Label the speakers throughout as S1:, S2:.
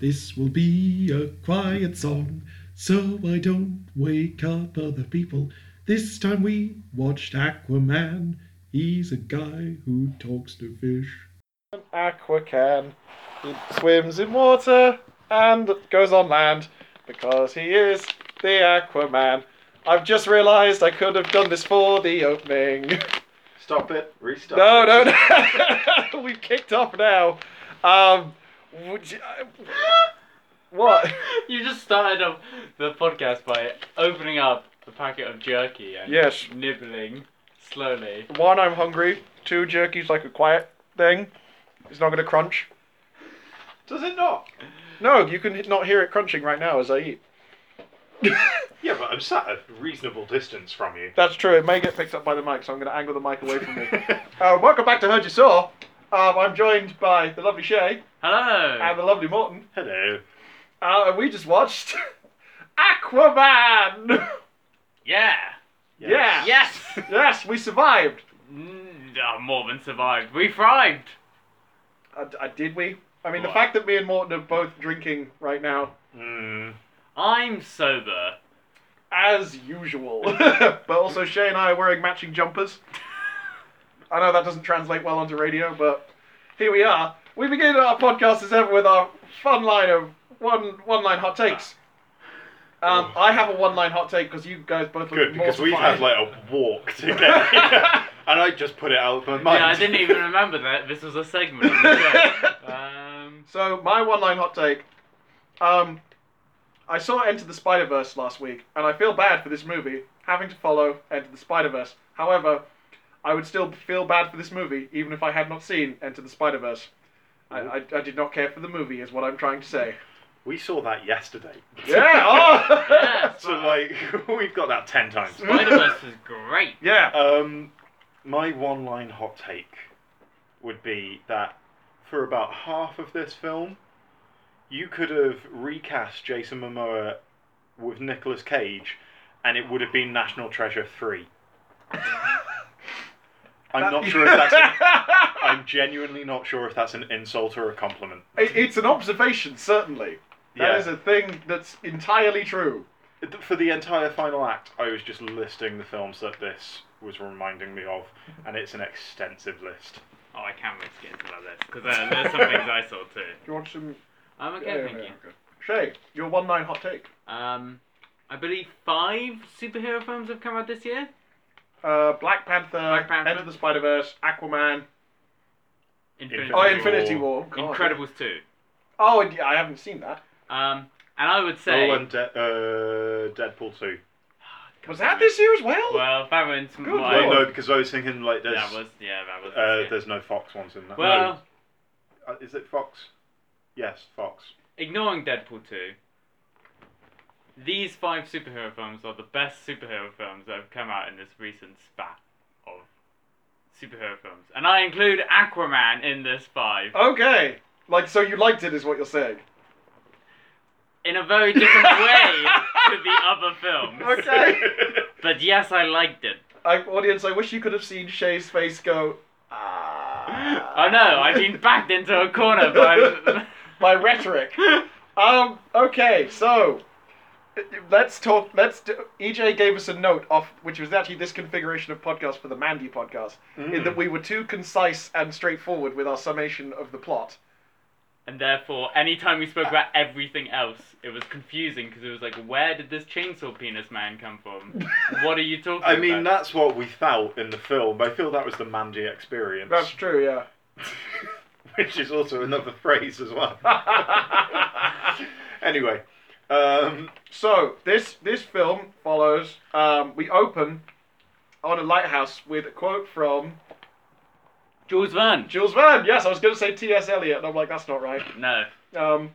S1: This will be a quiet song, so I don't wake up other people. This time we watched Aquaman. He's a guy who talks to fish. An aqua can. He swims in water and goes on land because he is the Aquaman. I've just realised I could have done this for the opening.
S2: Stop it. Restart.
S1: No,
S2: it.
S1: no, no. We've kicked off now. Um, would you, uh, what?
S3: You just started up the podcast by opening up the packet of jerky and
S1: Yes.
S3: nibbling slowly.
S1: One, I'm hungry. Two, jerky's like a quiet thing. It's not gonna crunch.
S2: Does it not?
S1: No, you can not hear it crunching right now as I eat.
S2: Yeah, but I'm sat at a reasonable distance from you.
S1: That's true. It may get picked up by the mic, so I'm gonna angle the mic away from me. uh, welcome back to Heard You Saw. Um, I'm joined by the lovely Shay
S3: Hello.
S1: and the lovely Morton.
S2: Hello.
S1: Uh, and we just watched Aquaman.
S3: yeah.
S1: Yeah.
S3: Yes.
S1: yes, we survived.
S3: Mm, oh, Morven survived. We thrived.
S1: Uh, d- uh, did we? I mean, the
S3: What?
S1: fact that me and Morton are both drinking right now,
S2: Mm.
S3: I'm sober.
S1: as usual. but also, Shay and I are wearing matching jumpers. I know that doesn't translate well onto radio, but here we are. We begin our podcast as ever with our fun line of one one line hot takes. Um, I have a one line hot take because you guys both look
S2: Ah. Good, because we've had
S1: mortified.
S2: like a walk to get here. and I just put it out of my mind.
S3: Yeah, I didn't even remember that this was a segment. of the show. um,
S1: So my one line hot take. Um, I saw Enter the Spider Verse last week, and I feel bad for this movie having to follow Enter the Spider Verse. However, I would still feel bad for this movie even if I had not seen Enter the Spider Verse. I, I,
S2: Mm-hmm.
S1: I did not care for the movie, is what I'm trying to say.
S2: We saw that yesterday.
S1: Yeah. Oh!
S3: yeah,
S2: so like we've got that ten times.
S3: Spider Verse is great.
S1: yeah.
S2: Um, my one line hot take would be that for about half of this film, you could have recast Jason Momoa with Nicolas Cage and it would have been National Treasure 3. I'm not sure if that's. An, I'm genuinely not sure if that's an insult or a compliment.
S1: It- it's an observation, certainly. That
S2: Yeah.
S1: is a thing that's entirely true.
S2: For the entire final act, I was just listing the films that this was reminding me of, and it's an extensive list.
S3: Oh, I can't wait to get into that list because uh, there's some things I saw too.
S1: Do you want some?
S3: I'm okay,
S1: Yeah,
S3: thank
S1: yeah,
S3: you.
S1: okay. Shay, your one line hot take.
S3: Um, I believe five superhero films have come out this year.
S1: Uh, Black Panther,
S3: Black Panther.
S1: Enter the Spider Verse, Aquaman.
S3: Infinity,
S2: Infinity
S1: Oh,
S3: War.
S1: Infinity War. God.
S3: Incredibles two.
S1: Oh, and yeah, I haven't seen that.
S3: Um, and I would say
S2: Oh, and De- uh, Deadpool 2.
S1: Was that this year as well?
S3: Well, that went.
S1: Good
S3: my-
S2: Well,
S1: Lord.
S2: no, because I was thinking, like, there's,
S3: That was yeah, that was.
S2: uh,
S3: this year.
S2: there's no Fox ones in that.
S3: Well,
S2: No. Uh, is it Fox? Yes, Fox.
S3: ignoring Deadpool two, these five superhero films are the best superhero films that have come out in this recent spat of superhero films, and I include Aquaman in this
S1: Oh.
S3: five
S1: Okay. Like, so you liked it, is what you're saying?
S3: in a very different way to the other films.
S1: Okay.
S3: But yes, I liked it.
S1: I, audience, I wish you could have seen Shay's face go. Ah.
S3: Oh no, I've been backed into a corner by.
S1: By rhetoric. Um. Okay. So. Let's talk. Let's. Do, EJ gave us a note off, which was actually this configuration of podcast for the Mandy podcast, in
S2: Mm.
S1: that we were too concise and straightforward with our summation of the plot.
S3: And therefore, anytime we spoke about everything else, it was confusing because it was like, where did this chainsaw penis man come from? what are you talking
S2: I
S3: about?
S2: mean, that's what we felt in the film. I feel that was the Mandy experience.
S1: That's true. Yeah.
S2: which is also another phrase as well. anyway, um,
S1: So this this film follows. Um, we open on a lighthouse with a quote from
S3: Jules Verne.
S1: Jules Verne. Yes, I was going to say T.S. Eliot, and I'm like, that's not right.
S3: No.
S1: Um,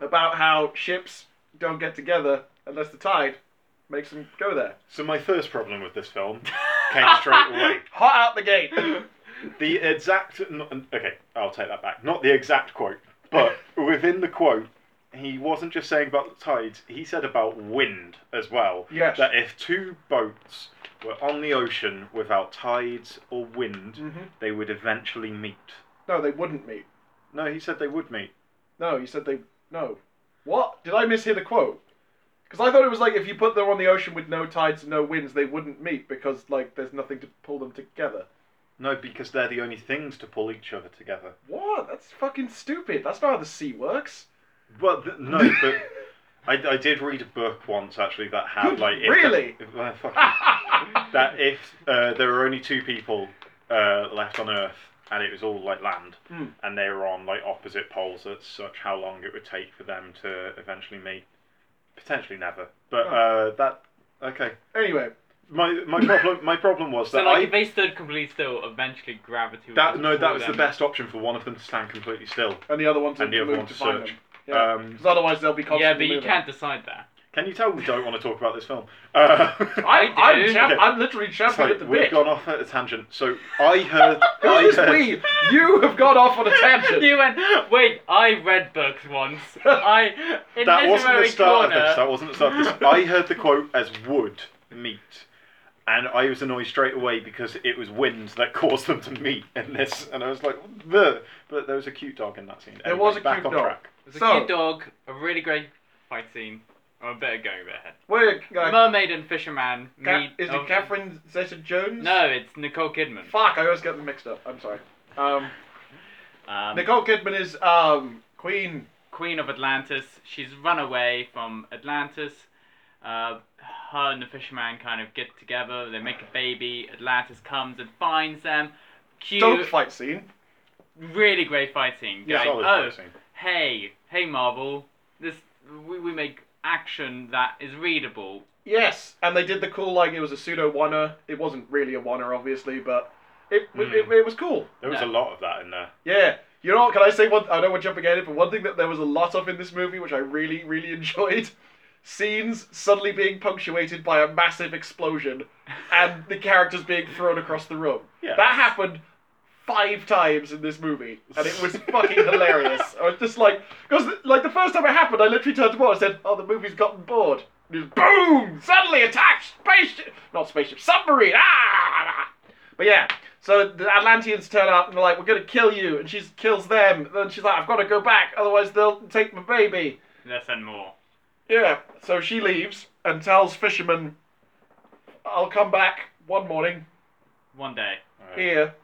S1: about how ships don't get together unless the tide makes them go there.
S2: so my first problem with this film came straight away.
S1: Hot out the gate.
S2: The exact. n- Okay, I'll take that back. Not the exact quote, but within the quote, he wasn't just saying about the tides, he said about wind as well.
S1: Yes.
S2: That if two boats were on the ocean without tides or wind,
S1: Mhm.
S2: they would eventually meet.
S1: No, they wouldn't meet.
S2: No, he said they would meet.
S1: No, you said they. No. What? Did I mishear the quote? Because I thought it was like if you put them on the ocean with no tides and no winds, they wouldn't meet because like there's nothing to pull them together.
S2: No, because they're the only things to pull each other together.
S1: What? That's fucking stupid. That's not how the sea works.
S2: Well, th- no, but I, I did read a book once actually that had
S1: Good-
S2: like if
S1: really? Ah!
S2: that, if- uh, well, fucking- that if uh, there were only two people uh, left on Earth and it was all like land
S1: Hmm.
S2: and they were on like opposite poles, that's such how long it would take for them to eventually meet. Potentially never, but uh, that okay.
S1: Anyway,
S2: My my problem my problem was
S3: So,
S2: that
S3: like,
S2: I,
S3: if they stood completely still, eventually gravity would.
S2: that
S3: just
S2: no that
S3: pull
S2: was the
S3: them.
S2: best option for one of them to stand completely still.
S1: and the other one to
S2: And the other
S1: move
S2: one
S1: to
S2: to
S1: find
S2: search.
S1: them. Yeah.
S2: Um,
S1: Because otherwise they'll be constantly
S3: Yeah, but you
S1: moving.
S3: can't decide that.
S2: Can you tell we don't want to talk about this film? Uh,
S1: I,
S3: I do.
S1: I'm, champ-
S2: Okay.
S1: I'm literally champing
S2: Sorry,
S1: at the
S2: we've
S1: bit.
S2: gone off at a tangent. So I heard. I
S1: Who's this
S2: heard-
S1: we? You have gone off on a tangent.
S3: you went. Wait, I read books once. I in
S2: That wasn't
S3: literary
S2: the start
S3: corner.
S2: of this. That wasn't the start of this. I heard the quote as "would meet," and I was annoyed straight away because it was wind that caused them to meet in this, and I was like, "The." But there was a cute dog in that scene.
S1: There was a
S2: back
S1: cute
S2: on
S1: dog.
S2: track.
S3: There's a
S1: So-
S3: cute dog, a really great fight scene. I'm a bit going a bit ahead.
S1: Wait, uh,
S3: Mermaid and Fisherman
S1: Ca-
S3: meet.
S1: is it
S3: oh,
S1: Catherine Zeta-Jones?
S3: No, it's Nicole Kidman.
S1: Fuck, I always get them mixed up. I'm sorry. Um,
S3: Um,
S1: Nicole Kidman is um, Queen.
S3: Queen of Atlantis. She's run away from Atlantis. Uh, her and the fisherman kind of get together. They make a baby. Atlantis comes and finds them. Cute,
S1: Dope fight scene.
S3: really great fight scene.
S1: Yeah,
S3: Going,
S2: Solid
S3: oh,
S2: fight scene.
S3: hey, hey, Marvel. This we, we make action that is readable.
S1: Yes, and they did the cool like it was a pseudo oneer. It wasn't really a oneer, obviously, but it
S2: Mm.
S1: it, it was cool.
S2: There was
S3: No.
S2: a lot of that in there.
S1: Yeah. You know what? Can I say one? I know we're jumping ahead, but one thing that there was a lot of in this movie, which I really, really enjoyed, scenes suddenly being punctuated by a massive explosion, and the characters being thrown across the room.
S2: Yeah.
S1: That happened five times in this movie, and it was fucking hilarious. I was just like, because like the first time it happened, I literally turned to Bob and said, "Oh, the movie's gotten bored." And it was boom! Suddenly attacked spaceship, not spaceship, submarine. Ah! But yeah, so the Atlanteans turn up and they're like, "We're gonna kill you," and she kills them. And then she's like, "I've got to go back, otherwise they'll take my baby."
S3: Less and more.
S1: Yeah, so she leaves and tells Fisherman, "I'll come back one morning
S3: One day.
S2: Uh,
S1: here."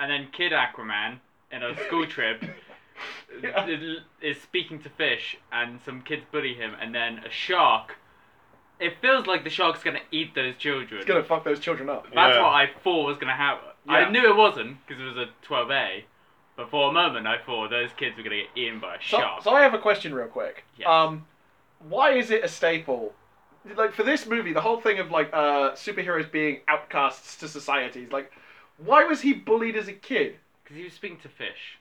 S3: and then Kid Aquaman in a school trip
S1: Yeah.
S3: is is speaking to fish, and some kids bully him, and then a shark. It feels like the shark's gonna eat those children.
S1: It's gonna fuck those children up.
S3: That's
S2: Yeah.
S3: what I thought was gonna happen.
S1: Yeah.
S3: I knew it wasn't because it was a 12A, but for a moment I thought those kids were gonna get eaten by a
S1: So,
S3: shark.
S1: so I have a question, real quick.
S3: Yes.
S1: Um, why is it a staple? Like for this movie, the whole thing of like uh, superheroes being outcasts to society is like, why was he bullied as a kid?
S3: Because he was speaking to fish.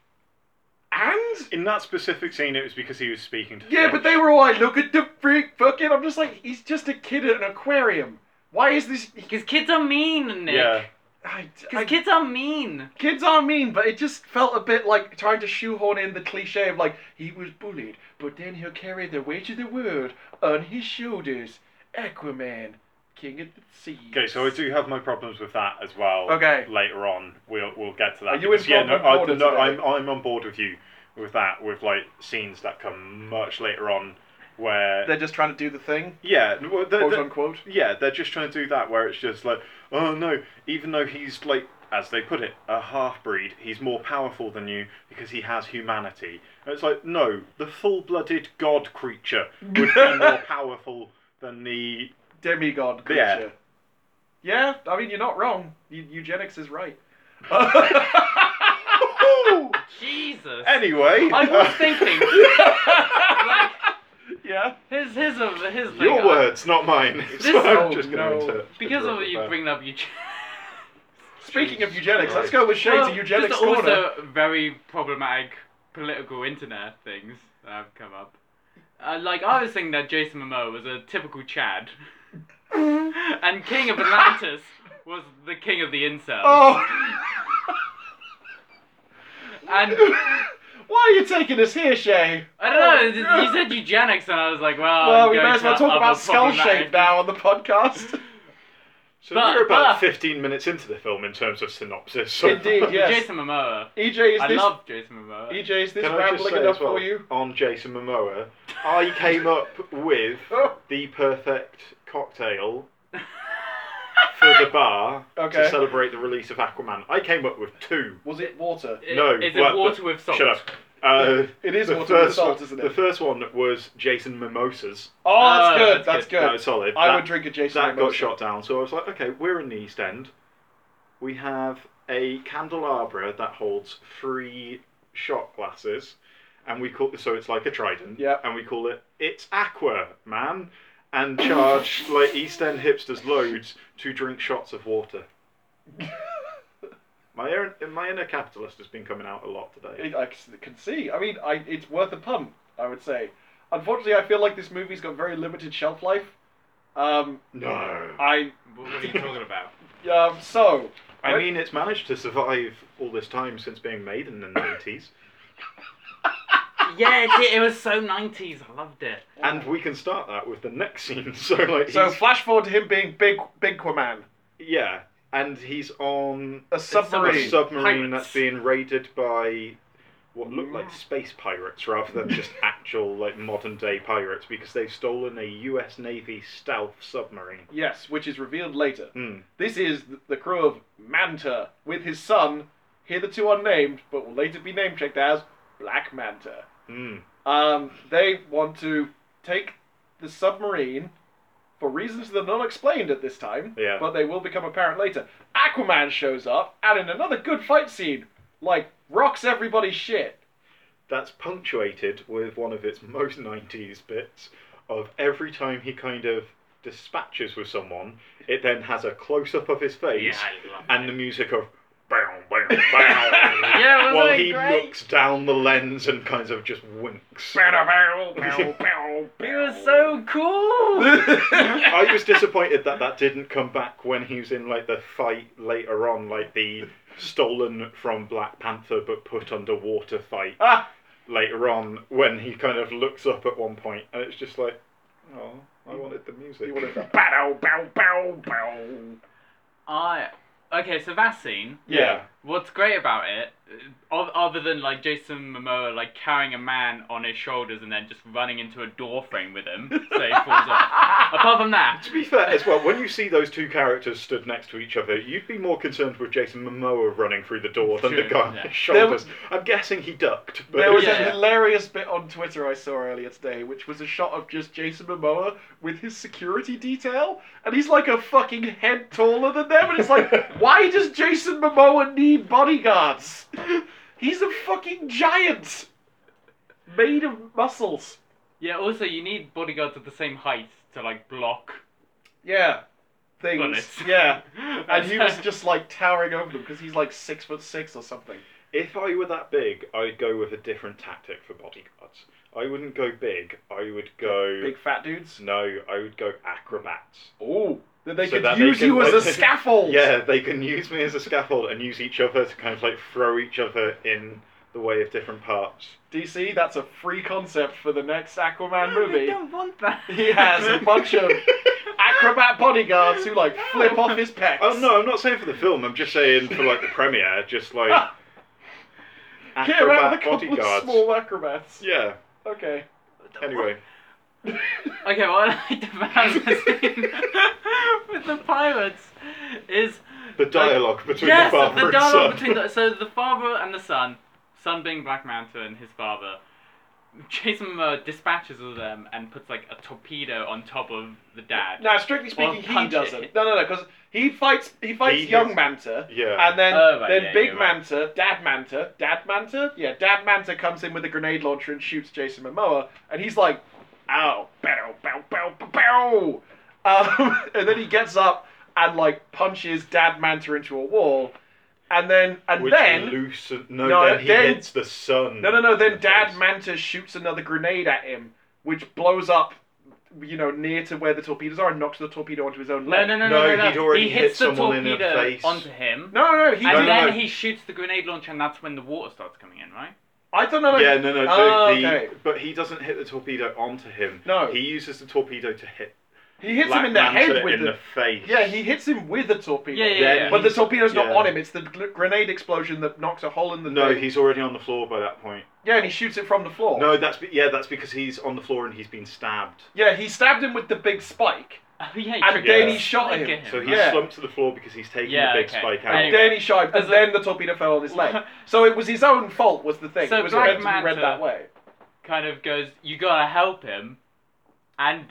S1: And
S2: In that specific scene, it was because he was speaking to.
S1: yeah,
S2: fish.
S1: but they were all like, look at the freak fucking. I'm just like, he's just a kid at an aquarium. Why is this?
S3: Because kids are mean, Nick.
S2: Yeah.
S1: I, I-
S3: Because kids are mean.
S1: Kids are mean, but it just felt a bit like trying to shoehorn in the cliche of like he was bullied, but then he'll carry the weight of the world on his shoulders. Aquaman, king of the sea.
S2: Okay, so I do have my problems with that as well.
S1: Okay.
S2: Later on, we'll we'll get to that.
S1: Are you
S2: because,
S1: in
S2: yeah,
S1: on
S2: no, I,
S1: board
S2: no,
S1: with today?
S2: I'm I'm on board with you with that with like scenes that come much later on where
S1: They're just trying to do the thing,
S2: yeah, well, they're-
S1: quote
S2: they're-
S1: unquote.
S2: yeah, they're just trying to do that where it's just like, oh no, even though he's like, as they put it, a half breed, he's more powerful than you because he has humanity. And it's like, no, the full-blooded god creature would be more powerful than the
S1: Demigod
S2: Yeah.
S1: creature. Yeah, I mean you're not wrong. Eu- eugenics is right.
S3: Jesus.
S2: anyway. uh,
S3: I was thinking. like,
S1: yeah.
S3: here's, here's, a, here's the
S2: Your
S3: thing.
S2: words, not mine. So
S3: This-
S2: I'm
S1: Oh,
S2: just going
S1: no.
S2: to interpret.
S3: Because of
S2: it
S3: what you
S2: there.
S3: bring up, you.
S1: Speaking of eugenics, let's
S2: Christ.
S1: go with Shay
S3: Well,
S1: to eugenics
S3: just
S1: corner.
S3: also very problematic political internet things that have come up. Uh, like I was thinking that Jason Momoa was a typical Chad, and King of Atlantis was the king of the incels.
S1: Oh.
S3: And
S1: Why are you taking us here, Shay?
S3: I don't know. You said eugenics, and I was like, well.
S1: Oh, Well,
S3: I'm
S1: we
S3: going
S1: may as well
S3: to
S1: talk
S3: other
S1: about skull
S3: problematic-
S1: shape now on the podcast.
S2: So
S3: But-
S2: we're about
S3: but-
S2: 15 minutes into the film in terms of synopsis. So
S1: Indeed, yes.
S3: Jason Momoa.
S1: EJ, E is
S3: I
S1: this
S3: love Jason Momoa.
S1: EJ, is this
S2: Can I just
S1: rambling
S2: say
S1: enough
S2: as well,
S1: for you?
S2: On Jason Momoa, I came up with
S1: Oh.
S2: the perfect cocktail for the bar
S1: Okay.
S2: to celebrate the release of Aquaman. I came up with two.
S1: Was it water?
S3: I-
S2: no,
S3: Is
S2: well,
S3: it water with salt?
S2: Shut up. Uh,
S1: It is
S2: the
S1: water with
S2: first
S1: salt,
S2: one-
S1: isn't
S2: The
S1: it?
S2: first one was Jason Mimosas.
S1: Oh, that's
S3: Ah,
S1: good.
S3: that's
S1: That's
S3: good.
S1: good.
S2: That was solid.
S1: I
S2: That-
S1: would drink a Jason.
S2: that got
S1: Mimosa.
S2: shot down. So I was like, okay, we're in the East End. We have a candelabra that holds three shot glasses, and we call so it's like a trident.
S1: Yeah.
S2: And we call it it's Aqua Man, and charge like East End hipsters loads to drink shots of water. My inner, my inner capitalist has been coming out a lot today.
S1: It- I c- can see. I mean, I, it's worth a pun. I would say. Unfortunately, I feel like this movie's got very limited shelf life. Um,
S2: No.
S1: I
S3: What what are you talking about?
S1: um, so
S2: I mean, it's managed to survive all this time since being made in the 90s.
S3: yeah, it, did- it was so 90s. I loved it.
S2: And we can start that with the next scene. So like,
S1: so
S2: he's-
S1: flash forward to him being big, big Aquaman,
S2: yeah, and he's on
S1: a
S2: a
S1: submarine.
S3: sub-
S2: submarine
S3: Pirates.
S2: that's being raided by what look like space pirates rather than just actual like modern day pirates because they've stolen a U.S. Navy stealth submarine.
S1: yes, which is revealed later.
S2: Hmm.
S1: This is th- the crew of Manta with his son, hitherto unnamed, but will later be name checked as Black Manta.
S2: Hmm.
S1: Um, they want to take the submarine for reasons that are not explained at this time,
S2: Yeah.
S1: but they will become apparent later. Aquaman shows up, and in another good fight scene, like, rocks everybody's shit.
S2: That's punctuated with one of its most 90s bits of every time he kind of dispatches with someone, it then has a close up of his face
S3: Yeah, I loved
S2: and the
S3: it.
S2: music of bam bam bam.
S3: Yeah, wasn't
S2: While
S3: it
S2: he
S3: great?
S2: looks down the lens and kind of just winks.
S3: It was so cool.
S2: I was disappointed that that didn't come back when he was in like the fight later on, like the stolen from Black Panther but put underwater fight
S1: Ah,
S2: later on, when he kind of looks up at one point and it's just like, oh, I wanted the music.
S1: you wanted the bow, bow, bow, bow.
S3: I okay. So that scene.
S2: yeah.
S3: What's great about it, uh, o- other than like Jason Momoa like carrying a man on his shoulders and then just running into a door frame with him, so he falls off. Apart from that,
S2: To be fair as well, when you see those two characters stood next to each other, you'd be more concerned with Jason Momoa running through the door than the
S3: True,
S2: guy on
S3: yeah.
S2: his
S1: There was-
S2: shoulders. I'm guessing he ducked. But
S1: There was
S3: Yeah.
S1: a hilarious bit on Twitter I saw earlier today, which was a shot of just Jason Momoa with his security detail, and he's like a fucking head taller than them, and it's like, why does Jason Momoa need bodyguards? He's a fucking giant, made of muscles.
S3: yeah. Also, you need bodyguards of the same height to like block.
S1: Yeah, things.
S3: Bullets.
S1: Yeah, and he was just like towering over them because he's like six foot six or something.
S2: If I were that big, I'd go with a different tactic for bodyguards. I wouldn't go big. I would go
S1: Big fat dudes.
S2: no. I would go acrobats.
S1: Oh, that they
S2: So
S1: could
S2: that they
S1: use
S2: can,
S1: you as
S2: like-
S1: a scaffold.
S2: Yeah, they can use me as a scaffold and use each other to kind of like throw each other in the way of different parts.
S1: DC, that's a free concept for the next Aquaman
S3: No, we
S1: movie.
S3: don't want that.
S1: He has a bunch of acrobat bodyguards who like flip off his pecs.
S2: Oh no, I'm not saying for the film. I'm just saying for like the premiere, just like
S1: Ah. Get around with a
S2: acrobat
S1: couple of
S2: bodyguards.
S1: small acrobats.
S2: Yeah.
S1: Okay.
S2: Anyway,
S3: Okay, what I liked about the scene with the pirates is
S2: the dialogue between
S3: yes,
S2: the father and
S3: dialogue
S2: son.
S3: between the so the father and the son, son being Black Manta and his father. Jason Momoa dispatches all of them and puts like a torpedo on top of the dad.
S1: Now, strictly speaking, he
S3: punch it.
S1: doesn't. No, no, no, because he fights. He fights
S2: He
S1: young
S2: is-
S1: Manta,
S2: yeah.
S1: and then
S3: Oh, right,
S1: then
S3: yeah,
S1: Big
S3: you're right.
S1: Manta, Dad Manta, Dad Manta. Yeah, Dad Manta comes in with a grenade launcher and shoots Jason Momoa, and he's like, "Ow, bow, bow, bow, bow, bow," um, and then he gets up and like punches Dad Manta into a wall, and then and
S2: Which
S1: then
S2: loosen- no,
S1: No,
S2: then he
S1: then-
S2: hits the sun.
S1: no, no, no.
S2: in
S1: Then
S2: the
S1: Dad
S2: face.
S1: Manta shoots another grenade at him, which blows up, you know, near to where the torpedoes are, and knocks the torpedo onto his own
S3: No,
S1: leg.
S3: no, no,
S2: No,
S3: no, no.
S2: he'd already
S3: he
S2: hit
S3: hits the
S2: someone in the
S3: torpedo
S2: face.
S3: onto him,
S1: No, no, no. He,
S3: and
S2: no,
S3: then
S2: no.
S3: he shoots the grenade launcher, and that's when the water starts coming in, right?
S1: I don't know.
S2: Yeah, no, no.
S1: Oh,
S2: the, the-
S1: okay.
S2: But he doesn't hit the torpedo onto him.
S1: No.
S2: He uses the torpedo to hit
S1: He hits
S2: Black
S1: him in the
S2: Manta
S1: head with
S2: in the,
S1: the,
S2: face.
S1: yeah. He hits him with a torpedo.
S3: Yeah, yeah, yeah.
S1: But the torpedo's not
S2: yeah.
S1: on him. It's the gl- grenade explosion that knocks a hole in the.
S2: No,
S1: thing.
S2: he's already on the floor by that point.
S1: Yeah, and he shoots it from the floor.
S2: No, that's be- yeah, that's because he's on the floor and he's been stabbed.
S1: Yeah, he stabbed him with the big spike,
S3: Oh, yeah, he
S1: and
S3: tricked
S1: then
S2: yeah.
S1: he shot
S3: Look at
S1: him.
S3: him.
S2: So he's
S1: Yeah.
S2: slumped to the floor because he's taken
S3: Yeah,
S2: the big
S3: okay.
S2: spike out.
S3: Anyway.
S1: Then he shot, him,
S3: As
S1: and
S3: a-
S1: then the torpedo fell on his leg. So it was his own fault, was the thing.
S3: So
S1: it was
S3: Black
S1: meant to be
S3: Manta-
S1: read that way.
S3: kind of goes, "You gotta help him," and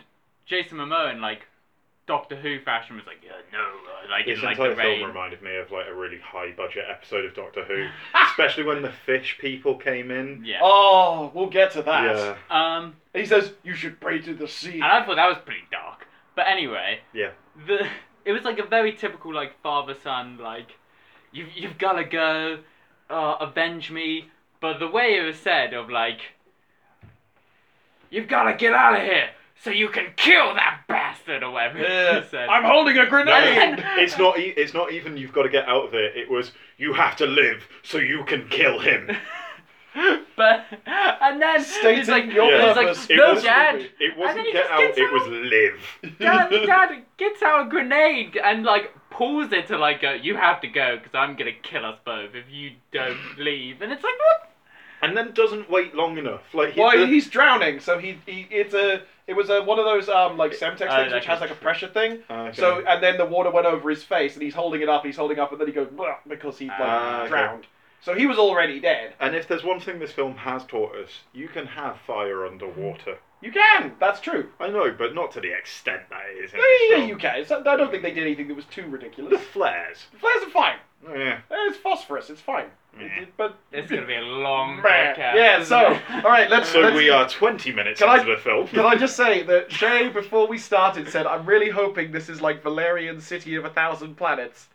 S3: Jason Momoa in like Doctor Who fashion was like, "Yeah, no," uh, like
S2: This
S3: in like
S2: entire
S3: the
S2: film
S3: rain.
S2: reminded me of like a really high budget episode of Doctor Who, especially when the fish people came in.
S3: Yeah.
S1: Oh, we'll get to that.
S2: Yeah,
S3: Um,
S1: He says, "You should pray to the sea."
S3: and I thought that was pretty dark. But anyway,
S2: yeah.
S3: the it was like a very typical like father son like, you you've gotta go, uh, avenge me. But the way it was said of like, you've gotta get out of here so you can kill that bastard or whatever
S1: Yeah.
S3: he said.
S1: I'm holding a
S2: No,
S1: grenade.
S2: it's not. E- it's not even. You've got to get out of it. It was. You have to live so you can kill him.
S3: but and then
S1: Stating
S3: it's like,
S1: your
S3: it's like,
S1: purpose in
S3: no,
S1: this
S3: Dad,
S1: movie.
S2: It
S3: And then
S2: wasn't
S3: he
S2: get
S3: just
S2: out.
S3: gets
S2: It
S3: out.
S2: was live.
S3: Dad, Dad gets out a grenade and like pulls it to like go. You have to go because I'm gonna kill us both if you don't leave. And it's like what?
S2: And then doesn't wait long enough. Like he,
S1: Why
S2: the-
S1: he's drowning? So he, he it's a it was a one of those um like Semtex
S3: Uh,
S1: things which
S3: okay.
S1: has like a pressure thing.
S2: Uh, Okay.
S1: So and then the water went over his face and he's holding it up. He's holding up and then he goes "Bleh," because he like
S2: Ah, okay.
S1: drowned. So he was already dead.
S2: And if there's one thing this film has taught us, you can have fire underwater.
S1: You can. That's true.
S2: I know, but not to the extent that it is in
S1: Yeah,
S2: this
S1: yeah,
S2: film.
S1: you can. It's, I don't think they did anything that was too
S2: The
S1: ridiculous.
S2: flares.
S1: Flares are fine.
S2: Oh, yeah.
S1: It's phosphorus. It's fine. It-
S2: Yeah.
S1: it- but
S3: It's gonna be a long
S1: Meh.
S3: podcast.
S1: Yeah. So all right, let's.
S2: So
S1: let's-
S2: we are 20 minutes
S1: Can I-
S2: into the film.
S1: Can I just say that Shay, before we started, said, "I'm really hoping this is like Valerian City of a Thousand Planets."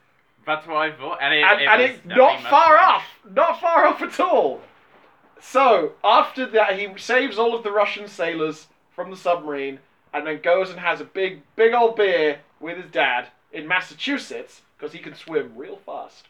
S3: that's what I thought. And, it,
S1: and,
S3: it
S1: and
S3: was
S1: it's
S3: nothing
S1: not
S3: much
S1: far
S3: like-
S1: off. Not far off at all. So after that, he saves all of the Russian sailors from the submarine, and then goes and has a big, big old beer with his dad in Massachusetts because he can swim real fast.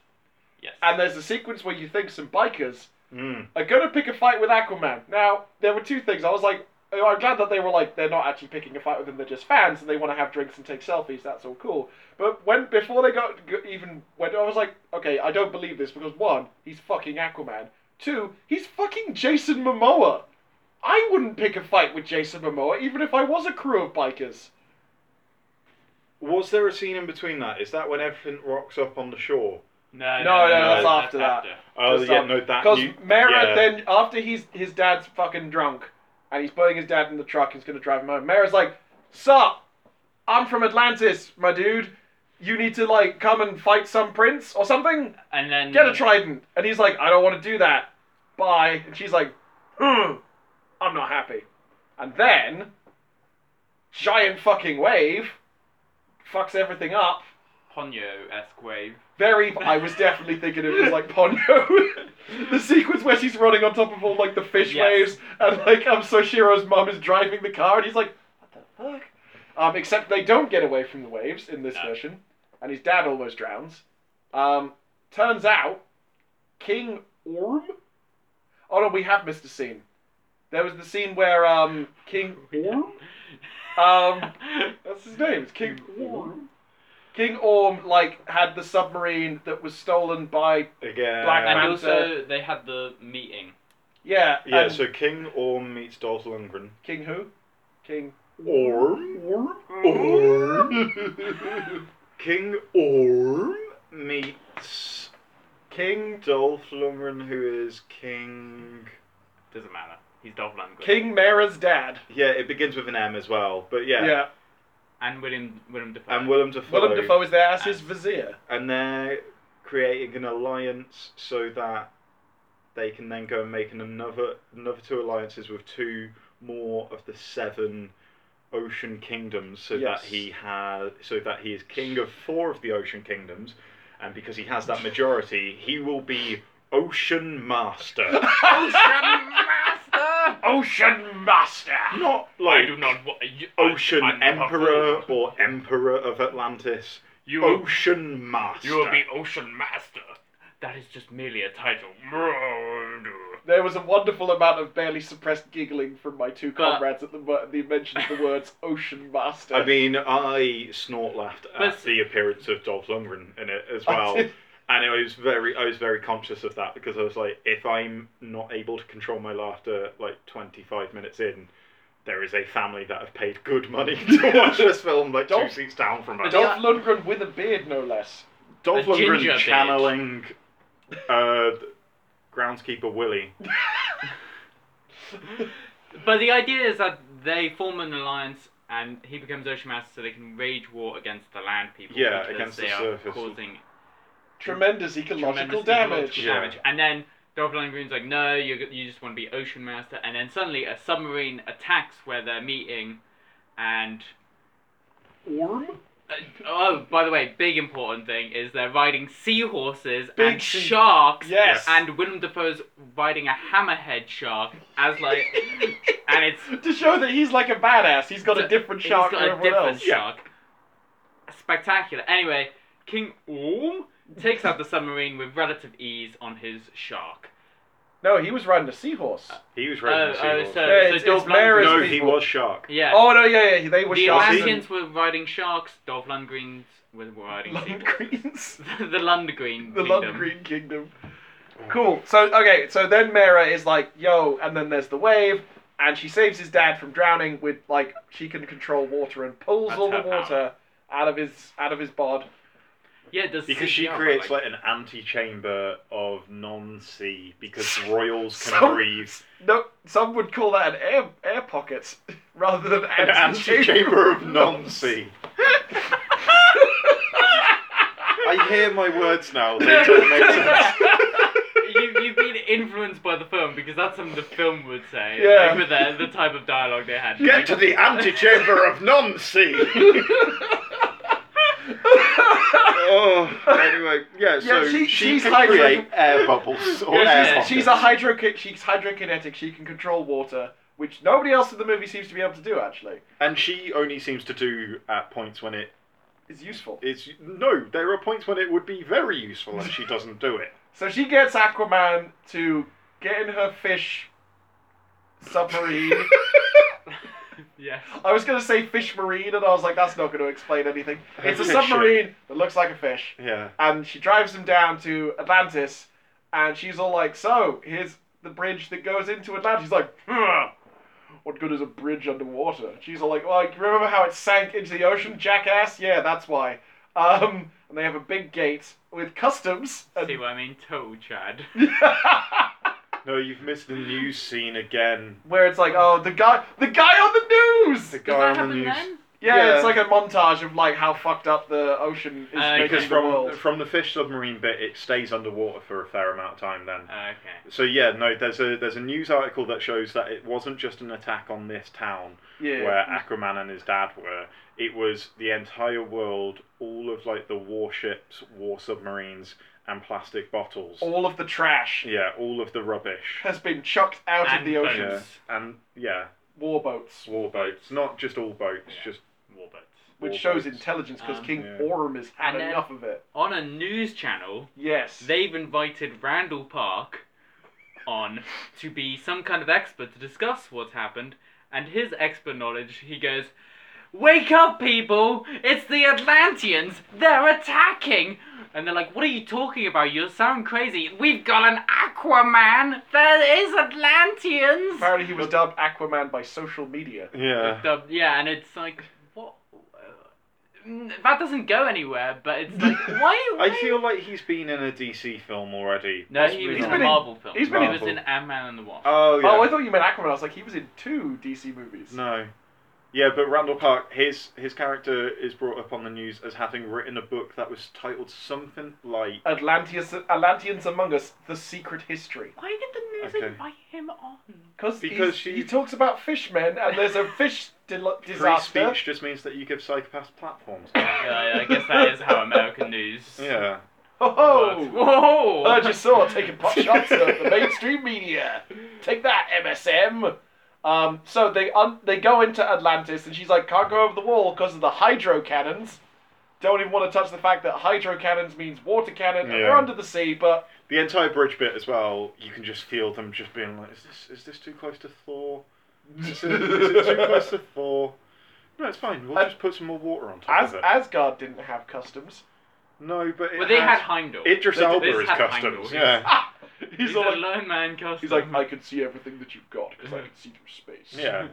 S3: Yes.
S1: And there's a sequence where you think some bikers
S2: Mm.
S1: are going to pick a fight with Aquaman. Now there were two things. I was like, oh, I'm glad that they were like they're not actually picking a fight with him. They're just fans and they want to have drinks and take selfies. That's all cool. But when before they got g- even went, I was like, okay, I don't believe this because one, he's fucking Aquaman. Two, he's fucking Jason Momoa. I wouldn't pick a fight with Jason Momoa even if I was a crew of bikers.
S2: Was there a scene in between that? Is that when everything rocks up on the shore?
S3: no, no,
S1: No,
S3: no,
S1: no,
S2: that's
S1: after that.
S2: Oh,
S1: Just,
S2: yeah,
S1: um,
S2: no, that.
S1: Because
S2: new-
S1: Mera
S2: yeah.
S1: then after he's his dad's fucking drunk and he's putting his dad in the truck, he's gonna drive him home. Mera's like, Sup, I'm from Atlantis, my dude. You need to like come and fight some prince or something.
S3: And then
S1: Get a
S2: Mm.
S1: trident. And he's like, I don't want to do that. Bye. And she's like, "Hmm, I'm not happy. And then giant fucking wave fucks everything up.
S3: Ponyo-esque wave.
S1: Very. I was definitely thinking it was like Ponyo. the sequence where she's running on top of all like the fish
S3: Yes.
S1: waves, and like um, Soshiro's mum is driving the car, and he's like, "What the fuck?" Um, except they don't get away from the waves in this
S3: No.
S1: version, and his dad almost drowns. Um, turns out, King Orm. Oh no, we have missed a scene. There was the scene where um, King Orm. Um, that's his name. It's King Orm. King Orm like had the submarine that was stolen by
S2: Again.
S1: Black
S3: and
S1: Manta.
S3: also they had the meeting.
S1: yeah.
S2: Yeah,
S1: and
S2: so King Orm meets Dolph Lundgren.
S1: King who? King.
S2: Orm? Orm? Orm? King Orm meets
S1: King.
S2: Dolph Lundgren, who is King.
S3: Doesn't matter. He's Dolph Lundgren.
S1: King Mera's dad.
S2: Yeah, it begins with an M as well, but yeah.
S1: Yeah.
S3: And William William Defoe.
S2: And Willem Dafoe.
S1: Willem Dafoe is there as his vizier.
S2: And they're creating an alliance so that they can then go and make an another another two alliances with two more of the seven ocean kingdoms so
S1: Yes.
S2: that he has so that he is king of four of the ocean kingdoms and because he has that majority he will be ocean master
S3: Oh, Master.
S1: Ocean Master.
S2: not like
S3: I do not. wa- you- I-
S2: ocean
S3: I'm not a
S2: emperor Oh,
S3: fool.
S2: or emperor of atlantis
S3: You will,
S2: ocean master
S3: you will be ocean master. That is just merely a title.
S1: There was a wonderful amount of barely suppressed giggling from my two
S3: But-
S1: comrades at the, mo- the mention of the words Ocean Master.
S2: I mean, I snort laughed at
S3: But-
S2: the appearance of Dolph Lundgren in it as
S1: I
S2: well,
S1: did-
S2: and it was very, I was very conscious of that because I was like, if I'm not able to control my laughter, like 25 minutes in, there is a family that have paid good money to watch this film, like two
S1: Dolph-
S2: seats down from us.
S1: Dolph Lundgren with a beard, no less.
S2: Dolph
S3: A ginger
S2: Lundgren
S3: bitch.
S2: channeling uh, groundskeeper Willie.
S3: But the idea is that they form an alliance and he becomes Ocean Master so they can rage war against the land people.
S2: Yeah,
S3: because
S2: against
S3: they
S2: the
S3: are
S2: surface.
S3: causing
S1: Tremendous ecological
S3: tremendous
S1: damage.
S3: ecological
S2: Yeah.
S3: damage. And then Dolph Lundgren's like, no, you you just want to be Ocean Master. And then suddenly a submarine attacks where they're meeting, and
S1: Orm?
S3: uh, oh, by the way, big important thing is they're riding seahorses
S1: Big
S3: and
S1: sea-
S3: sharks.
S1: Yes.
S3: And Willem Dafoe's riding a hammerhead shark as like, and it's
S1: to show that he's like a badass. He's got a
S3: So,
S1: different shark
S3: He's
S1: than
S3: got a
S1: everyone
S3: different
S1: else.
S3: shark. Spectacular. Anyway, King Orm takes out the submarine with relative ease on his shark.
S1: No, he was riding a seahorse.
S2: He was
S3: Oh,
S2: raising
S3: oh, so,
S1: Yeah,
S3: so
S1: it's-
S3: Dolph
S1: it's Maris
S2: No,
S3: Lundgren.
S1: being-
S2: he
S1: people.
S2: was shark.
S3: Yeah.
S1: Oh no, yeah, yeah, they were
S3: the
S1: sharks.
S3: Atlanteans were riding sharks. Dolph Lundgrens were riding seahorses.
S1: Lundgrens.
S3: the Lundgren.
S1: the
S3: kingdom.
S1: Lundgren Kingdom. Cool. So okay, so then Mera is like, yo, and then there's the wave, and she saves his dad from drowning with like she can control water and pulls
S2: That's
S1: all the
S2: her
S1: water out of his out of his bod.
S3: Yeah, it does
S2: Because she
S3: CPR,
S2: creates
S3: like,
S2: like an antechamber of non-sea because royals can
S1: So-
S2: breathe.
S1: No, some would call that an air air pocket rather than
S2: An antechamber of non-sea. I hear my words now. They don't make sense.
S3: you, you've been influenced by the film because that's something the film would say.
S1: Yeah.
S3: Like, with the, the type of dialogue they had.
S2: Get to the antechamber of non-sea. oh, anyway, yeah. So
S1: Yeah, she-
S2: she,
S1: she's
S2: can
S1: hydro-
S2: create air bubbles or
S1: Yeah,
S2: air
S1: she's-
S2: pockets.
S1: she's, a hydro she's hydrokinetic. She can control water, which nobody else in the movie seems to be able to do. Actually,
S2: and she only seems to do at points when it
S1: it's useful.
S2: is. No, there are points when it would be very useful, and she doesn't do it.
S1: So she gets Aquaman to get in her fish submarine.
S3: Yeah.
S1: I was gonna say fish marine, and I was like, that's not gonna explain anything. It's a
S2: Fish
S1: submarine that looks like a fish,
S2: Yeah.
S1: and she drives him down to Atlantis, and she's all like, so here's the bridge that goes into Atlantis. He's like, "Huh, what good is a bridge underwater? She's all like, well, like, remember how it sank into the ocean, jackass? Yeah, that's why. Um, and they have a big gate with customs. And
S3: See what I mean? Total Chad.
S2: No, you've missed the news scene again.
S1: where it's like, oh, the guy, the guy on the news.
S2: The guy
S3: Does that
S2: on the news.
S3: happen then?
S1: Yeah,
S2: Yeah.
S1: it's like a montage of like how fucked up the ocean is
S3: Uh,
S1: making
S2: Because
S1: the
S2: from
S1: world.
S2: from the fish submarine bit, it stays underwater for a fair amount of time.
S1: Uh.
S2: Then,
S3: Okay.
S2: so yeah, no, there's a there's a news article that shows that it wasn't just an attack on this town
S1: yeah.
S2: where Aquaman and his dad were. It was the entire world, all of like the warships, war submarines, and plastic bottles.
S1: All of the trash
S2: Yeah, all of the rubbish.
S1: has been chucked out of
S3: And
S1: the ocean.
S2: Yeah,
S3: boats.
S2: and yeah,
S1: Warboats,
S2: war boats. Not just all boats,
S3: Yeah.
S2: just
S3: Warboats.
S1: which
S2: war
S1: shows
S2: boats.
S1: intelligence because
S3: Um,
S1: King
S2: Yeah.
S1: Orm has had
S3: And then-
S1: enough of it.
S3: On a news channel,
S1: Yes.
S3: they've invited Randall Park on to be some kind of expert to discuss what's happened, and his expert knowledge, he goes, Wake up, people! It's the Atlanteans! They're attacking! And they're like, What are you talking about? You sound crazy. We've got an Aquaman! There is Atlanteans!
S1: Apparently, he was dubbed Aquaman by social media.
S2: Yeah.
S3: The- yeah, and it's like, What? Mm, That doesn't go anywhere, but it's like, why? why
S2: I feel like he's been in a DC film already.
S3: No, he was
S1: He's
S3: in a
S1: been in-
S3: Marvel film.
S1: he's
S2: been in-
S3: he was in Ant Man and the Wasp.
S2: Oh yeah.
S1: Oh, I thought you meant Aquaman. I was like, he was in two DC movies.
S2: No. Yeah, but Randall Park, his his character is brought up on the news as having written a book that was titled something like
S1: Atlanteus, Atlanteans Among Us: The Secret History.
S3: Why did the news
S2: Okay.
S3: invite him on?
S1: Cause
S2: Because
S1: he's-
S2: she-
S1: he talks about fishmen, and there's a fish dil-
S2: free
S1: disaster.
S2: speech just means that you give psychopaths platforms.
S3: Yeah, I guess that is how American news.
S2: yeah.
S1: Ho ho!
S3: works. Whoa!
S1: Heard you saw taking pot shots at the mainstream media. Take that, MSM. Um, so they un- they go into Atlantis, and she's like, "Can't go over the wall because of the hydro cannons." Don't even want to touch the fact that hydro cannons means water cannon and they're
S2: Yeah.
S1: under the sea, but
S2: The entire bridge bit as well, you can just feel them just being like, is this is this too close to Thor? Is it, is it too close to Thor? No, it's fine. We'll
S1: And-
S2: just put some more water on top
S1: As-
S2: of it.
S1: Asgard didn't have customs.
S2: no, but it
S3: But they had
S2: had,
S3: Heimdall.
S2: Idris
S3: They- they
S2: Elba
S3: just
S2: is
S3: had
S2: customs.
S3: Heimdall.
S2: Yeah,
S1: He's,
S3: He's
S1: all
S3: a
S1: like,
S3: lone man custom.
S1: he's like, I can see everything that you've got because I can see through space.
S2: yeah.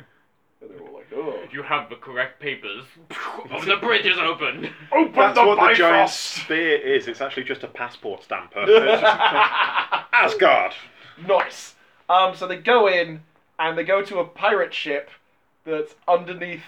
S1: And they're all like, oh.
S3: you have the correct papers. oh, the bridge is open.
S1: Open
S2: That's
S1: the
S2: what the giant
S1: Bifrost!
S2: spear is. It's actually just a passport stamper. It's just- Asgard.
S1: nice. Um, so they go in and they go to a pirate ship that's underneath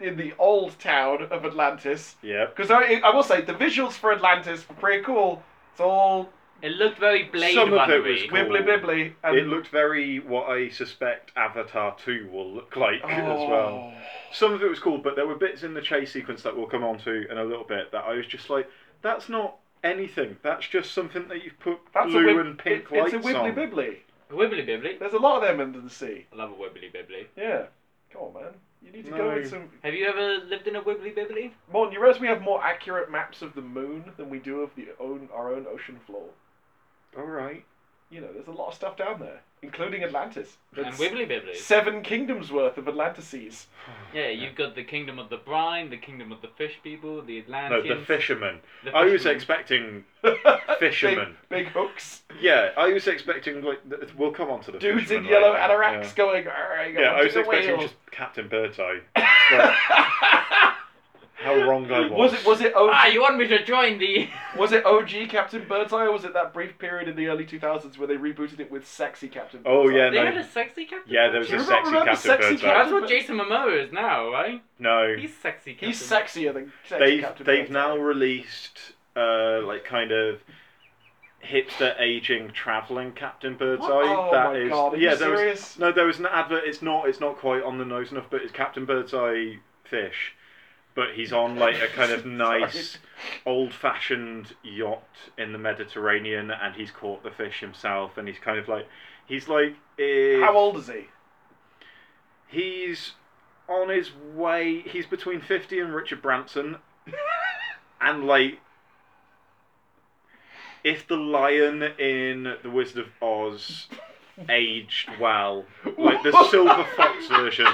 S1: in the old town of Atlantis.
S2: Yep.
S1: Because I, I will say the visuals for Atlantis were pretty cool. It's all
S3: It looked very Blade
S2: Some of it
S3: Runner-y.
S2: was cool.
S1: wibbly bibbly. And
S2: It looked very what I suspect Avatar 2 will look like
S1: oh.
S2: as well. Some of it was cool, but there were bits in the chase sequence that we'll come on to in a little bit that I was just like, that's not anything. That's just something that you've put
S1: That's
S2: blue
S1: a wib-
S2: and pink
S1: it- It's a
S2: lights
S1: wibbly
S2: on.
S1: bibbly.
S3: Wibbly bibbly.
S1: There's a lot of them under the sea.
S3: I love a wibbly bibbly.
S1: Yeah. Come on, man. You need to go
S2: No.
S1: in some.
S3: Have you ever lived in a wibbly bibbly?
S1: Morton, you realize we have more accurate maps of the moon than we do of the own our own ocean floor.
S2: All right.
S1: You know, there's a lot of stuff down there, including Atlantis.
S3: and
S1: That's-
S3: wibbly bibbly.
S1: Seven kingdoms worth of Atlantises.
S3: Yeah, you've got the kingdom of the brine, the kingdom of the fish people, the
S2: No,
S3: Atlanteans.
S2: the fisherman.
S3: the
S2: I was
S3: fishermen.
S2: expecting.
S1: big,
S2: Fishermen.
S1: big hooks.
S2: Yeah, I was expecting like th- we'll come on to the
S1: Dudes in
S2: fisherman
S1: yellow
S2: later.
S1: anoraks going. "Arr,
S2: Yeah, yeah I
S1: onto
S2: was
S1: the
S2: expecting
S1: whale."
S2: just Captain Birdseye. It's like, how wrong I was.
S1: was it was it OG,
S3: Ah, you want me to join the?
S1: was it OG Captain Birdseye or was it that brief period in the early 2000s where they rebooted it with sexy Captain?
S2: Oh,
S1: Birdseye?
S2: yeah,
S3: they
S2: no.
S3: had a sexy captain.
S2: Yeah, there was
S1: Do
S2: a
S1: you
S2: sexy
S1: remember
S2: Captain
S1: the sexy
S2: Birdseye.
S3: That's
S1: Captain-
S3: what Jason Momoa is now, right?
S2: No,
S3: He's sexy captain.
S1: he's sexier than sexy
S2: they've
S1: Captain
S2: they've now
S1: Birdseye.
S2: released uh, like kind of hipster aging traveling Captain Birdseye.
S1: What? Oh
S2: That
S1: my
S2: is-
S1: god! Are
S2: yeah,
S1: you
S2: there was-
S1: serious?
S2: no, there was an advert. It's not it's not quite on the nose enough, but it's Captain Birdseye fish, but he's on like a kind of
S1: Sorry.
S2: nice old fashioned yacht in the Mediterranean, and he's caught the fish himself, and he's kind of like he's like if-
S1: How old is he?
S2: He's on his way. He's between fifty and Richard Branson, and like, if the lion in The Wizard of Oz aged well, like the silver fox version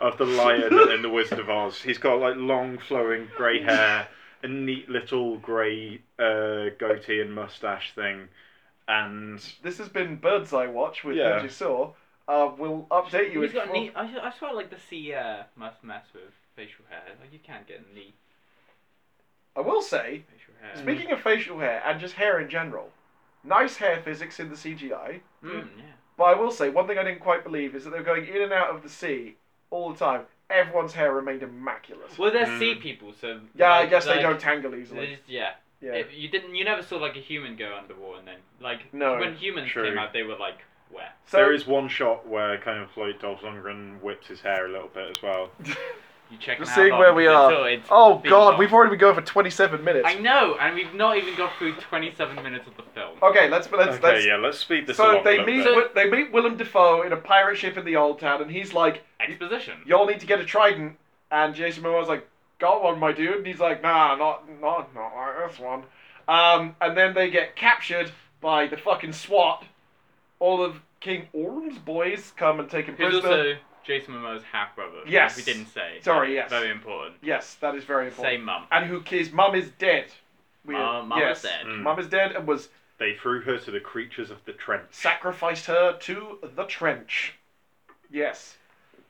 S2: of the lion in The Wizard of Oz, he's got like long flowing grey hair, a neat little grey uh, goatee and mustache thing, and
S1: This has been Birdseye Watch with
S2: Yeah.
S1: yeah. Saw. Uh, we'll update you.
S3: He's
S1: in
S3: got
S1: full-
S3: knee. I, I swear, like the sea uh, must mess with facial hair. Like you can't get knee
S1: I will say,
S3: facial hair.
S1: Speaking of facial hair and just hair in general, nice hair physics in the CGI.
S3: Mm, yeah.
S1: But I will say, one thing I didn't quite believe is that they were going in and out of the sea all the time. Everyone's hair remained immaculate.
S3: Well, they're sea
S2: Mm.
S3: people, so
S1: Yeah, I
S3: like-
S1: guess they
S3: like,
S1: don't tangle
S3: they
S1: easily.
S3: just- yeah,
S1: Yeah.
S3: It- you didn't. You never saw like a human go underwater, and then like
S1: No,
S3: when humans
S2: true.
S3: came out, they were like wet.
S1: so,
S2: there is one shot where kind of like Dolph Lundgren whips his hair a little bit as well.
S3: You check.
S1: Just
S3: now,
S1: seeing
S3: like,
S1: where we are.
S3: until it's
S1: oh
S3: been
S1: god,
S3: long.
S1: we've already been going for 27 minutes.
S3: I know, and we've not even got through 27 minutes of the film.
S1: Okay, let's let's
S2: okay,
S1: let's.
S2: yeah, let's speed this
S1: So
S2: along. a
S1: they
S2: little
S1: meet Wi-
S2: bit.
S1: they meet Willem Dafoe in a pirate ship in the old town, and he's like,
S3: Exposition.
S1: "Y'all need to get a trident." And Jason Momoa's like, "Got one, my dude." And he's like, "Nah, not not not like this one." Um, and then they get captured by the fucking SWAT. All of King Orm's boys come and take him
S3: Who's
S1: prisoner.
S3: also Jason Momoa's half brother.
S1: Yes.
S3: We didn't say.
S1: Sorry, yes.
S3: Very important.
S1: Yes, that is very important.
S3: Same mum.
S1: And who his mum is dead. Weird.
S3: Uh, mum
S1: yes.
S3: is dead.
S2: Mm.
S1: Mum is dead and was
S2: They threw her to the creatures of the trench.
S1: sacrificed her to the trench. Yes.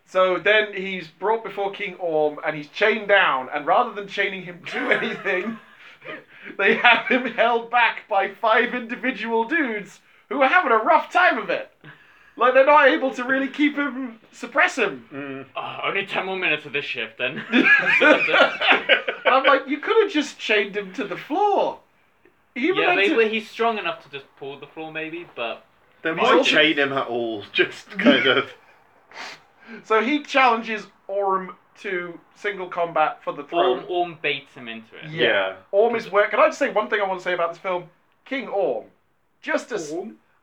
S1: So then he's brought before King Orm and he's chained down, and rather than chaining him to anything, they have him held back by five individual dudes who are having a rough time of it. Like they're not able to really keep him, suppress him.
S2: Mm.
S3: Oh, only 10 more minutes of this shift then.
S1: And I'm like, you could have just chained him to the floor. Even
S3: yeah,
S1: had
S3: maybe
S1: to-
S3: he's strong enough to just pull the floor, maybe, but
S2: They
S1: He's
S2: might
S1: also-
S2: chain him at all, just kind of.
S1: So he challenges Orm to single combat for the throne.
S3: Orm, Orm baits him into it.
S1: Yeah. Orm is work. Can I just say one thing I want to say about this film? King Orm. Just a, s-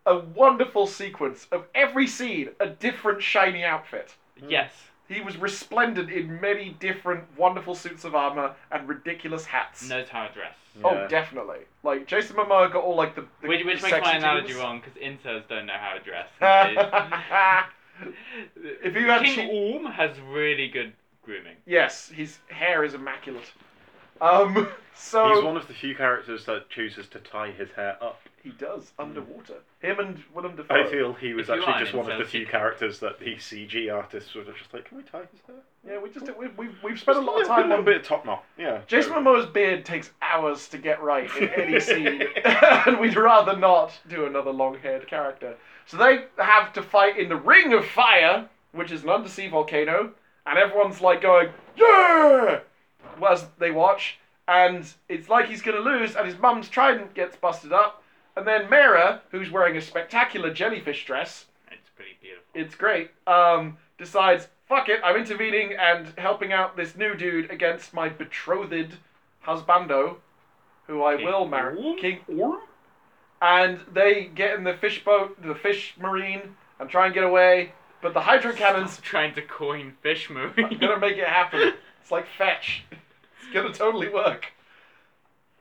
S1: a wonderful sequence of every scene, a different shiny outfit.
S3: Yes.
S1: He was resplendent in many different wonderful suits of armor and ridiculous hats.
S3: knows how to dress.
S1: Oh, definitely. Like Jason Momoa got all like the, the
S3: which
S1: the
S3: which makes
S1: sexy
S3: my analogy
S1: jeans.
S3: wrong because interns don't know how to dress.
S1: If you had
S3: King
S1: cheap-
S3: Orm has really good grooming.
S1: yes, his hair is immaculate. Um, so
S2: He's one of the few characters that chooses to tie his hair up.
S1: he does underwater. Him and Willem Dafoe.
S2: I feel he was
S3: If you
S2: actually
S3: are
S2: just
S3: an
S2: one of the
S3: insensitive-
S2: few characters that the CG artists were just like, can we tie his hair?
S1: Yeah, we just we, we've we've spent a
S2: Just
S1: lot of
S2: little-
S1: time
S2: little
S1: on
S2: bit of top knot. Yeah.
S1: Jason Momoa's beard takes hours to get right in any scene, and we'd rather not do another long-haired character. So they have to fight in the Ring of Fire, which is an undersea volcano, and everyone's like going, "Yeah!" as they watch, and it's like he's gonna lose, and his mum's trident gets busted up, and then Mara, who's wearing a spectacular jellyfish dress,
S3: It's pretty beautiful.
S1: it's great. Um, decides, fuck it, I'm intervening and helping out this new dude against my betrothed husbando, who I
S3: King
S1: will marry,
S3: Orm?
S1: King Orm. And they get in the fish boat, the fish marine, and try and get away. But the hydro cannons
S3: Stop trying to coin fish movie.
S1: are gonna make it happen. It's like fetch. It's gonna totally work.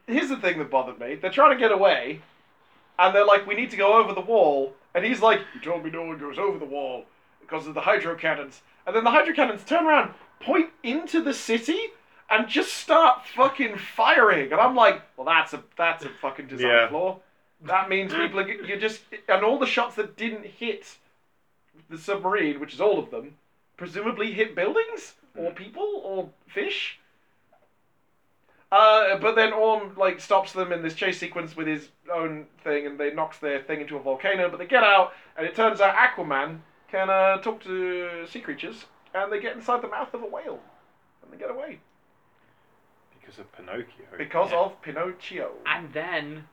S1: Here's the thing that bothered me. They're trying to get away, and they're like, "We need to go over the wall," and he's like, "You told me no one goes over the wall because of the hydro cannons." And then the hydro cannons turn around, point into the city, and just start fucking firing. And I'm like, "Well, that's a that's a fucking design
S2: Yeah.
S1: flaw." That means people are you're just and all the shots that didn't hit the submarine, which is all of them, presumably hit buildings or people or fish. Uh, but then Orm like stops them in this chase sequence with his own thing, and they knocks their thing into a volcano. But they get out, and it turns out Aquaman can uh, talk to sea creatures, and they get inside the mouth of a whale, and they get away
S2: Because of Pinocchio.
S1: because
S3: Yeah.
S1: of Pinocchio.
S3: And then,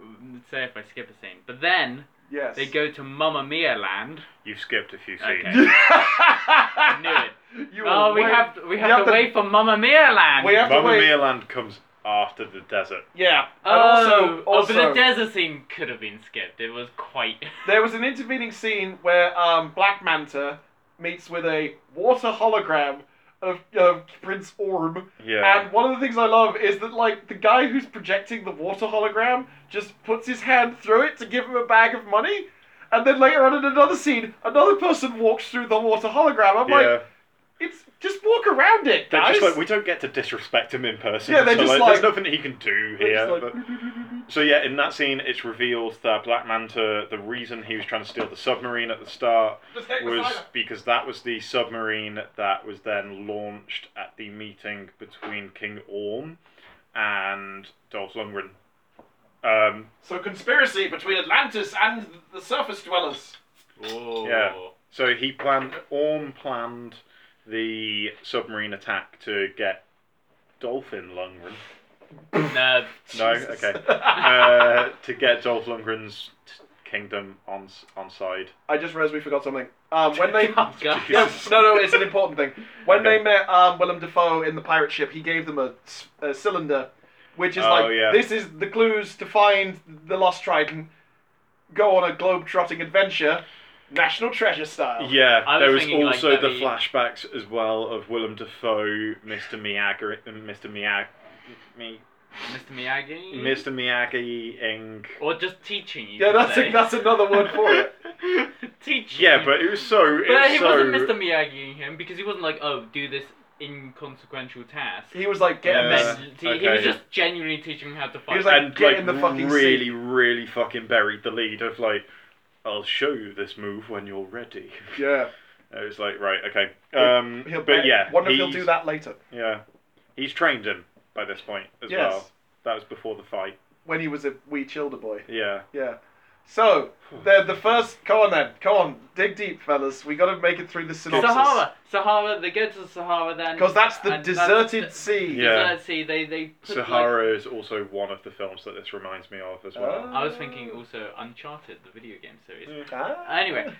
S3: mm, say if I skip a scene, but then
S1: Yes,
S3: they go to Mamma Mia Land.
S2: You've skipped a few scenes.
S3: Okay.
S1: I
S3: knew
S1: it. You
S3: Oh,
S1: were
S3: we
S1: way-
S3: have we have,
S1: have
S3: to,
S1: to-
S3: wait for Mamma Mia Land.
S1: We have to
S2: Mamma
S1: wait.
S2: Mia Land comes after the desert.
S1: Yeah. And
S3: Oh,
S1: also,
S3: oh,
S1: also
S3: but the desert scene could have been skipped. It was quite.
S1: there was an intervening scene where um, Black Manta meets with a water hologram of, of Prince Orm.
S2: Yeah.
S1: And one of the things I love is that, like, the guy who's projecting the water hologram just puts his hand through it to give him a bag of money. And then later on in another scene, another person walks through the water hologram. I'm
S2: yeah.
S1: like, it's just walk around it,
S2: They're
S1: guys.
S2: just like, we don't get to disrespect him in person.
S1: Yeah, they're
S2: so,
S1: just
S2: there's
S1: like-
S2: nothing he can do
S1: They're
S2: here.
S1: just like,
S2: but- So yeah, in that scene, it's revealed that Black Manta, the reason he was trying to steal the submarine at the start
S1: Just take the
S2: was
S1: cider.
S2: because that was the submarine that was then launched at the meeting between King Orm and Dolph Lundgren. Um,
S1: So conspiracy between Atlantis and the surface dwellers.
S3: Oh.
S2: Yeah. so he planned, Orm planned the submarine attack to get Dolphin Lundgren.
S3: No.
S2: No, okay. Uh, to get Dolph Lundgren's t- kingdom on s- on side.
S1: I just realized we forgot something. Um, when they
S3: Oh, God.
S1: no, no, no, it's an important thing. When
S2: Okay.
S1: they met um, Willem Dafoe in the pirate ship, he gave them a, s- a cylinder, which is
S2: Oh,
S1: like
S2: yeah.
S1: this is the clues to find the lost trident. Go on a globe-trotting adventure, national treasure style.
S2: Yeah,
S3: I
S2: there
S3: was
S2: was
S3: thinking, like,
S2: also
S3: that
S2: the
S3: he-
S2: flashbacks as well of Willem Dafoe, Mr. Miyagi, and Mr. Miyagi, me,
S3: Mr. Miyagi.
S2: Mr. Miyagi ing.
S3: Or just teaching you.
S1: Yeah,
S3: could
S1: that's
S3: say.
S1: that's another word for it.
S3: teaching.
S2: Yeah, but it was so. It
S3: But
S2: was
S3: he
S2: so,
S3: wasn't Mr. Miyagi him because he wasn't like, oh, do this inconsequential task.
S1: He was like, get
S2: Yeah.
S1: in
S3: And
S1: this.
S3: then he, he
S2: okay.
S3: was just genuinely teaching him how to fight.
S1: was like,
S2: and
S1: get
S2: like
S1: in the fucking seat.
S2: really, really fucking buried the lead of like, I'll show you this move when you're ready.
S1: Yeah,
S2: It was like right, okay. Um,
S1: he'll,
S2: but yeah,
S1: wonder if he'll
S2: he's-
S1: do that later.
S2: Yeah, he's trained him by this point as
S1: yes,
S2: well. That was before the fight.
S1: when he was a wee childer boy.
S2: Yeah.
S1: Yeah. So, the the first. Come on then. Come on. Dig deep, fellas. We got to make it through the synopsis.
S3: Sahara, Sahara. They go to the Sahara then.
S1: Because that's the
S3: and
S1: deserted
S3: that's
S1: sea.
S3: the
S2: Yeah.
S3: Deserted sea. They they. Put, Like,
S2: Sahara is also one of the films that this reminds me of as well.
S1: Ah.
S3: I was thinking also Uncharted, the video game series.
S1: Ah.
S3: Anyway,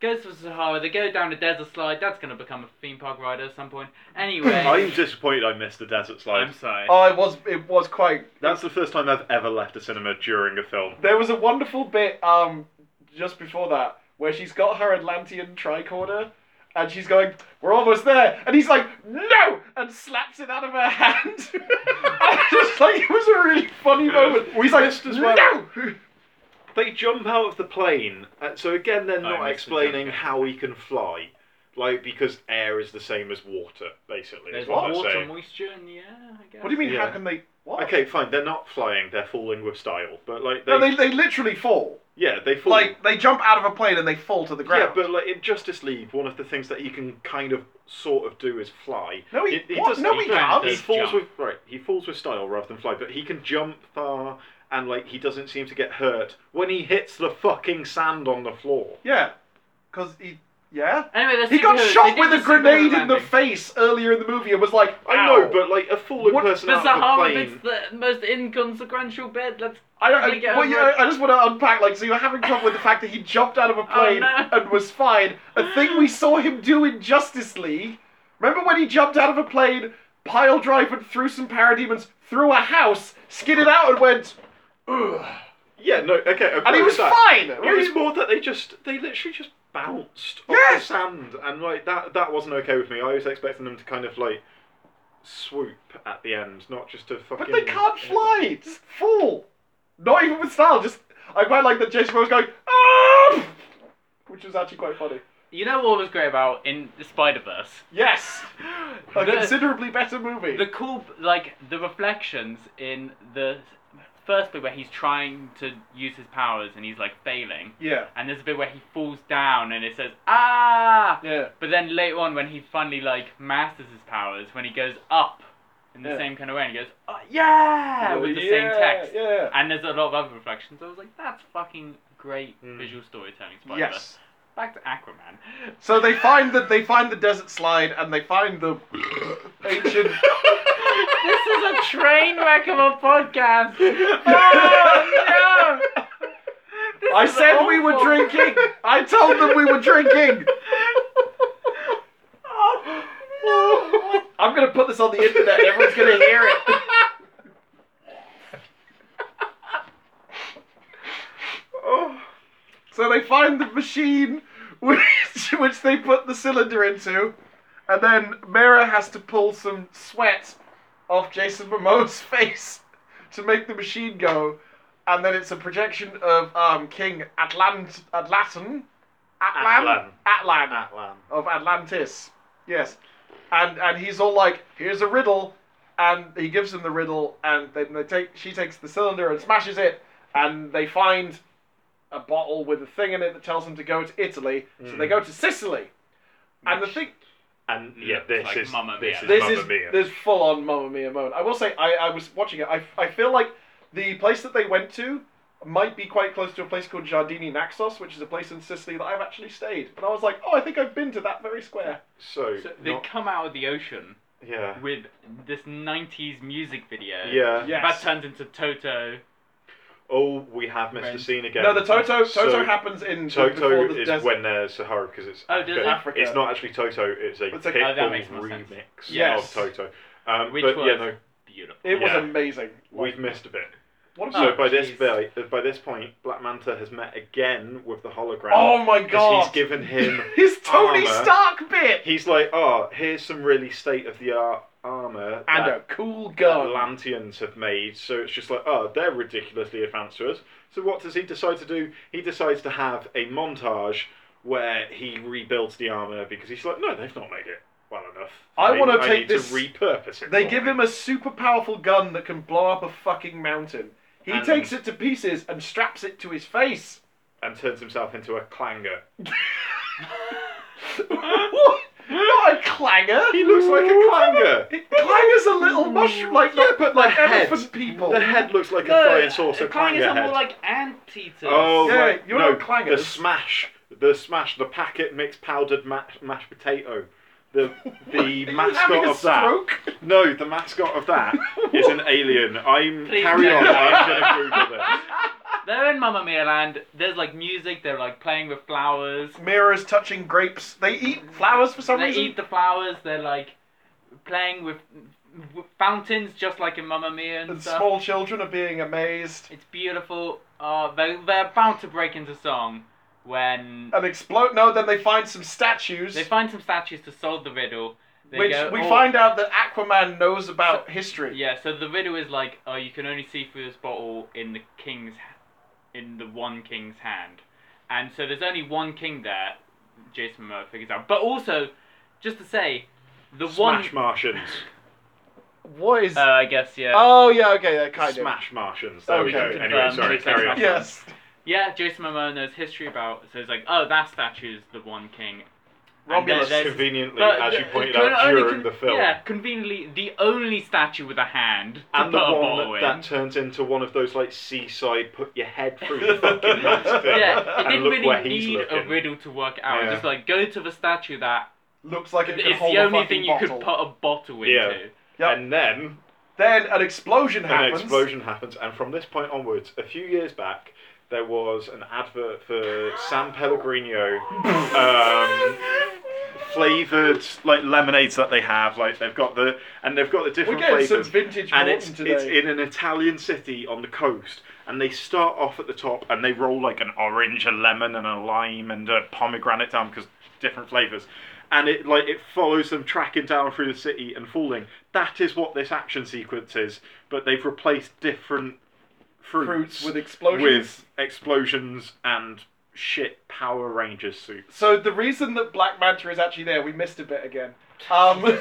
S3: goes to the Sahara. They go down a desert slide. That's gonna become a theme park ride at some point.
S2: I'm
S3: Anyway,
S2: disappointed I missed the desert slide.
S3: I'm sorry.
S1: Oh, it was it was quite.
S2: That's the first time I've ever left a cinema during a film.
S1: There was a wonderful bit um just before that where she's got her Atlantean tricorder and she's going, "We're almost there," and he's like, "No!" and slaps it out of her hand. I just like it was a really funny
S2: Yeah,
S1: moment.
S2: we
S1: he's like,
S2: missed as well.
S1: "No!"
S2: They jump out of the plane. Uh, so again, they're
S3: I
S2: not
S3: missed the jump,
S2: explaining
S3: yeah.
S2: how he can fly, like because air is the same as water, basically.
S3: There's
S2: is what
S3: water
S2: they're saying.
S3: moisture in the air, I guess.
S1: What do you mean?
S2: Yeah.
S1: How can they? What?
S2: Okay, fine. They're not flying. They're falling with style. But like they,
S1: No, they they literally fall.
S2: yeah, they fall.
S1: Like they jump out of a plane and they fall to the
S2: yeah,
S1: ground.
S2: but like in Justice League, one of the things that he can kind of sort of do is fly.
S1: No, he-
S2: he
S1: what?
S2: doesn't-
S1: No,
S2: he
S1: he
S2: can't.
S3: can't.
S2: He
S3: Does
S2: falls
S3: jump.
S2: with right. He falls with style rather than fly, but he can jump far and like he doesn't seem to get hurt when he hits the fucking sand on the floor.
S1: yeah, because he yeah.
S3: Anyway, there's
S1: He got
S3: superheroes.
S1: shot
S3: They
S1: with
S3: did
S1: a
S3: the superhero
S1: grenade in the
S3: landing.
S1: face earlier in the movie and was like,
S2: I
S1: "Ow."
S2: know, but like a fallen
S1: What
S2: person out
S3: But
S2: of
S3: Sahara
S2: a plane.
S3: bits the most inconsequential bit. Let's
S1: I don't. I,
S3: quickly get
S1: well,
S3: over
S1: yeah,
S3: it.
S1: I just want to unpack. Like, so you're having trouble with the fact that he jumped out of a
S3: Oh,
S1: plane
S3: no.
S1: and was fine. A thing we saw him do in Justice League. Remember when he jumped out of a plane, pile drive and threw some parademons through a house, skidded out and went, Ugh.
S2: Yeah, no, okay.
S1: and he was fine. What
S2: It
S1: do
S2: was
S1: you-
S2: more that they just they literally just bounced off
S1: Yeah.
S2: the sand, and like that that wasn't okay with me. I was expecting them to kind of like swoop at the end, not just to fucking.
S1: But they can't fly. Just fall. Not even with style. Just I quite like that Jason was going, ah! which was actually quite funny.
S3: You know what was great about in Spider Verse?
S1: Yes, a
S3: The,
S1: considerably better movie.
S3: the cool, like the reflections in the first bit where he's trying to use his powers and he's like failing,
S1: yeah,
S3: and there's a bit where he falls down and it says ah.
S1: yeah.
S3: But then later on, when he finally like masters his powers, when he goes up in the
S1: Yeah.
S3: same kind of way, and he goes oh, yeah with the same
S1: Yeah,
S3: text,
S1: Yeah.
S3: and there's a lot of other reflections. I was like, that's fucking great
S2: Mm.
S3: visual storytelling, Spider Verse.
S1: Yes.
S3: Back to Aquaman.
S1: So they find that they find the desert slide and they find the ancient.
S3: This is a train wreck of a podcast. Oh no! This
S1: I
S3: is
S1: said we were
S3: awful.
S1: drinking. I told them we were drinking.
S3: Oh, no. What?
S1: I'm gonna put this on the internet. and Everyone's gonna hear it.
S2: Oh,
S1: So they find the machine which which they put the cylinder into, and then Mera has to pull some sweat off Jason Momoa's face to make the machine go, and then it's a projection of um, King Atlant Atlaton Atlan
S2: Atlan.
S1: Atlan
S2: that lamb.
S1: of Atlantis. Yes. And and he's all like, here's a riddle and he gives him the riddle and then they take she takes the cylinder and smashes it and they find a bottle with a thing in it that tells them to go to Italy. So
S2: Mm.
S1: they go to Sicily. And the
S3: Which-
S1: thing
S2: And yeah,
S3: Looks
S2: this
S3: like
S2: is
S3: Mamma
S2: this
S3: Mia.
S2: is
S1: this
S2: Mamma
S1: is
S2: Mia.
S1: this full on Mamma Mia moment. I will say I, I was watching it, I, I feel like the place that they went to might be quite close to a place called Giardini Naxos, which is a place in Sicily that I've actually stayed. But I was like, oh, I think I've been to that very square.
S2: So,
S3: So they
S2: not-
S3: come out of the ocean
S2: yeah,
S3: with this 90s music video.
S2: yeah.
S1: Yeah.
S3: That turns into Toto.
S2: Oh, we have missed the
S3: Right.
S2: scene again.
S1: No, the Toto Toto
S2: So-
S1: happens in the-
S2: Toto
S1: before the
S2: is
S1: desert.
S2: when they're Sahara because it's
S3: Oh,
S2: Africa.
S3: does it?
S1: Africa.
S2: It's not actually Toto. It's a
S1: It's like-
S2: Pitbull
S3: oh, that makes more
S2: remix
S3: sense.
S1: Yes.
S2: of Toto. Um,
S3: Which
S2: but
S3: was
S2: yeah, no,
S3: beautiful.
S1: it was
S2: Yeah.
S1: amazing.
S2: we've missed a bit.
S1: What a-
S2: So
S3: Oh,
S2: by this
S3: jeez.
S2: by, uh, by this point, Black Manta has met again with the hologram.
S1: oh my
S2: 'cause
S1: god!
S2: He's given him.
S1: his Tony
S2: armor.
S1: Stark bit
S2: He's like, oh, here's some really state of the art armor
S1: and
S2: that
S1: a cool gun.
S2: Atlanteans have made. So it's just like, oh, they're ridiculously advanced to us. So what does he decide to do? He decides to have a montage where he rebuilds the armor because he's like, no, they've not made it well enough. for
S1: I
S2: me.
S1: wanna take
S2: need
S1: this-
S2: To repurpose it.
S1: They
S2: for
S1: give
S2: me."
S1: him a super powerful gun that can blow up a fucking mountain. He
S2: And-
S1: takes it to pieces and straps it to his face.
S2: and turns himself into a clanger.
S1: what? Not a clanger.
S2: He looks like a clanger.
S1: It- Clanger's a little mushroom, like
S2: Yeah, but
S1: but
S2: the
S1: like
S2: head-
S1: elephant people.
S2: The head looks like a
S3: No,
S2: flying saucer
S3: Clangers
S2: clanger
S3: are
S2: head.
S3: more like anteaters.
S2: oh,
S1: Yeah,
S2: right.
S1: you
S2: no,
S1: know clangers.
S2: The smash, the smash, the packet mixed powdered ma- mashed potato. The the
S1: Are you having
S2: mascot
S1: a
S2: of that.
S1: stroke?
S2: No, the mascot of that is an alien. I'm
S3: Please
S2: carry
S3: no.
S2: on. I'm gonna Google this.
S3: They're in Mamma Mia Land. There's like music. They're like playing with flowers.
S1: Mira's touching grapes. They eat flowers for some
S3: they
S1: reason.
S3: eat the flowers. They're like playing with, with fountains, just like in Mamma Mia and,
S1: and
S3: stuff.
S1: small children are being amazed.
S3: It's beautiful. Uh, they they're about to break into song, when
S1: And explode. No, then they find some statues,
S3: they find some statues to solve the riddle. They
S1: which
S3: go,
S1: we
S3: "Oh,
S1: find out that Aquaman knows about history.
S3: Yeah, so the riddle is like, oh, you can only see through this bottle in the king's, in the one king's hand, and so there's only one king there. Jason Momoa figures out, but also, just to say, the
S2: Smash
S3: one.
S2: Martians.
S1: What is?
S3: Uh, I guess yeah.
S1: oh yeah, okay, that kind of.
S2: Smash Martians. There we go.
S1: Okay.
S2: Anyway,
S3: Um,
S2: sorry, carry on.
S1: Yes.
S3: Yeah, Jason Momoa knows history about, so it's like, oh, that statue's the one king. And there-
S1: Romulus
S3: there's-
S2: Conveniently,
S3: but
S2: as you
S3: the-
S2: pointed
S3: con-
S2: out
S3: only
S2: during
S3: con-
S2: the film,
S3: Yeah, conveniently, the only statue with a hand to
S2: and the
S3: put a
S2: one
S3: bottle
S2: that,
S3: in.
S2: that turns into one of those like seaside put your head through the fucking mast thing.
S3: yeah, it
S2: and
S3: didn't
S2: look where
S3: really
S2: he's
S3: need a
S2: looking.
S3: riddle to work it out.
S2: Yeah.
S3: Just like go to the statue that
S1: Looks like it could
S3: it's
S1: hold
S3: the
S1: a
S3: only
S1: fucking
S3: thing you
S1: bottle.
S3: could put a bottle into.
S2: Yeah.
S1: Yep.
S2: And then
S1: Then an explosion happens.
S2: an explosion happens, and from this point onwards, a few years back, there was an advert for San Pellegrino um, flavored like lemonades that they have. Like they've got the and they've got the
S1: We're
S2: different
S1: getting some
S2: flavors.
S1: vintage
S2: and
S1: Morton
S2: it's
S1: today.
S2: it's in an Italian city on the coast, and they start off at the top and they roll like an orange, a lemon, and a lime, and a pomegranate down because different flavors, and it like it follows them tracking down through the city and falling. That is what this action sequence is, but they've replaced different fruits,
S1: Fruits with explosions.
S2: with explosions and shit Power Rangers suits.
S1: So the reason that Black Manta is actually there, we missed a bit again, um,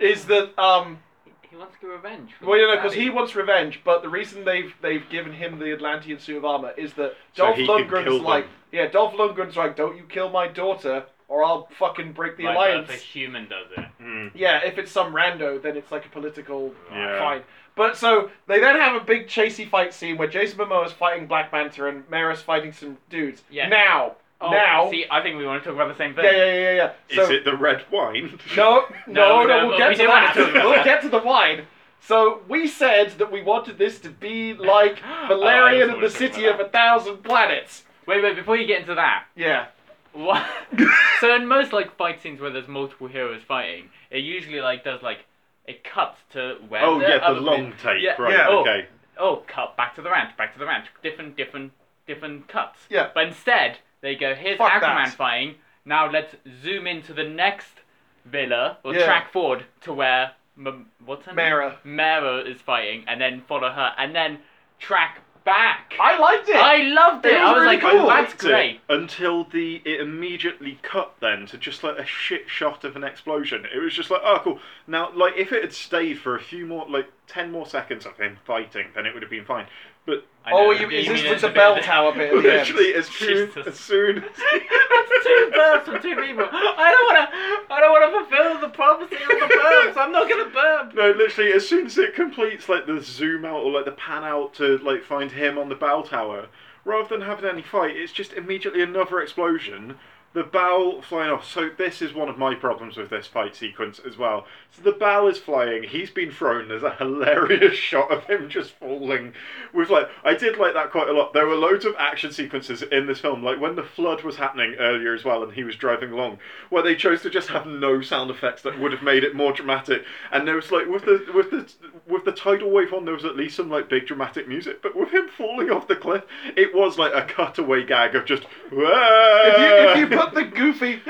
S1: is that um,
S3: He wants to get revenge. for
S1: well, you know,
S3: Daddy.
S1: because he wants revenge, but the reason they've they've given him the Atlantean suit of armor is that
S2: So
S1: Dolph
S2: he can kill
S1: Lundgren's
S2: them.
S1: like, yeah, Dolph Lundgren's like, don't you kill my daughter, or I'll fucking break the
S3: like,
S1: alliance.
S3: If a human does it.
S2: Mm.
S1: Yeah, if it's some rando, then it's like a political uh,
S2: Yeah.
S1: fine. But so they then have a big chasey fight scene where Jason Momoa's fighting Black Manta and Mara's fighting some dudes.
S3: Yeah.
S1: Now,
S3: Oh,
S1: now,
S3: see, uh, I think we want to talk about the same
S1: yeah,
S3: thing.
S1: yeah, yeah, yeah.
S2: Is
S1: So
S2: it the red wine?
S1: no, no, no,
S3: No, no,
S1: we'll
S3: but
S1: get
S3: we
S1: to
S3: do
S1: that.
S3: wanna talk about
S1: we'll
S3: that.
S1: get to the wine. So we said that we wanted this to be like Valerian
S3: Oh, I
S1: and
S3: was
S1: the
S3: talking about
S1: City of
S3: that.
S1: a Thousand Planets.
S3: Wait, wait. Before you get into that,
S1: Yeah.
S3: what? so in most like fight scenes where there's multiple heroes fighting, it usually like does like it cuts to where.
S2: Oh
S3: the
S2: yeah,
S3: uh,
S2: the
S3: other
S2: long
S3: pe-
S2: take.
S3: Yeah,
S2: Right.
S1: yeah.
S3: Oh.
S2: Okay.
S3: Oh, cut back to the ranch, back to the ranch. Different, different, different cuts.
S1: Yeah.
S3: But instead, they go here's
S1: Fuck
S3: Aquaman
S1: that.
S3: fighting. Now let's zoom into the next villa or
S1: Yeah.
S3: track forward to where M- what's her name?
S1: Mara.
S3: Mara is fighting, and then follow her, and then track back.
S1: I liked it.
S3: I loved it.
S1: It was
S3: I was
S1: really
S3: like,
S1: cool.
S3: oh, that's
S2: liked it
S3: great.
S2: until the it immediately cut then to just like a shit shot of an explosion. It was just like, oh cool. Now like if it had stayed for a few more like ten more seconds of him fighting, then it would have been fine. But
S3: I
S1: oh,
S3: know,
S1: you,
S3: you
S1: is this
S3: mean
S1: with
S3: it
S1: the
S3: a bit-
S1: bell tower bit at the end?
S2: literally as soon
S3: Jesus.
S2: as soon as
S3: two burps from two people. I don't wanna. I don't wanna fulfill the prophecy of the burps. I'm not gonna burp.
S2: No, literally, as soon as it completes like the zoom out or like the pan out to like find him on the bow tower, rather than having any fight, it's just immediately another explosion. The bow flying off. So this is one of my problems with this fight sequence as well. So the bow is flying. He's been thrown. There's a hilarious shot of him just falling. With like, I did like that quite a lot. There were loads of action sequences in this film, like when the flood was happening earlier as well, and he was driving along, where they chose to just have no sound effects that would have made it more dramatic. And there was like with the with the with the tidal wave on, there was at least some like big dramatic music. But with him falling off the cliff, it was like a cutaway gag of just.
S1: If you, if you
S2: uh,
S1: put the goofy.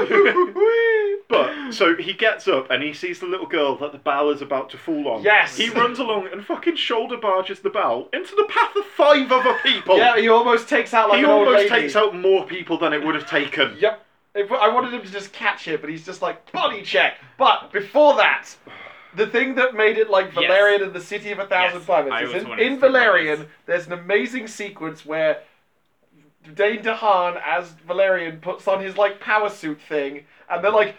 S2: But so he gets up and he sees the little girl that the bow is about to fall on.
S1: Yes.
S2: He runs along and fucking shoulder barges the bow into the path of five other people.
S1: Yeah, he almost takes out like
S2: he
S1: an old
S2: almost
S1: lady.
S2: takes out more people than it would have taken.
S1: Yep. If- I wanted him to just catch it, but he's just like, body check. But before that, the thing that made it like
S3: Yes.
S1: Valerian and the City of a Thousand
S3: Yes,
S1: Planets
S3: I
S1: is
S3: also
S1: in,
S3: wanted to
S1: in
S3: talk about
S1: Valerian,
S3: this.
S1: there's an amazing sequence where Dane DeHaan, as Valerian, puts on his like power suit thing, and they're like,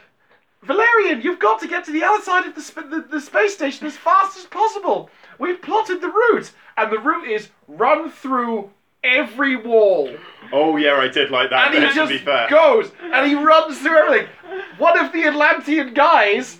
S1: Valerian, you've got to get to the other side of the, sp- the, the space station as fast as possible. We've plotted the route, and the route is run through every wall
S2: Oh yeah, I did like that.
S1: and
S2: bit,
S1: he
S2: to be
S1: just
S2: fair.
S1: goes and he runs through everything. One of the Atlantean guys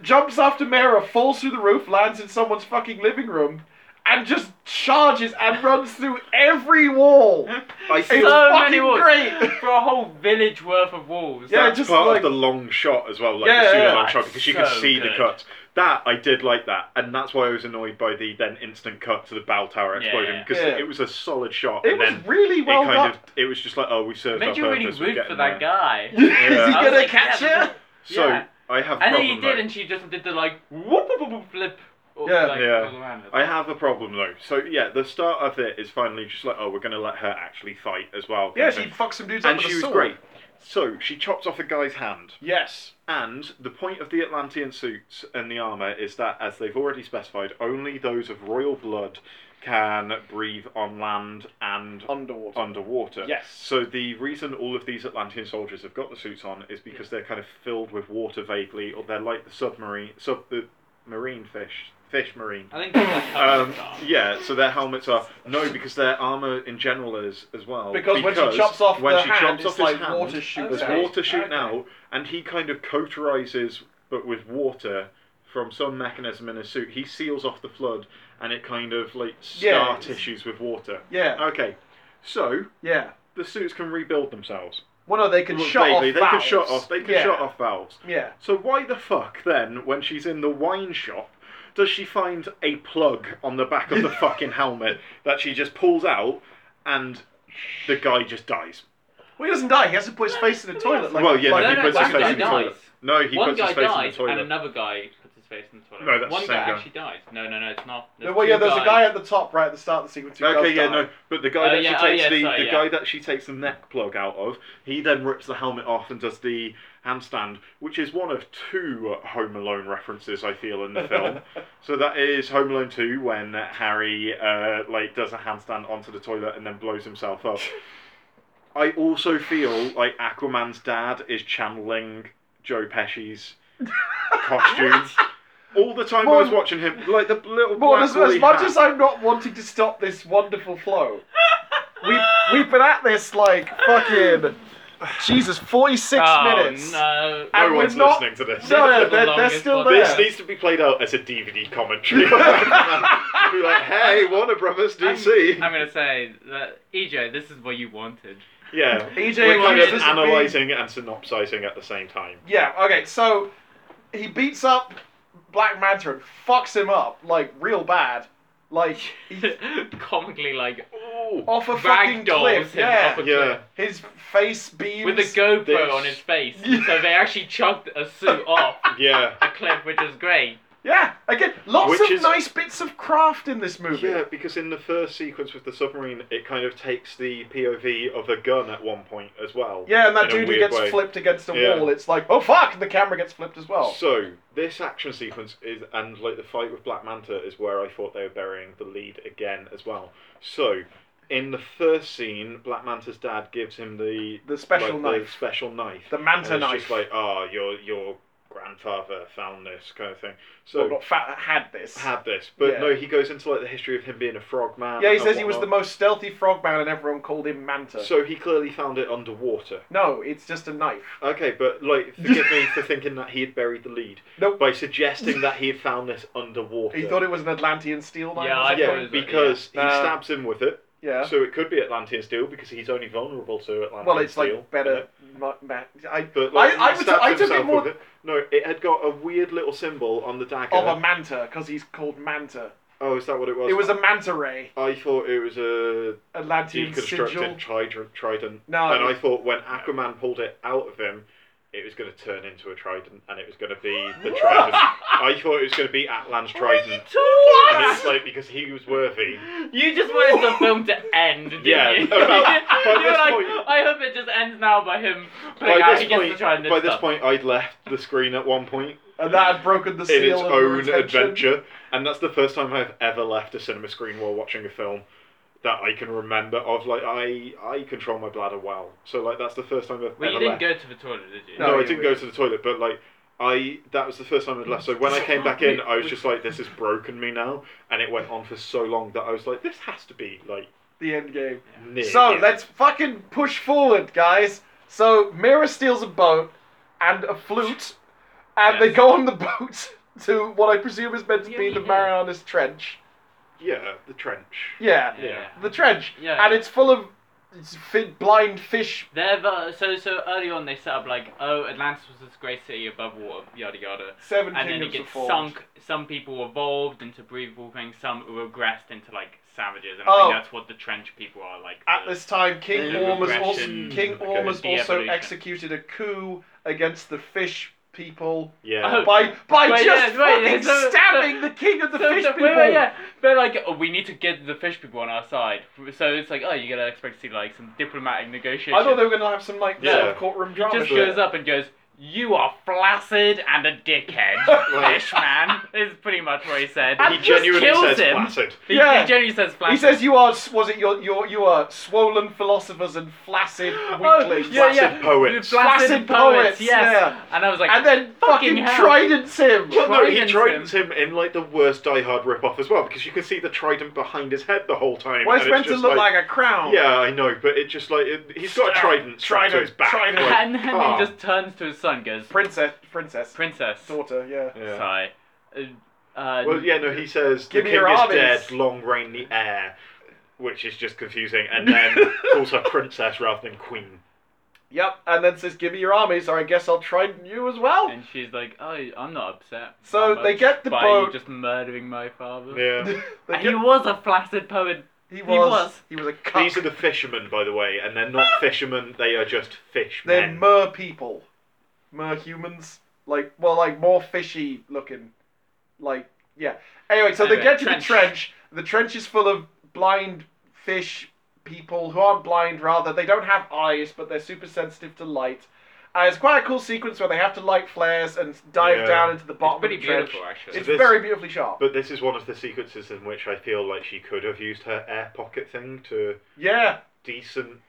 S1: jumps after Mera, falls through the roof, lands in someone's fucking living room, and just charges and runs through every wall.
S2: I
S1: It
S2: think
S1: was
S3: So
S1: fucking
S3: many walls.
S1: great.
S3: For a whole village worth of walls.
S1: Yeah,
S2: that's
S1: just
S2: part
S1: like-
S2: of the long shot as well, like
S1: Yeah,
S2: the super
S1: yeah,
S2: long
S3: yeah.
S2: shot, because you
S3: So
S2: can see the
S3: good.
S2: cuts. That I did like that, and that's why I was annoyed by the then instant cut to the bow tower
S3: Yeah,
S2: exploding
S3: yeah.
S2: because
S1: Yeah.
S2: it was a solid shot.
S1: It
S2: and
S1: was
S2: then
S1: really well
S2: it kind
S1: done.
S2: of it was just like oh we served
S3: It made
S2: our
S3: you really
S2: purpose, we're
S3: rude for
S2: getting
S3: that
S2: there.
S3: guy.
S1: Is he
S2: Yeah. I
S3: was
S1: gonna
S3: like,
S1: catch
S3: yeah,
S1: you?
S2: So
S3: Yeah.
S2: I have a
S3: And then
S2: problem.
S3: he did,
S2: though.
S3: and she just did the like whoop whoop, whoop, whoop, flip. all-
S1: Yeah.
S3: like,
S2: Yeah.
S3: all around it.
S2: I have a problem though. So yeah, the start of it is finally just like oh we're gonna let her actually fight as well.
S1: Yeah,
S2: kind
S1: she
S2: of.
S1: fucks some dudes up
S2: and
S1: with
S2: she
S1: a
S2: was
S1: sword.
S2: great. So she chops off a guy's hand.
S1: Yes.
S2: And the point of the Atlantean suits and the armor is that, as they've already specified, only those of royal blood can breathe on land and Oh.
S1: Underwater.
S2: underwater.
S1: Yes.
S2: So the reason all of these Atlantean soldiers have got the suits on is because they're kind of filled with water vaguely, or they're like the submarine sub the marine fish fish marine.
S1: Uh,
S3: I think that's like how
S2: Um,
S3: it started.
S2: yeah, so their helmets are no, because their armor in general is as well.
S1: Because when she chops off
S2: when
S1: the
S2: she
S1: hand,
S2: chops
S1: it's
S2: off his
S1: like
S2: hand,
S1: water shoots
S2: there's
S3: out.
S2: water shooting
S3: Okay.
S2: out, and he kind of cauterizes, but with water from some mechanism in his suit. He seals off the flood, and it kind of like scar
S1: Yeah.
S2: tissues with water.
S1: Yeah.
S2: Okay, so
S1: Yeah.
S2: the suits can rebuild themselves.
S1: Well, no, they can
S2: Well,
S1: shut off
S2: vaguely, they
S1: valves.
S2: can shut off. They can
S1: yeah.
S2: shut off valves.
S1: Yeah.
S2: So why the fuck then, when she's in the wine shop, does she find a plug on the back of the fucking helmet that she just pulls out and the guy just dies?
S1: Well, he doesn't die. He has to put his face in the toilet. Like,
S2: well, yeah,
S1: like,
S2: no, he
S3: no,
S2: puts
S3: one
S2: his face
S3: guy
S2: in the
S3: dies.
S2: toilet. No, he
S3: One
S2: puts
S3: guy
S2: his face in
S3: dies,
S2: the toilet.
S3: and another guy puts his face in the toilet.
S2: No, that's
S3: One
S2: the
S3: guy
S2: same guy.
S3: actually dies. No, no, no, it's not. There's
S1: No, well, yeah,
S3: two
S1: there's
S3: guys.
S1: a guy at the top right at the start of the sequence. Who
S2: Okay,
S1: does
S2: yeah,
S1: die.
S2: no, but the guy
S3: Oh,
S2: that
S3: yeah,
S2: she
S3: oh,
S2: takes
S3: yeah,
S2: the
S3: sorry,
S2: the
S3: yeah.
S2: guy that she takes the neck plug out of, he then rips the helmet off and does the handstand, which is one of two Home Alone references I feel in the film. so that is Home Alone two when Harry uh, like does a handstand onto the toilet and then blows himself up. I also feel like Aquaman's dad is channeling Joe Pesci's costume. All the time I was
S1: More-
S2: watching him, like the little
S1: Well,
S2: black
S1: as, as
S2: woolly
S1: much
S2: hat.
S1: as I'm not wanting to stop this wonderful flow, we we've been at this like fucking Jesus 46
S3: oh,
S1: minutes.
S3: No.
S2: no
S1: and we're
S2: one's
S1: not-
S2: listening to this.
S1: No, no,
S3: This is
S1: they're,
S3: the
S1: they're
S3: longest
S1: still
S3: one.
S1: there.
S2: This needs to be played out as a DVD commentary. Be like, hey, Warner Brothers DC.
S3: I'm, I'm gonna say that EJ, this is what you wanted.
S2: yeah.
S1: EJ
S2: We're kind
S1: wants
S2: of
S1: this to be-
S2: analysing and synopsising at the same time.
S1: Yeah, okay, so he beats up Black Manta and fucks him up, like, real bad. Like, he,
S3: Comically, like
S2: Oh,
S1: off a fucking
S3: ragdolls
S1: cliff.
S3: him
S1: Yeah.
S3: off a
S2: yeah.
S3: cliff.
S1: His face beams.
S3: With a GoPro
S2: This-
S3: on his face,
S1: Yeah.
S3: so they actually chugged a suit off
S2: Yeah.
S3: a cliff, which is great.
S1: Yeah, again, lots
S2: Which
S1: of
S2: is-
S1: nice bits of craft in this movie.
S2: Yeah, because in the first sequence with the submarine, it kind of takes the POV of a gun at one point as well.
S1: Yeah, and that
S2: in a
S1: dude who
S2: weird
S1: gets
S2: way.
S1: flipped against a
S2: Yeah.
S1: wall, it's like, oh fuck, and the camera gets flipped as well.
S2: So this action sequence is, and like the fight with Black Manta is where I thought they were burying the lead again as well. So in the first scene, Black Manta's dad gives him the
S1: The special
S2: like,
S1: knife.
S2: the special knife,
S1: The manta
S2: and it's
S1: knife.
S2: just like ah, your your grandfather found this kind of thing. So
S1: well, not fat, had this.
S2: had this, but
S1: Yeah.
S2: no, he goes into like the history of him being a frog man.
S1: yeah, he
S2: and
S1: says he was the
S2: whatnot.
S1: most stealthy frogman and everyone called him Manta.
S2: So he clearly found it underwater.
S1: no, it's just a knife.
S2: Okay, but like, forgive me for thinking that he had buried the lead
S1: Nope.
S2: by suggesting that he had found this underwater.
S1: He thought it was an Atlantean steel knife.
S3: Yeah,
S1: or
S3: I
S1: something.
S3: thought it
S2: yeah,
S3: was-
S2: because
S1: yeah.
S2: he
S1: Uh,
S2: stabs him with it,
S1: Yeah.
S2: so it could be Atlantean steel because he's only vulnerable to Atlantean
S1: well, it's
S2: steel.
S1: like better. Ma- ma- I,
S2: But like,
S1: I, I,
S2: he
S1: would
S2: stabs
S1: I took it
S2: himself
S1: more
S2: with it. No, it had got a weird little symbol on the dagger.
S1: of a manta because he's called Manta.
S2: oh, is that what it was?
S1: It was a manta ray,
S2: I thought it was a
S1: Atlantean sigil.
S2: deconstructed trident. trident.
S1: No.
S2: And I thought when Aquaman pulled it out of him, it was going to turn into a trident, and it was going to be the trident. I thought it was going to be Atlan's trident. And it's like because he was worthy.
S3: You just wanted the film to end, didn't
S2: Yeah,
S3: you?
S2: about- by
S3: you were
S2: this
S3: like,
S2: point-
S3: I hope it just ends now by him
S2: By
S3: pulling out, he
S2: this
S3: gets
S2: point,
S3: to try and do
S2: by this
S3: stuff.
S2: point, I'd left the screen at one point.
S1: and that had broken the seal
S2: in its
S1: of
S2: own
S1: retention.
S2: adventure, and that's the first time I've ever left a cinema screen while watching a film that I can remember. Of like, I I control my bladder well, so like that's the first time I've
S3: Well, you
S2: ever
S3: didn't
S2: left.
S3: go to the toilet, did you?
S2: no,
S1: No,
S2: I
S1: you
S2: didn't
S1: were-
S2: go to the toilet, but like. I that was the first time I'd left. So when I came back in, I was just like, "This has broken me now," and it went on for so long that I was like, "This has to be like."
S1: The end game.
S2: Near
S1: So
S2: the
S1: let's fucking push forward, guys. So Mira steals a boat and a flute, and
S3: Yes.
S1: they go on the boat to what I presume is meant to be the
S3: Yeah.
S1: Marianas Trench.
S2: end. yeah, the trench.
S1: Yeah,
S3: Yeah.
S1: the trench.
S3: Yeah.
S1: And it's full of fi- blind fish.
S3: They're the, so so early on they set up like oh Atlantis was this great city above water yada yada
S1: Seven
S3: and then
S1: kingdoms
S3: it gets
S1: were formed.
S3: sunk. Some people evolved into breathable things. Some regressed into like savages, and I
S1: Oh.
S3: think that's what the trench people are like.
S1: At
S3: the-
S1: this time, King
S3: The
S1: Ormus also
S3: regression-
S1: King
S2: okay.
S1: Ormus also
S3: De-evolution.
S1: executed a coup against the fish people
S2: Yeah.
S3: Oh,
S1: by by
S3: Wait,
S1: just
S3: yeah, wait,
S1: fucking
S3: yeah, so- so-
S1: stabbing the king of the
S3: So-
S1: fish
S3: so- wait,
S1: people.
S3: wait, yeah. They're like, oh, we need to get the fish people on our side. So it's like, oh, you're gonna expect to see like some diplomatic negotiation.
S1: I thought they were gonna have some like sort
S2: Yeah.
S1: of courtroom
S3: He
S1: drama.
S3: just
S1: there.
S3: shows up and goes, "You are flaccid and a dickhead,
S1: Right.
S3: fish man." Is pretty much what he said.
S1: And
S2: he
S3: he
S1: just
S2: genuinely
S3: kills
S2: says
S3: him.
S2: placid.
S3: he
S1: Yeah.
S3: genuinely says flaccid.
S1: He says you are was it your your you are swollen philosophers and flaccid
S3: Oh,
S1: weaklings.
S3: yeah, yeah.
S2: Flaccid poets.
S3: Flaccid,
S1: Flaccid
S3: poets,
S1: poets,
S3: yes.
S1: yeah.
S3: And I was like,
S1: And then
S3: Fucking
S1: fucking,
S3: hell.
S1: tridents him.
S2: Well, no, he
S3: Tridents
S2: tridents him in like the worst Die Hard ripoff as well, because you can see the trident behind his head the whole time.
S1: Where's
S2: and it's
S1: meant to
S2: just
S1: look like, a crown?
S2: Yeah, I know, but it just like it, he's got a
S1: Stab,
S2: trident strapped to
S1: trident,
S2: his back.
S1: trident.
S2: like, ah.
S3: and then
S1: Oh.
S2: calm.
S3: he just turns to his son, and goes,
S1: Princess, princess,
S3: "Princess,
S1: daughter. Yeah.
S2: Yeah.
S3: sorry." Uh, uh,
S2: Well, yeah, no, he says
S1: Give me
S2: the king
S1: your
S2: is
S1: armies."
S2: dead, long reign the heir, which is just confusing, and then calls her princess rather than queen.
S1: Yep. And then says, "Give me your armies, or I guess I'll trident you as well."
S3: And she's like, "Oh, I'm not upset."
S1: So
S3: Mama,
S1: they get the
S3: by
S1: boat.
S3: you just murdering my father.
S2: Yeah.
S1: They get-
S3: And he was a flaccid poet.
S1: he, was, he
S3: was.
S1: was. a cuck. Ah!
S2: These are the fishermen, by the way, and they're not fishermen; they are just fish
S1: They're
S2: men.
S1: mer people, mer humans. Like, well, like more fishy looking. Like, yeah. Anyway, so
S3: Anyway,
S1: they get to
S3: trench.
S1: the trench. The trench is full of blind fish people who aren't blind. Rather, they don't have eyes, but they're super sensitive to light. Uh, it's quite a cool sequence where they have to light flares and dive
S2: Yeah.
S1: down into the
S3: It's
S1: bottom
S3: pretty
S1: of the trench.
S3: beautiful, actually.
S1: It's
S2: So this-
S1: very beautifully sharp.
S2: but this is one of the sequences in which I feel like she could have used her air pocket thing to
S1: yeah.
S2: decent,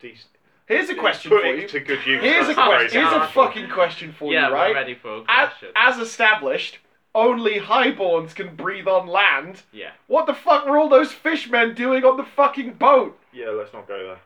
S2: decent.
S1: Here's a question
S2: put
S1: for
S2: it
S1: you.
S2: to good use.
S1: Here's a
S2: that's very
S1: question. Here's a
S2: powerful.
S1: fucking question for
S3: yeah,
S1: you, right?
S3: we're ready for a
S1: as,
S3: question.
S1: as established, only highborns can breathe on land.
S3: yeah.
S1: What the fuck were all those fishmen doing on the fucking boat?
S2: Yeah, let's not go there.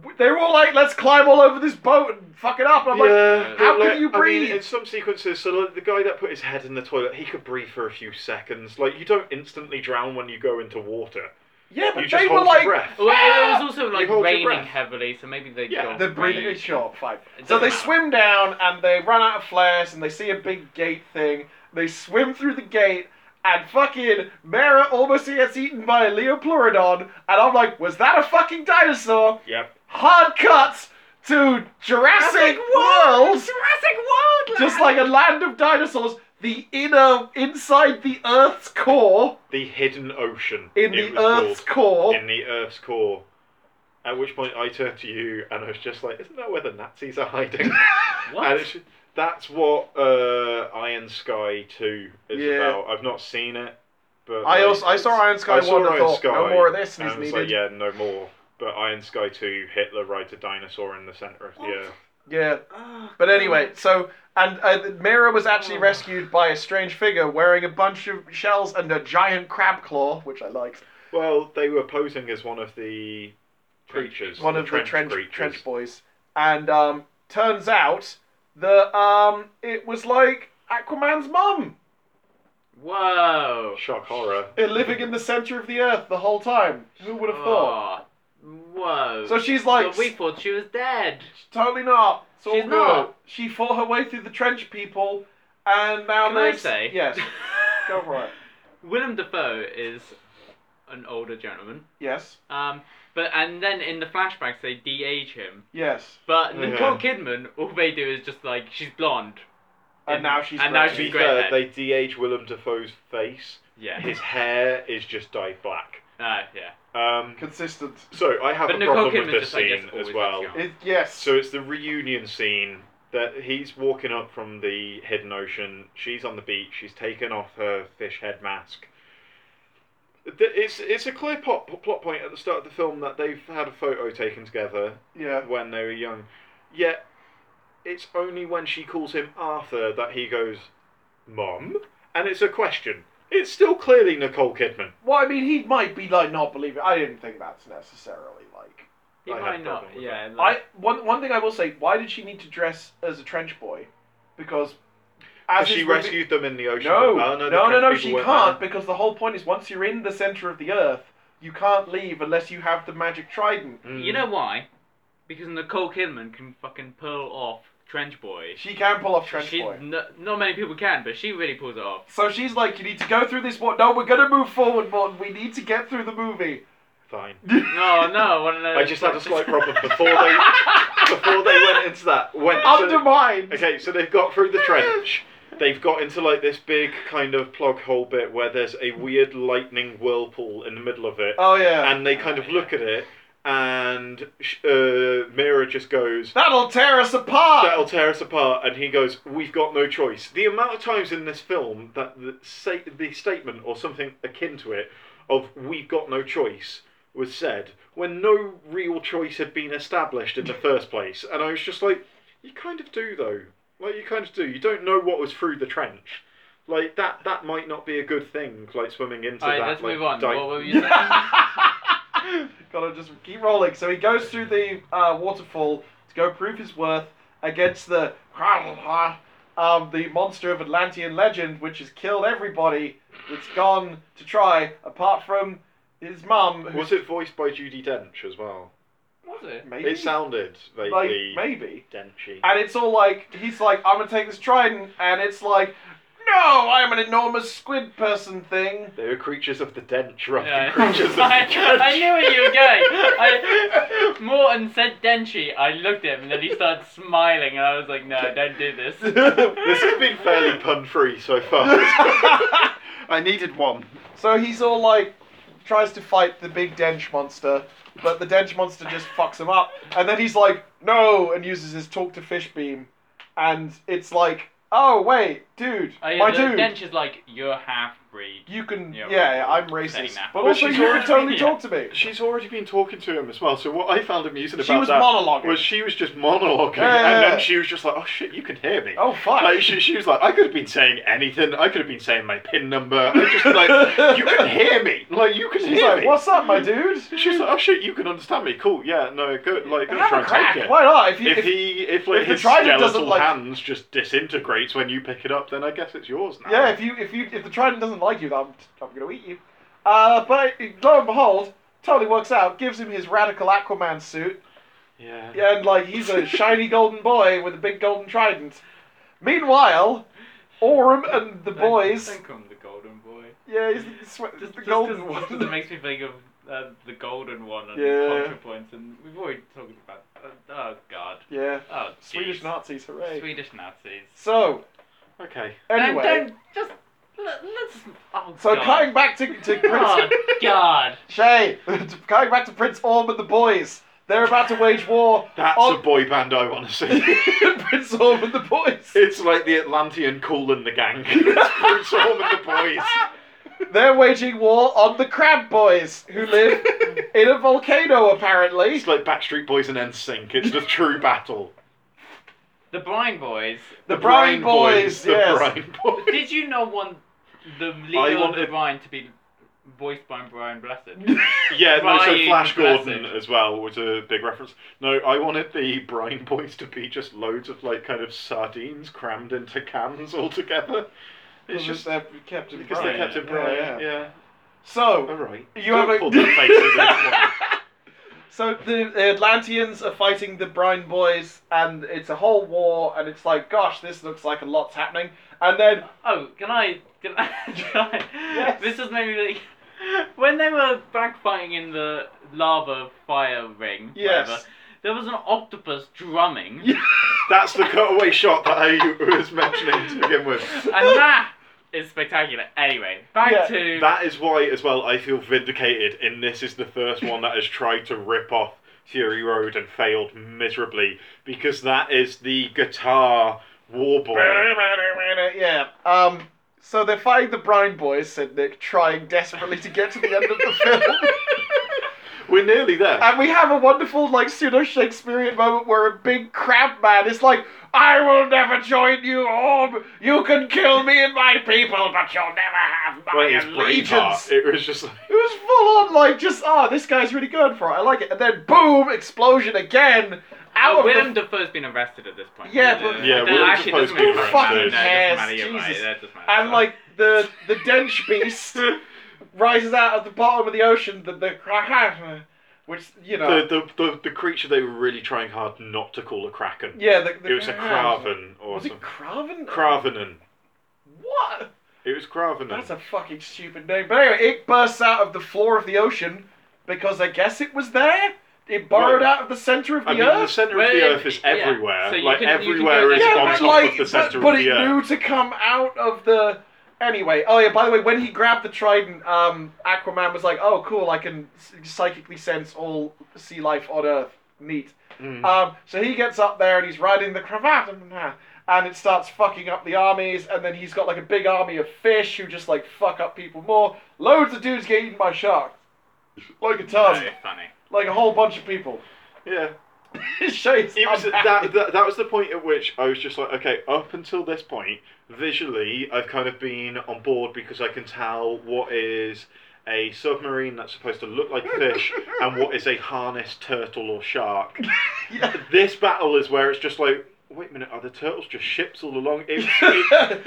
S1: W- They were all like, let's climb all over this boat and fuck it up. I'm like,
S2: yeah,
S1: how
S2: but,
S1: can
S2: like,
S1: you
S2: I mean,
S1: breathe?
S2: in some sequences, so like, the guy that put his head in the toilet, he could breathe for a few seconds. Like you don't instantly drown when you go into water.
S1: yeah,
S2: You
S1: but
S2: just
S1: they were
S2: hold
S1: like,
S2: your breath.
S3: Well, it was also like
S2: hold your
S3: raining
S2: breath.
S3: heavily, so maybe they
S2: Yeah,
S3: got
S1: the breathing.
S3: rain.
S1: Sure, fine.
S3: It
S1: So
S3: doesn't
S1: they
S3: matter.
S1: swim down and they run out of flares and they see a big gate thing. They swim through the gate and fucking Mara almost gets eaten by a Leopleurodon. And I'm like, was that a fucking dinosaur?
S2: Yep.
S1: hard cuts to Jurassic World,
S3: Jurassic World.
S1: just like a land of dinosaurs. The inner, inside the Earth's core,
S2: The hidden ocean.
S1: in
S2: it
S1: the
S2: was
S1: Earth's
S2: called.
S1: core.
S2: In the Earth's core. At which point I turned to you and I was just like, "Isn't that where the Nazis are hiding?" And
S3: what?
S2: it's, that's what uh, Iron Sky Two is
S1: Yeah.
S2: about. I've not seen it, but
S1: I
S2: like,
S1: also I saw Iron Sky
S2: I saw
S1: One and
S2: Iron
S1: thought
S2: Sky,
S1: no more of this
S2: and
S1: is
S2: I was
S1: needed.
S2: like,
S1: yeah.
S2: yeah, no more. But Iron Sky Two, Hitler rides a dinosaur in the center of the
S3: What?
S2: earth.
S1: but anyway, so and uh, Mira was actually
S3: Oh.
S1: rescued by a strange figure wearing a bunch of shells and a giant crab claw, which I liked.
S2: Well, they were posing as one of the creatures,
S1: one of
S2: trench
S1: the trench
S2: creatures.
S1: trench boys, and um, turns out that um, it was like Aquaman's mum,
S3: Whoa.
S2: Shock horror.
S1: eh, living in the center of the earth the whole time. Who would have thought?
S3: Oh, Whoa.
S1: So she's like,
S3: But we thought she was dead.
S1: totally not. It's all
S3: She's
S1: good.
S3: not.
S1: She fought her way through the trench people, and now
S3: Can I
S1: there's-
S3: say?
S1: yes, go for it.
S3: Willem Dafoe is an older gentleman.
S1: Yes,
S3: Um, but and then in the flashbacks they de-age him.
S1: yes,
S3: But
S2: Oh, Yeah.
S3: Nicole Kidman, all they do is just like she's blonde.
S1: and now she's
S3: And now
S2: To
S1: pregnant.
S2: be
S3: she's- great
S2: fair,
S3: head.
S2: they de-age Willem Dafoe's face.
S3: Yeah.
S2: His hair is just dyed black.
S3: Uh, yeah.
S2: Um,
S1: consistent.
S2: so I have
S3: But
S2: a
S3: Nicole
S2: problem
S3: Kidman
S2: with this
S3: just, I guess,
S2: scene
S3: always
S2: as well.
S3: looks young.
S1: It, yes.
S2: So it's the reunion scene that he's walking up from the hidden ocean. She's on the beach. She's taken off her fish head mask. Th- It's it's a clear pop, plot point at the start of the film that they've had a photo taken together
S1: yeah.
S2: when they were young. Yet it's only when she calls him Arthur that he goes, "Mom," and it's a question. It's still clearly Nicole Kidman.
S1: Well, I mean, he might be like not believing. I didn't think that's necessarily like
S3: He
S2: I had
S3: might
S2: a
S3: not.
S2: problem with
S3: Yeah.
S1: I
S3: like-
S1: one one thing I will say: Why did she need to dress as a trench boy? Because as is
S2: she
S1: revealed-
S2: rescued them in the ocean.
S1: No,
S2: Oh,
S1: no,
S2: the
S1: no, no,
S2: French
S1: She
S2: people
S1: can't
S2: weren't there.
S1: because the whole point is once you're in the center of the earth, you can't leave unless you have the magic trident.
S2: Mm,
S3: You know why? Because Nicole Kidman can fucking pull off Trench Boy.
S1: She can pull off Trench
S3: She-
S1: Boy.
S3: no- not many people can, but she really pulls it off.
S1: So she's like, you need to go through this one. No, we're gonna move forward, Morton. We need to get through the movie.
S2: fine.
S3: No, Oh, no, I do
S2: I just had a slight problem before they before they went into that. Went so-
S1: Undermined.
S2: okay, so they've got through the trench. They've got into like this big kind of plug hole bit where there's a weird lightning whirlpool in the middle of it,
S1: Oh yeah.
S2: and they kind of look at it, and sh- uh, Mira just goes,
S1: That'll tear us apart.
S2: That'll tear us apart. And he goes, We've got no choice. The amount of times in this film that the, say, the statement or something akin to it of We've got no choice was said when no real choice had been established in the first place. And I was just like, You kind of do, though. Like, you kind of do. You don't know what was through the trench. Like that, that might not be a good thing. Like swimming into
S3: Alright,
S2: that.
S3: let's
S2: like,
S3: move on.
S2: di-
S3: What were you saying?
S1: Gotta just keep rolling. So he goes through the uh, waterfall to go prove his worth against the um, the monster of Atlantean legend, which has killed everybody that's gone to try, apart from his mum. who's-
S2: Was it voiced by Judy Dench as well?
S3: was it?
S1: Maybe.
S2: It sounded
S1: like
S2: vaguely
S1: maybe.
S2: Denchy.
S1: And it's all like he's like, I'm gonna take this trident, and it's like, no, I'm an enormous squid person thing.
S2: They were creatures of the dench rather
S3: Yeah.
S2: than creatures of the
S3: I,
S2: trench.
S3: I knew where you were going. I, Morton said Denshi. I looked at him and then he started smiling and I was like, no, don't do this.
S2: This has been fairly pun free so far. I needed one.
S1: So he's all like, tries to fight the big Dench monster, but the Dench monster just fucks him up. And then he's like, no, and uses his talk to fish beam. And it's like, oh, wait, dude,
S3: Oh, yeah,
S1: my
S3: the
S1: dude,
S3: Densh is like, you're half breed.
S1: you can, yeah,
S3: Yeah,
S1: yeah,
S3: right.
S1: I'm
S3: Saying
S1: racist.
S3: that.
S1: But
S2: But
S1: also, you
S2: she's
S1: can
S2: already-
S1: totally
S3: yeah.
S1: talk to me.
S2: She's already been talking to him as well, so what I found amusing
S1: She
S2: about
S1: was
S2: that
S1: monologuing.
S2: was she was just monologuing,
S1: Yeah, yeah,
S2: and
S1: yeah.
S2: then she was just like, oh shit, you can hear me.
S1: oh, fuck.
S2: Like, she, she was like, I could have been saying anything. I could have been saying my pin number. I just like, you can hear me. Like, you can
S1: He's
S2: hear
S1: like,
S2: me.
S1: what's up, my dude?
S2: She's like, oh shit, you can understand me. Cool, yeah, no, go, like, gonna
S1: Have
S2: try
S1: a
S2: and
S1: crack.
S2: take it.
S1: Why not? If you,
S2: if
S1: if-
S2: he if like
S1: if the
S2: his
S1: trident
S2: skeletal
S1: doesn't, like-
S2: hands just disintegrates when you pick it up, then I guess it's yours now.
S1: yeah, if you, if you, if the trident doesn't like you, then I'm, I'm gonna eat you. Uh, but lo and behold, totally works out. Gives him his radical Aquaman suit.
S2: yeah.
S1: Yeah, and like he's a shiny golden boy with a big golden trident. Meanwhile, Aurum and the
S3: Don't-
S1: boys.
S3: Don't call him the golden boy.
S1: Yeah, he's the, sw-
S3: Just,
S1: the
S3: just
S1: golden
S3: 'cause- just 'cause it
S1: one.
S3: makes me think of uh, the golden one and
S1: Yeah.
S3: culture points, and we've already talked about. Uh, oh god.
S1: yeah,
S3: Oh, jeez.
S1: Swedish Nazis, hooray!
S3: Swedish Nazis.
S1: So
S2: Okay.
S1: anyway,
S3: Don't, don't just let, let's. Oh
S1: so
S3: god.
S1: cutting back to, to
S3: Oh
S1: Prince
S3: god.
S1: Shay, cutting back to Prince Orm and the boys. They're about to wage war.
S2: That's
S1: on
S2: a boy band I want to see.
S1: Prince Orm and the boys.
S2: it's like the Atlantean Cool and the Gang. it's Prince Orm and the boys.
S1: They're waging war on the Crab Boys, who live in a volcano apparently.
S2: It's like Backstreet Boys and NSYNC. It's the true battle.
S3: The blind boys.
S1: The, Brine, Boys,
S2: the
S1: yes.
S2: Brine Boys.
S3: Did you not want the
S2: I
S3: leader of the
S2: wanted-
S3: Brian to be voiced by Brian Blessed?
S2: Yeah, no, so
S3: Brian
S2: Flash
S3: Blessed.
S2: Gordon as well was a big reference. No, I wanted the Brine Boys to be just loads of like kind of sardines crammed into cans all together. It's just
S1: they're kept in
S2: because
S1: brine.
S2: they kept it
S1: Yeah,
S2: bright.
S1: yeah.
S2: Yeah. All
S1: So,
S2: right.
S1: You have a-
S2: Don't pull the face of this one.
S1: so the Atlanteans are fighting the Brine Boys, and it's a whole war, and it's like, gosh, this looks like a lot's happening. And then,
S3: Oh, can I? Can I? Can I
S1: Yes.
S3: This is maybe like when they were backfighting in the lava fire ring.
S1: Yes.
S3: whatever, there was an octopus drumming,
S1: Yeah.
S2: That's the cutaway shot that I was mentioning to begin with.
S3: and that is spectacular. Anyway, back
S1: Yeah.
S3: to
S2: That is why, as well, I feel vindicated in this is the first one that has tried to rip off Fury Road and failed miserably because that is the guitar war boy.
S1: yeah, um, so they're fighting the Brine Boys, said Nick, trying desperately to get to the end of the film.
S2: We're nearly there.
S1: And we have a wonderful, like, pseudo Shakespearean moment where a big crab man is like, I will never join you, Orb! You can kill me and my people, but you'll never have my
S2: Wait, it's
S1: allegiance!
S2: Braveheart. It was just like,
S1: It was full on, like, just, ah, this guy's really good for it, I like it. And then, boom, explosion again! Out
S3: Oh,
S1: of
S3: Willem
S1: the.
S3: Dafoe's been arrested at this point.
S1: Yeah,
S3: hasn't
S1: but-
S3: he?
S2: Yeah,
S3: That
S2: Willem
S3: actually
S2: Dafoe's
S3: doesn't
S2: been
S3: really matter.
S2: arrested.
S3: No, it doesn't
S1: Fucking
S3: matter, you're
S1: cares,
S3: right,
S1: Jesus.
S3: that doesn't matter.
S1: And, like, the the Dench Beast rises out of the bottom of the ocean, the, the which, you know.
S2: The, the, the, the creature they were really trying hard not to call a kraken.
S1: yeah, the, the
S2: It was a craven or
S1: Was it
S2: something.
S1: Craven?
S2: Cravenin.
S1: What?
S2: It was Cravenin.
S1: That's a fucking stupid name. But anyway, it bursts out of the floor of the ocean because I guess it was there. It burrowed
S2: Well,
S1: out of the center of the
S2: I mean, the
S1: earth.
S2: center
S3: Well,
S2: of the
S3: yeah,
S2: earth is
S3: yeah.
S2: everywhere.
S3: So you
S2: like
S3: can- you can
S2: everywhere
S3: go-
S2: is
S3: Yeah,
S2: on
S3: but
S2: top of the
S1: but,
S2: center
S1: but
S2: of
S1: it
S2: the earth.
S1: knew to come out of the. Anyway, oh yeah. By the way, when he grabbed the trident, um, Aquaman was like, "Oh, cool! I can s- psychically sense all sea life on Earth. Neat."
S2: Mm.
S1: Um, so he gets up there and he's riding the cravat and, uh, and it starts fucking up the armies. And then he's got like a big army of fish who just like fuck up people more. Loads of dudes get eaten by sharks, like a ton,
S2: um,
S3: Very funny.
S1: like a whole bunch of people.
S2: yeah.
S1: His shades.
S2: It was
S1: unhappy.
S2: that, that that was the point at which I was just like, okay, up until this point, visually, I've kind of been on board because I can tell what is a submarine that's supposed to look like fish and what is a harnessed turtle or shark.
S1: Yeah.
S2: This battle is where it's just like, wait a minute, are the turtles just ships all along? It, it,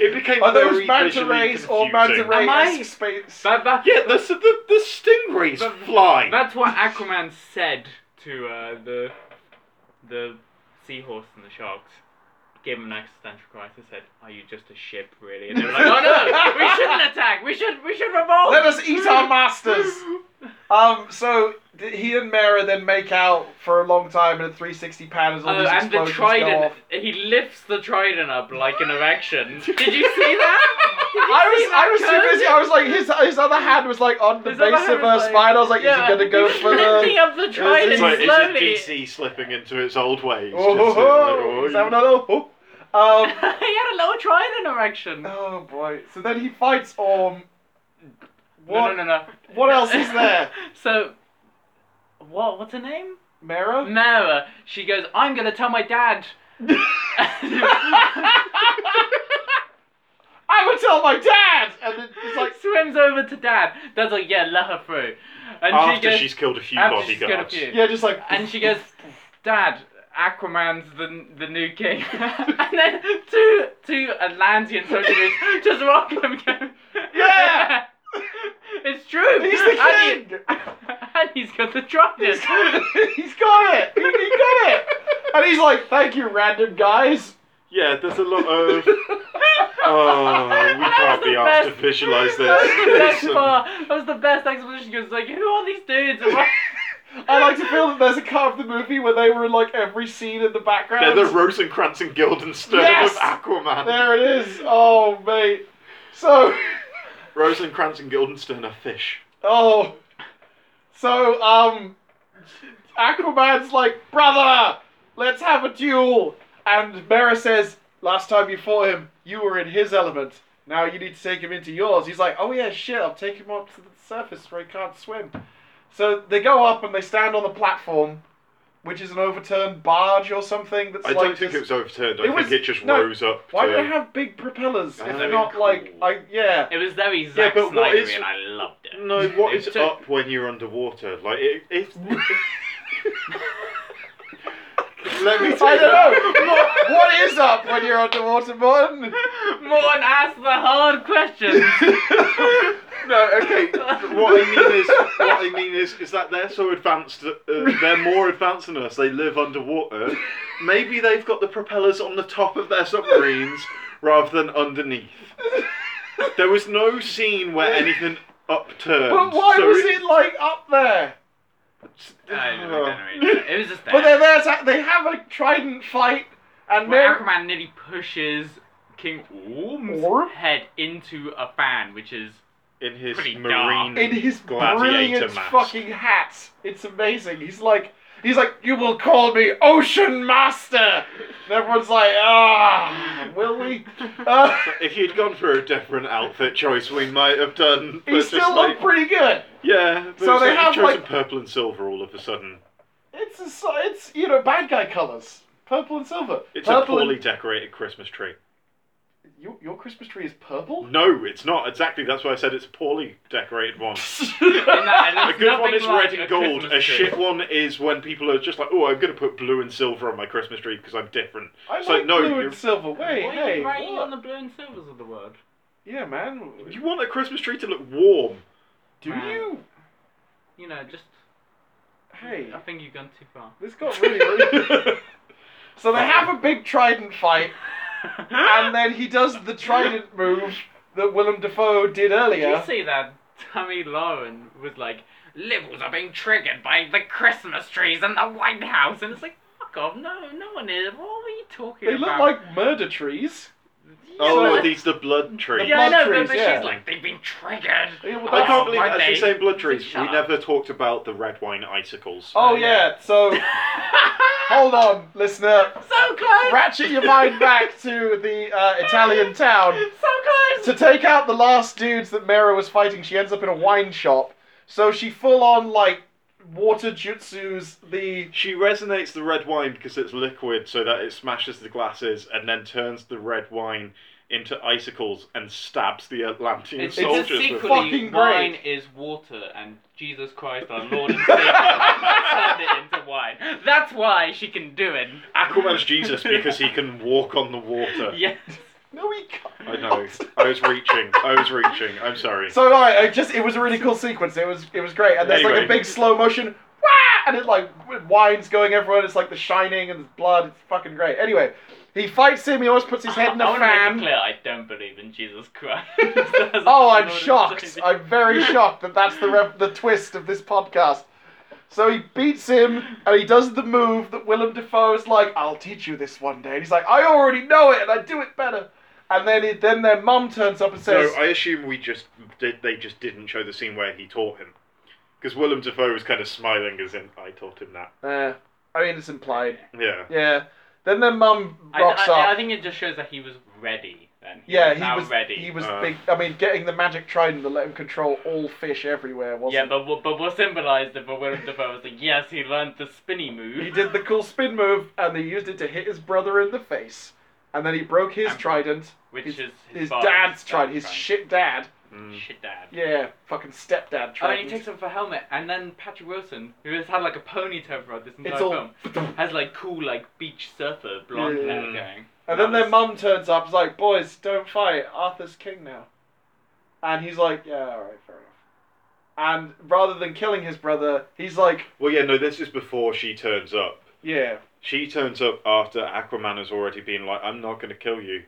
S2: it became
S1: Are those
S2: very
S1: manta
S2: visually
S1: rays or manta
S2: confusing.
S3: Am I-
S1: rays? Space.
S3: That, that,
S2: Yeah, the the, the stingrays
S3: But-
S2: fly.
S3: That's what Aquaman said to uh, the the seahorse and the sharks. Gave him an existential crisis. Said, "Are you just a ship, really?" And they were like, "Oh no, we shouldn't attack. We should, we should revolt." Oh,
S1: Let us eat our masters. Um, so th- he and Mara then make out for a long time in a 360 pan as all
S3: Oh,
S1: these
S3: and the
S1: explosions go
S3: trident.
S1: off.
S3: He lifts the trident up like an erection. Did you see that? Did you
S1: I
S3: see
S1: was
S3: that
S1: I was
S3: curve?
S1: too busy. I was like his his other hand was like on the
S3: His other
S1: base
S3: hand
S1: of
S3: was
S1: her
S3: like-
S1: spine. I was like,
S3: yeah.
S1: is he gonna go
S3: He was
S1: for
S3: lifting
S1: the?
S3: up the trident
S2: it's like, is
S3: slowly.
S2: it DC slipping into its old ways?
S1: Oh,
S2: Just,
S1: ho,
S2: uh, like,
S1: ho.
S2: oh,
S1: He's
S2: you-
S1: having a little. ho. Um,
S3: he had a little trident erection.
S1: oh boy. So then he fights Orm. What?
S3: No, no, no, no.
S1: What else is there?
S3: so, what? What's her name?
S1: Mara.
S3: Mara. She goes. I'm gonna tell my dad.
S1: I would tell my dad. And then it's like,
S3: swims over to dad. Dad's like, yeah, let her through. And
S2: after
S3: she goes,
S2: she's killed a few
S3: after she's got a
S2: bodyguards.
S3: few.
S1: yeah, just like.
S3: and she goes, Dad, Aquaman's the the new king. and then two two Atlantean soldiers just rock him and go,
S1: Yeah!
S3: It's true.
S1: He's the
S3: And
S1: king.
S3: he- and he's got the trident.
S1: he's got it. He, he got it. And he's like, thank you, random guys.
S2: Yeah, there's a lot of. Oh, we
S3: That
S2: can't
S3: was
S2: be
S3: the
S2: asked
S3: best-
S2: to visualise this.
S3: That was the best
S2: Some-
S3: part. That was the best exposition because like, who are these dudes? And why-
S1: I like to feel that there's a cut of the movie where they were in like every scene in the
S2: They're
S1: background.
S2: the Rosencrantz and Guildenstern
S1: Yes!
S2: of Aquaman.
S1: there it is. Oh, mate. So,
S2: Rosencrantz and Guildenstern are fish.
S1: oh. So, um, Aquaman's like, brother, let's have a duel. And Mera says, last time you fought him, you were in his element. Now you need to take him into yours. He's like, oh yeah, shit, I'll take him up to the surface where he can't swim. So they go up and they stand on the platform, which is an overturned barge or something that's
S2: I
S1: like
S2: don't think
S1: this-
S2: it was overturned. I
S1: It
S2: think
S1: was-
S2: it just
S1: no,
S2: rose up.
S1: Why do
S2: to-
S1: they have big propellers if
S2: Ah.
S1: they're not like I yeah.
S3: It was very Zack
S2: but what
S3: Snyder-y
S2: is-
S3: and I loved it.
S2: No, what is
S3: It's a-
S2: up when you're underwater? Like, it, it's. Let me
S1: I
S2: tell you.
S1: don't know. What- what is up when you're underwater, Morton?
S3: Morton asked the hard questions.
S2: No, okay. What I mean is, what I mean is, is that they're so advanced. Uh, they're more advanced than us. They live underwater. Maybe they've got the propellers on the top of their submarines rather than underneath. There was no scene where anything upturned.
S1: But why
S2: so
S1: was it like up there?
S3: I, I don't know. It was just there.
S1: But they're there. To, they have a trident fight, and
S3: Where
S1: they're
S3: Aquaman nearly pushes King Orm's
S1: Orm?
S3: head into a fan, which is
S2: in his
S3: Pretty
S2: marine
S1: in his
S2: gladiator
S1: brilliant
S2: mask.
S1: fucking hat. It's amazing. He's like, he's like, you will call me Ocean Master. And everyone's like, ah, will we? Uh,
S2: If you'd gone for a different outfit choice, we might have done.
S1: he
S2: but just
S1: still
S2: like,
S1: looked pretty good.
S2: yeah.
S1: So
S2: So
S1: they
S2: they
S1: have,
S2: have chosen
S1: like-
S2: purple and silver all of a sudden.
S1: It's a, si- it's you know bad guy colors, purple and silver.
S2: It's
S1: purple
S2: a poorly
S1: And,
S2: decorated Christmas tree.
S1: your, your Christmas tree is purple.
S2: No, it's not exactly. That's why I said it's a poorly decorated one.
S3: in that, it
S2: A
S3: looks
S2: good one
S3: nothing
S2: is
S3: like
S2: red
S3: a
S2: and gold.
S3: Christmas
S2: A
S3: tree.
S2: shit one is when people are just like, "Oh, I'm gonna put blue and silver on my Christmas tree because I'm different."
S1: I like
S2: So, no,
S1: blue
S2: you're-
S1: and silver.
S3: Why
S1: Wait,
S3: are
S1: hey,
S3: you writing
S1: what?
S3: on the blue and silvers of the word?
S1: yeah, man.
S2: You want a Christmas tree to look warm.
S1: Do
S3: Wow.
S1: you?
S3: You know, just.
S1: Hey,
S3: I think you've gone too far.
S1: this got really rude. so they have a big trident fight, and then he does the trident move that Willem Dafoe did
S3: Did you
S1: earlier.
S3: see that Tammy Lauren was like, liberals are being triggered by the Christmas trees and the White House, and it's like, fuck off, no, no one is. What are you talking
S1: They look
S3: about?
S1: like murder trees.
S3: Yeah,
S2: Oh,
S3: but-
S1: So-
S2: these the blood trees.
S3: yeah, I
S1: blood
S3: know,
S1: trees,
S3: but, but
S1: yeah.
S3: she's like, they've been triggered.
S1: Yeah, well,
S2: I
S1: that's-
S2: can't believe
S3: weren't
S2: actually
S3: they?
S2: saying blood trees.
S3: Shut
S2: We
S3: up.
S2: never talked about the red wine icicles.
S1: Oh
S3: Oh, yeah.
S1: yeah. So hold on, listener.
S3: so close.
S1: Ratchet your mind back to the uh, Italian town.
S3: So
S1: to
S3: close.
S1: take out the last dudes that Mera was fighting, she ends up in a wine shop. So she full on like water jutsus the
S2: She resonates the red wine because it's liquid, so that it smashes the glasses and then turns the red wine into icicles and stabs the Atlantean
S3: It's,
S2: soldiers.
S3: it's
S2: with
S3: secretly
S2: them.
S1: fucking great.
S3: wine is water, and Jesus Christ, our Lord and Savior, turned it into wine. That's why she can do it.
S2: Aquaman's Jesus because he can walk on the water.
S3: Yes.
S1: no we can't.
S2: I know. I was reaching. I was reaching. I'm sorry.
S1: So alright, I just it was a really cool sequence. It was it was great, and there's like a
S2: Anyway.
S1: big slow motion, wah, and it like wine's going everywhere. It's like The Shining and there's blood. It's fucking great. Anyway, he fights him. He always puts his head in
S3: I
S1: a
S3: wanna make it
S1: fan.
S3: clear I don't believe in Jesus Christ. As
S1: Oh,
S3: our
S1: I'm
S3: Lord and
S1: shocked.
S3: Savior.
S1: I'm very shocked that that's the rep- the twist of this podcast. So he beats him, and he does the move that Willem Dafoe is like, "I'll teach you this one day." And he's like, "I already know it, and I do it better." And then it, then their mum turns up and says,
S2: So I assume we just did. They just didn't show the scene where he taught him, because Willem Dafoe was kind of smiling as in, "I taught him that."
S1: "Eh, I mean, it's implied."
S2: Yeah.
S1: Yeah. Then their mum
S3: I,
S1: rocks
S3: I-
S1: up.
S3: I think it just shows that he was ready then. He
S1: yeah,
S3: was
S1: he
S3: now
S1: was
S3: ready.
S1: he was
S2: Uh.
S1: big. I mean, getting the magic trident that let him control all fish everywhere wasn't.
S3: yeah, but what- but what symbolised it for Willem Dafoe was like, yes, he learned the spinny move.
S1: He did the cool spin move, and they used it to hit his brother in the face. And then he broke his
S3: Um,
S1: trident,
S3: which
S1: his-
S3: is his,
S1: his
S3: father's
S1: dad's trident, his
S3: dad's
S1: shit dad.
S2: Mm.
S3: Shit, dad.
S1: Yeah, fucking stepdad
S3: Oh, and he
S1: trident.
S3: takes off a helmet, and then Patrick Wilson, who has had like a ponytail throughout this entire
S1: It's all-
S3: film, has like cool like beach surfer blonde
S1: Yeah.
S3: hair going.
S1: and then
S3: That
S1: their
S3: was-
S1: mum turns up, is like, "Boys, don't fight. Arthur's king now." And he's like, "Yeah, all right, fair enough." And rather than killing his brother, he's like,
S2: Well, yeah. No, this is before she turns up.
S1: "Yeah,
S2: She turns up after Aquaman has already been like, "I'm not going to kill you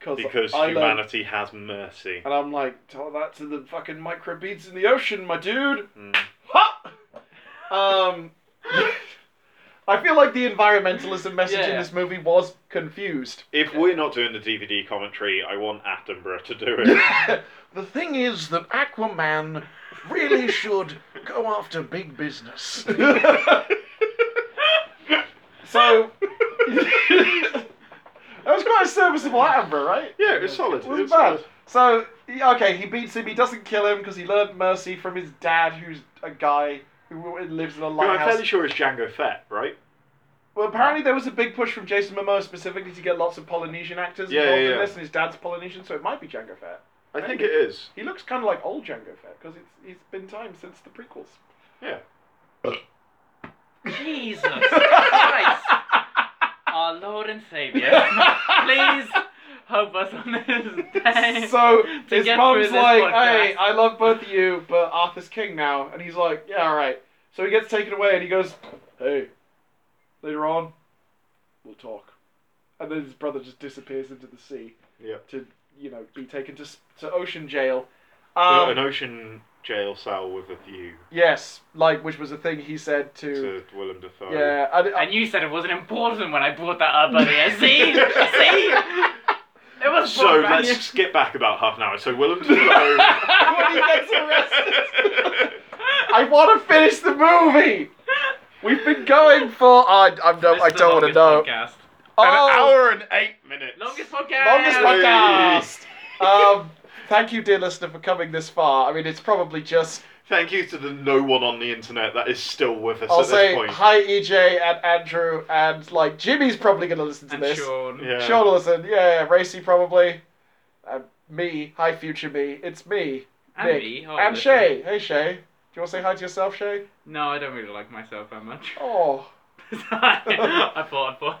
S1: cause
S2: because
S1: I learned
S2: humanity has mercy."
S1: And I'm like, tell that to the fucking microbeads in the ocean, my dude.
S2: Mm.
S1: Ha! Um, I feel like the environmentalism message in
S3: Yeah.
S1: this movie was confused.
S2: If we're not doing the DVD commentary, I want Attenborough to do it.
S1: the thing is that Aquaman really should go after big business. so, that was quite a serviceable Attenborough, right?
S2: yeah, it was solid.
S1: It
S2: It
S1: wasn't
S2: was
S1: bad.
S2: solid.
S1: So he- okay, he beats him. He doesn't kill him because he learned mercy from his dad, who's a guy who lives in a
S2: Who I'm
S1: lighthouse.
S2: fairly sure is Django Fett, right?
S1: Well, apparently there was a big push from Jason Momoa specifically to get lots of Polynesian actors
S2: Yeah,
S1: involved
S2: yeah,
S1: in
S2: yeah.
S1: this, and his dad's Polynesian, so it might be Django Fett.
S2: I think it is.
S1: He looks kind of like old Django Fett because it's it's been time since the prequels.
S2: Yeah.
S3: Jesus Christ, our Lord and Savior, please help us on this day.
S1: so
S3: To
S1: his
S3: get through
S1: mom's
S3: this
S1: like,
S3: podcast.
S1: "Hey, I love both of you, but Arthur's king now," and he's like, "Yeah, all right." So he gets taken away, and he goes, "Hey, later on, we'll talk." And then his brother just disappears into the sea
S2: Yeah.
S1: to, you know, be taken to s- to ocean jail.
S2: Uh,
S1: Um,
S2: an ocean jail cell with a view
S1: Yes, like which was a thing he said to.
S2: to uh, Willem Dafoe.
S1: Yeah, and,
S3: and you said it wasn't important when I brought that up earlier. See, see, it was
S2: So
S3: brought back
S2: let's
S3: in.
S2: skip back about half an hour. So Willem Dafoe.
S1: When he gets arrested. I want to finish the movie. We've been going for. I, I'm no,
S3: This
S1: I
S3: is the
S1: don't want to
S3: longest
S1: know.
S3: Podcast.
S1: Oh,
S2: An hour and eight minutes.
S3: Longest podcast.
S1: Longest
S2: Hey.
S1: podcast. Um, thank you, dear listener, for coming this far. I mean, it's probably just.
S2: Thank you to the no one on the internet that is still with us
S1: I'll
S2: at
S1: say
S2: this point.
S1: hi, EJ and Andrew, and like Jimmy's probably going to listen to
S3: And
S1: this.
S3: Sean.
S2: Yeah.
S1: Sean will listen. Yeah, Racy probably. And me. Hi, future me. It's me.
S3: And
S1: Nick.
S3: me. Oh,
S1: and
S3: listen.
S1: Shay. Hey, Shay. Do you want to say hi to yourself, Shay?
S3: No, I don't really like myself that much.
S1: Oh,
S3: I thought, I thought.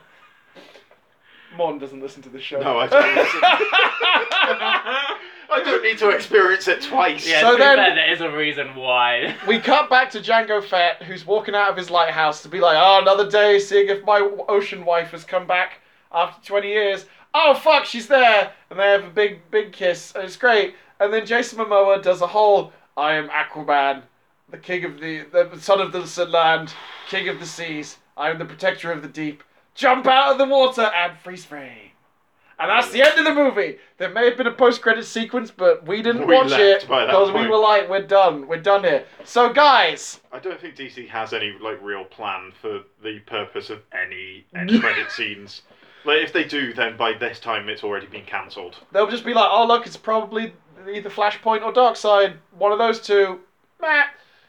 S1: Mon doesn't listen to the show.
S2: No, I don't listen.
S1: I
S2: I don't need to experience it twice.
S3: Yeah,
S1: So
S3: so
S1: then-
S3: then there is a reason why.
S1: We cut back to Django Fett, who's walking out of his lighthouse to be like, oh, another day, seeing if my w- ocean wife has come back after 20 years. Oh, fuck, she's there! And they have a big, big kiss, and it's great. And then Jason Momoa does a whole, I am Aquaman, the king of the, the son of the sun land, king of the seas, I am the protector of the deep, jump out of the water and freeze frame. And that's the end of the movie. There may have been a post-credit sequence, but we didn't
S2: We
S1: watch
S2: left
S1: it
S2: by that
S1: because we
S2: point.
S1: were like, we're done, we're done here. So guys,
S2: I don't think DC has any like real plan for the purpose of any end credit scenes. Like if they do, then by this time it's already been cancelled.
S1: they'll just be like, oh look, it's probably either Flashpoint or Darkseid, one of those two. Meh.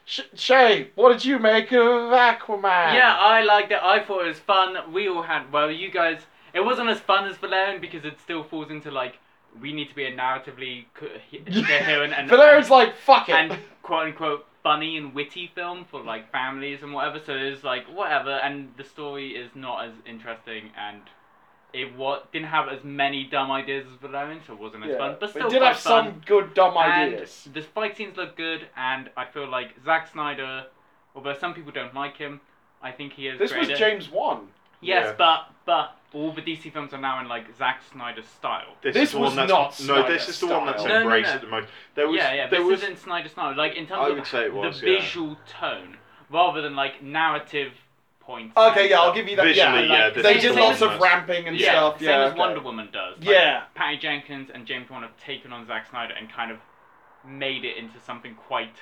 S1: Sh- Shay, what did you make of Aquaman?
S3: Yeah, I liked it. I thought it was fun. We all had. Well, you guys. It wasn't as fun as Valerian because it still falls into like we need to be a narratively co- coherent and
S1: Valerian's like, fuck it.
S3: and quote unquote funny and witty film for like families and whatever. So it's like whatever, and the story is not as interesting and. It wa didn't have as many dumb ideas as Valerian, so it wasn't as
S1: Yeah.
S3: fun. But
S1: But
S3: still,
S1: it did
S3: quite
S1: have
S3: fun.
S1: some good dumb
S3: And
S1: ideas.
S3: The fight scenes look good, and I feel like Zack Snyder, although some people don't like him, I think he is.
S1: This was James Wan.
S3: Yes,
S2: Yeah.
S3: but but all the DC films are now in like Zack Snyder style.
S2: This,
S1: This
S2: is the
S1: was
S2: one that's,
S1: not
S2: No, this
S1: Snyder's
S2: is the one that's
S1: style.
S3: No, no,
S2: embraced
S3: no.
S2: at the most. There was
S3: yeah, yeah.
S2: there
S3: This
S2: was
S3: isn't Snyder style. Like in terms
S2: I
S3: of
S2: would say it was,
S3: the
S2: yeah.
S3: visual tone, rather than like narrative points.
S1: Okay, yeah, I'll give you that.
S2: visually,
S1: yeah,
S2: yeah.
S3: like,
S2: this
S1: they
S2: is
S1: did
S2: the
S1: lots
S2: one
S1: of
S2: that's-
S1: ramping and
S3: yeah,
S1: stuff.
S3: same
S1: yeah,
S3: as
S1: okay.
S3: Wonder Woman does. Like,
S1: Yeah.
S3: Patty Jenkins and James Wan have taken on Zack Snyder and kind of made it into something quite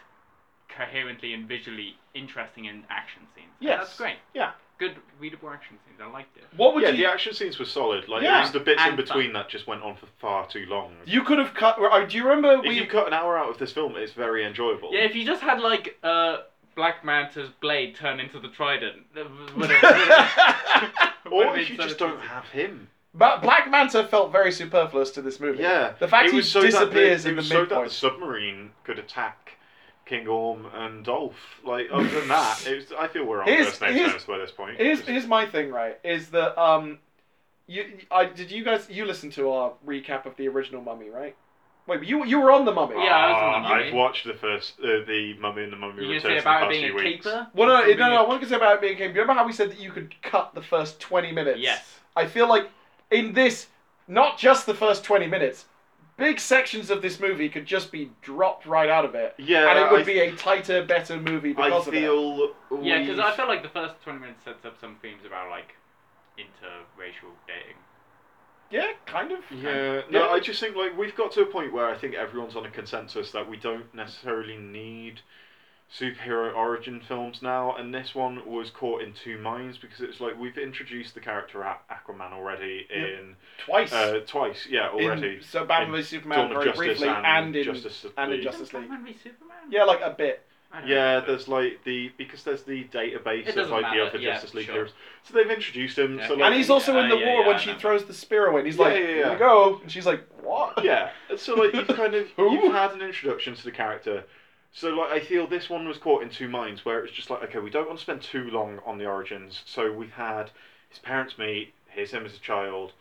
S3: coherently and visually interesting in action scenes. And
S1: Yes.
S3: that's great.
S1: Yeah.
S3: Good readable action scenes. I liked it.
S1: What would
S2: yeah,
S1: you?
S2: the action scenes were solid. Like
S1: Yeah,
S2: it was the bits in
S3: and
S2: between that just went on for far too long.
S1: You could have cut. oh, Do you remember
S2: if
S1: we?
S2: you cut an hour out of this film, it's very enjoyable.
S3: Yeah, if you just had like uh, Black Manta's blade turn into the trident, that w- would have- would have
S2: or
S3: been
S2: if you
S3: so
S2: just
S3: much
S2: don't
S3: easier.
S2: have him.
S1: but Black Manta felt very superfluous to this movie.
S2: Yeah.
S1: The fact
S2: it
S1: he
S2: was so
S1: disappears
S2: that
S1: in
S2: the, it
S1: the
S2: was so that
S1: midpoint.
S2: the submarine could attack King Orm and Dolph. Like other than that, it was, I feel we're on
S1: Here's-
S2: first name
S1: here's-
S2: terms by this point.
S1: here's
S2: Just-
S1: here's my thing, right? Is that um, you I did you guys you listened to our recap of the original Mummy, right? Wait, but you you were on the Mummy.
S3: Yeah, I was on
S2: Ah,
S3: the Mummy.
S2: I've watched the first, uh, the Mummy and the Mummy
S3: you
S2: Returns
S3: say
S2: in the past
S3: about it being
S2: few
S3: a
S2: weeks.
S3: keeper.
S1: Well, no, no,
S3: Something
S1: no, no.
S3: that-
S1: I want to say about it being a game. Remember how we said that you could cut the first twenty minutes?
S3: Yes.
S1: I feel like in this, not just the first 20 minutes, big sections of this movie could just be dropped right out of it.
S2: Yeah,
S1: and it would
S2: I,
S1: be a tighter, better movie
S2: I
S1: because of it.
S2: feel.
S3: Yeah, because I
S2: we've-
S3: felt like the first twenty minutes sets up some themes about like interracial dating.
S1: Yeah, kind of.
S2: Yeah, no, I just think like we've got to a point where I think everyone's on a consensus that we don't necessarily need superhero origin films now, and this one was caught in two minds because it's like we've introduced the character Aqu- Aquaman already
S1: Yeah.
S2: in
S1: Twice.
S2: uh, twice, yeah, already.
S1: In, so Batman
S2: in
S1: vs Superman
S2: Dawn of
S1: very
S2: Justice
S1: briefly,
S2: and,
S1: and in
S2: Justice
S1: and in
S2: League.
S1: Justice
S3: Doesn't
S1: League.
S3: Batman v Superman?
S1: yeah, like a bit.
S3: I don't
S2: Yeah,
S3: know.
S2: there's like the because there's the database
S3: It
S2: of
S3: doesn't
S2: like
S3: matter,
S2: the other
S3: yeah,
S2: Justice League
S3: sure.
S2: heroes, so they've introduced him. So
S3: Okay.
S2: like,
S1: And he's also in the
S3: Yeah, yeah,
S1: war when
S3: yeah,
S1: she
S3: I know.
S1: throws the spear away, and he's
S2: Yeah,
S1: like,
S2: yeah, yeah.
S1: "Here we go," and she's like, "What?"
S2: yeah. So like you've kind of
S1: Who?
S2: you've had an introduction to the character. So like I feel this one was caught in two minds where it's just like okay we don't want to spend too long on the origins. So we've had his parents meet. Here's him as a child.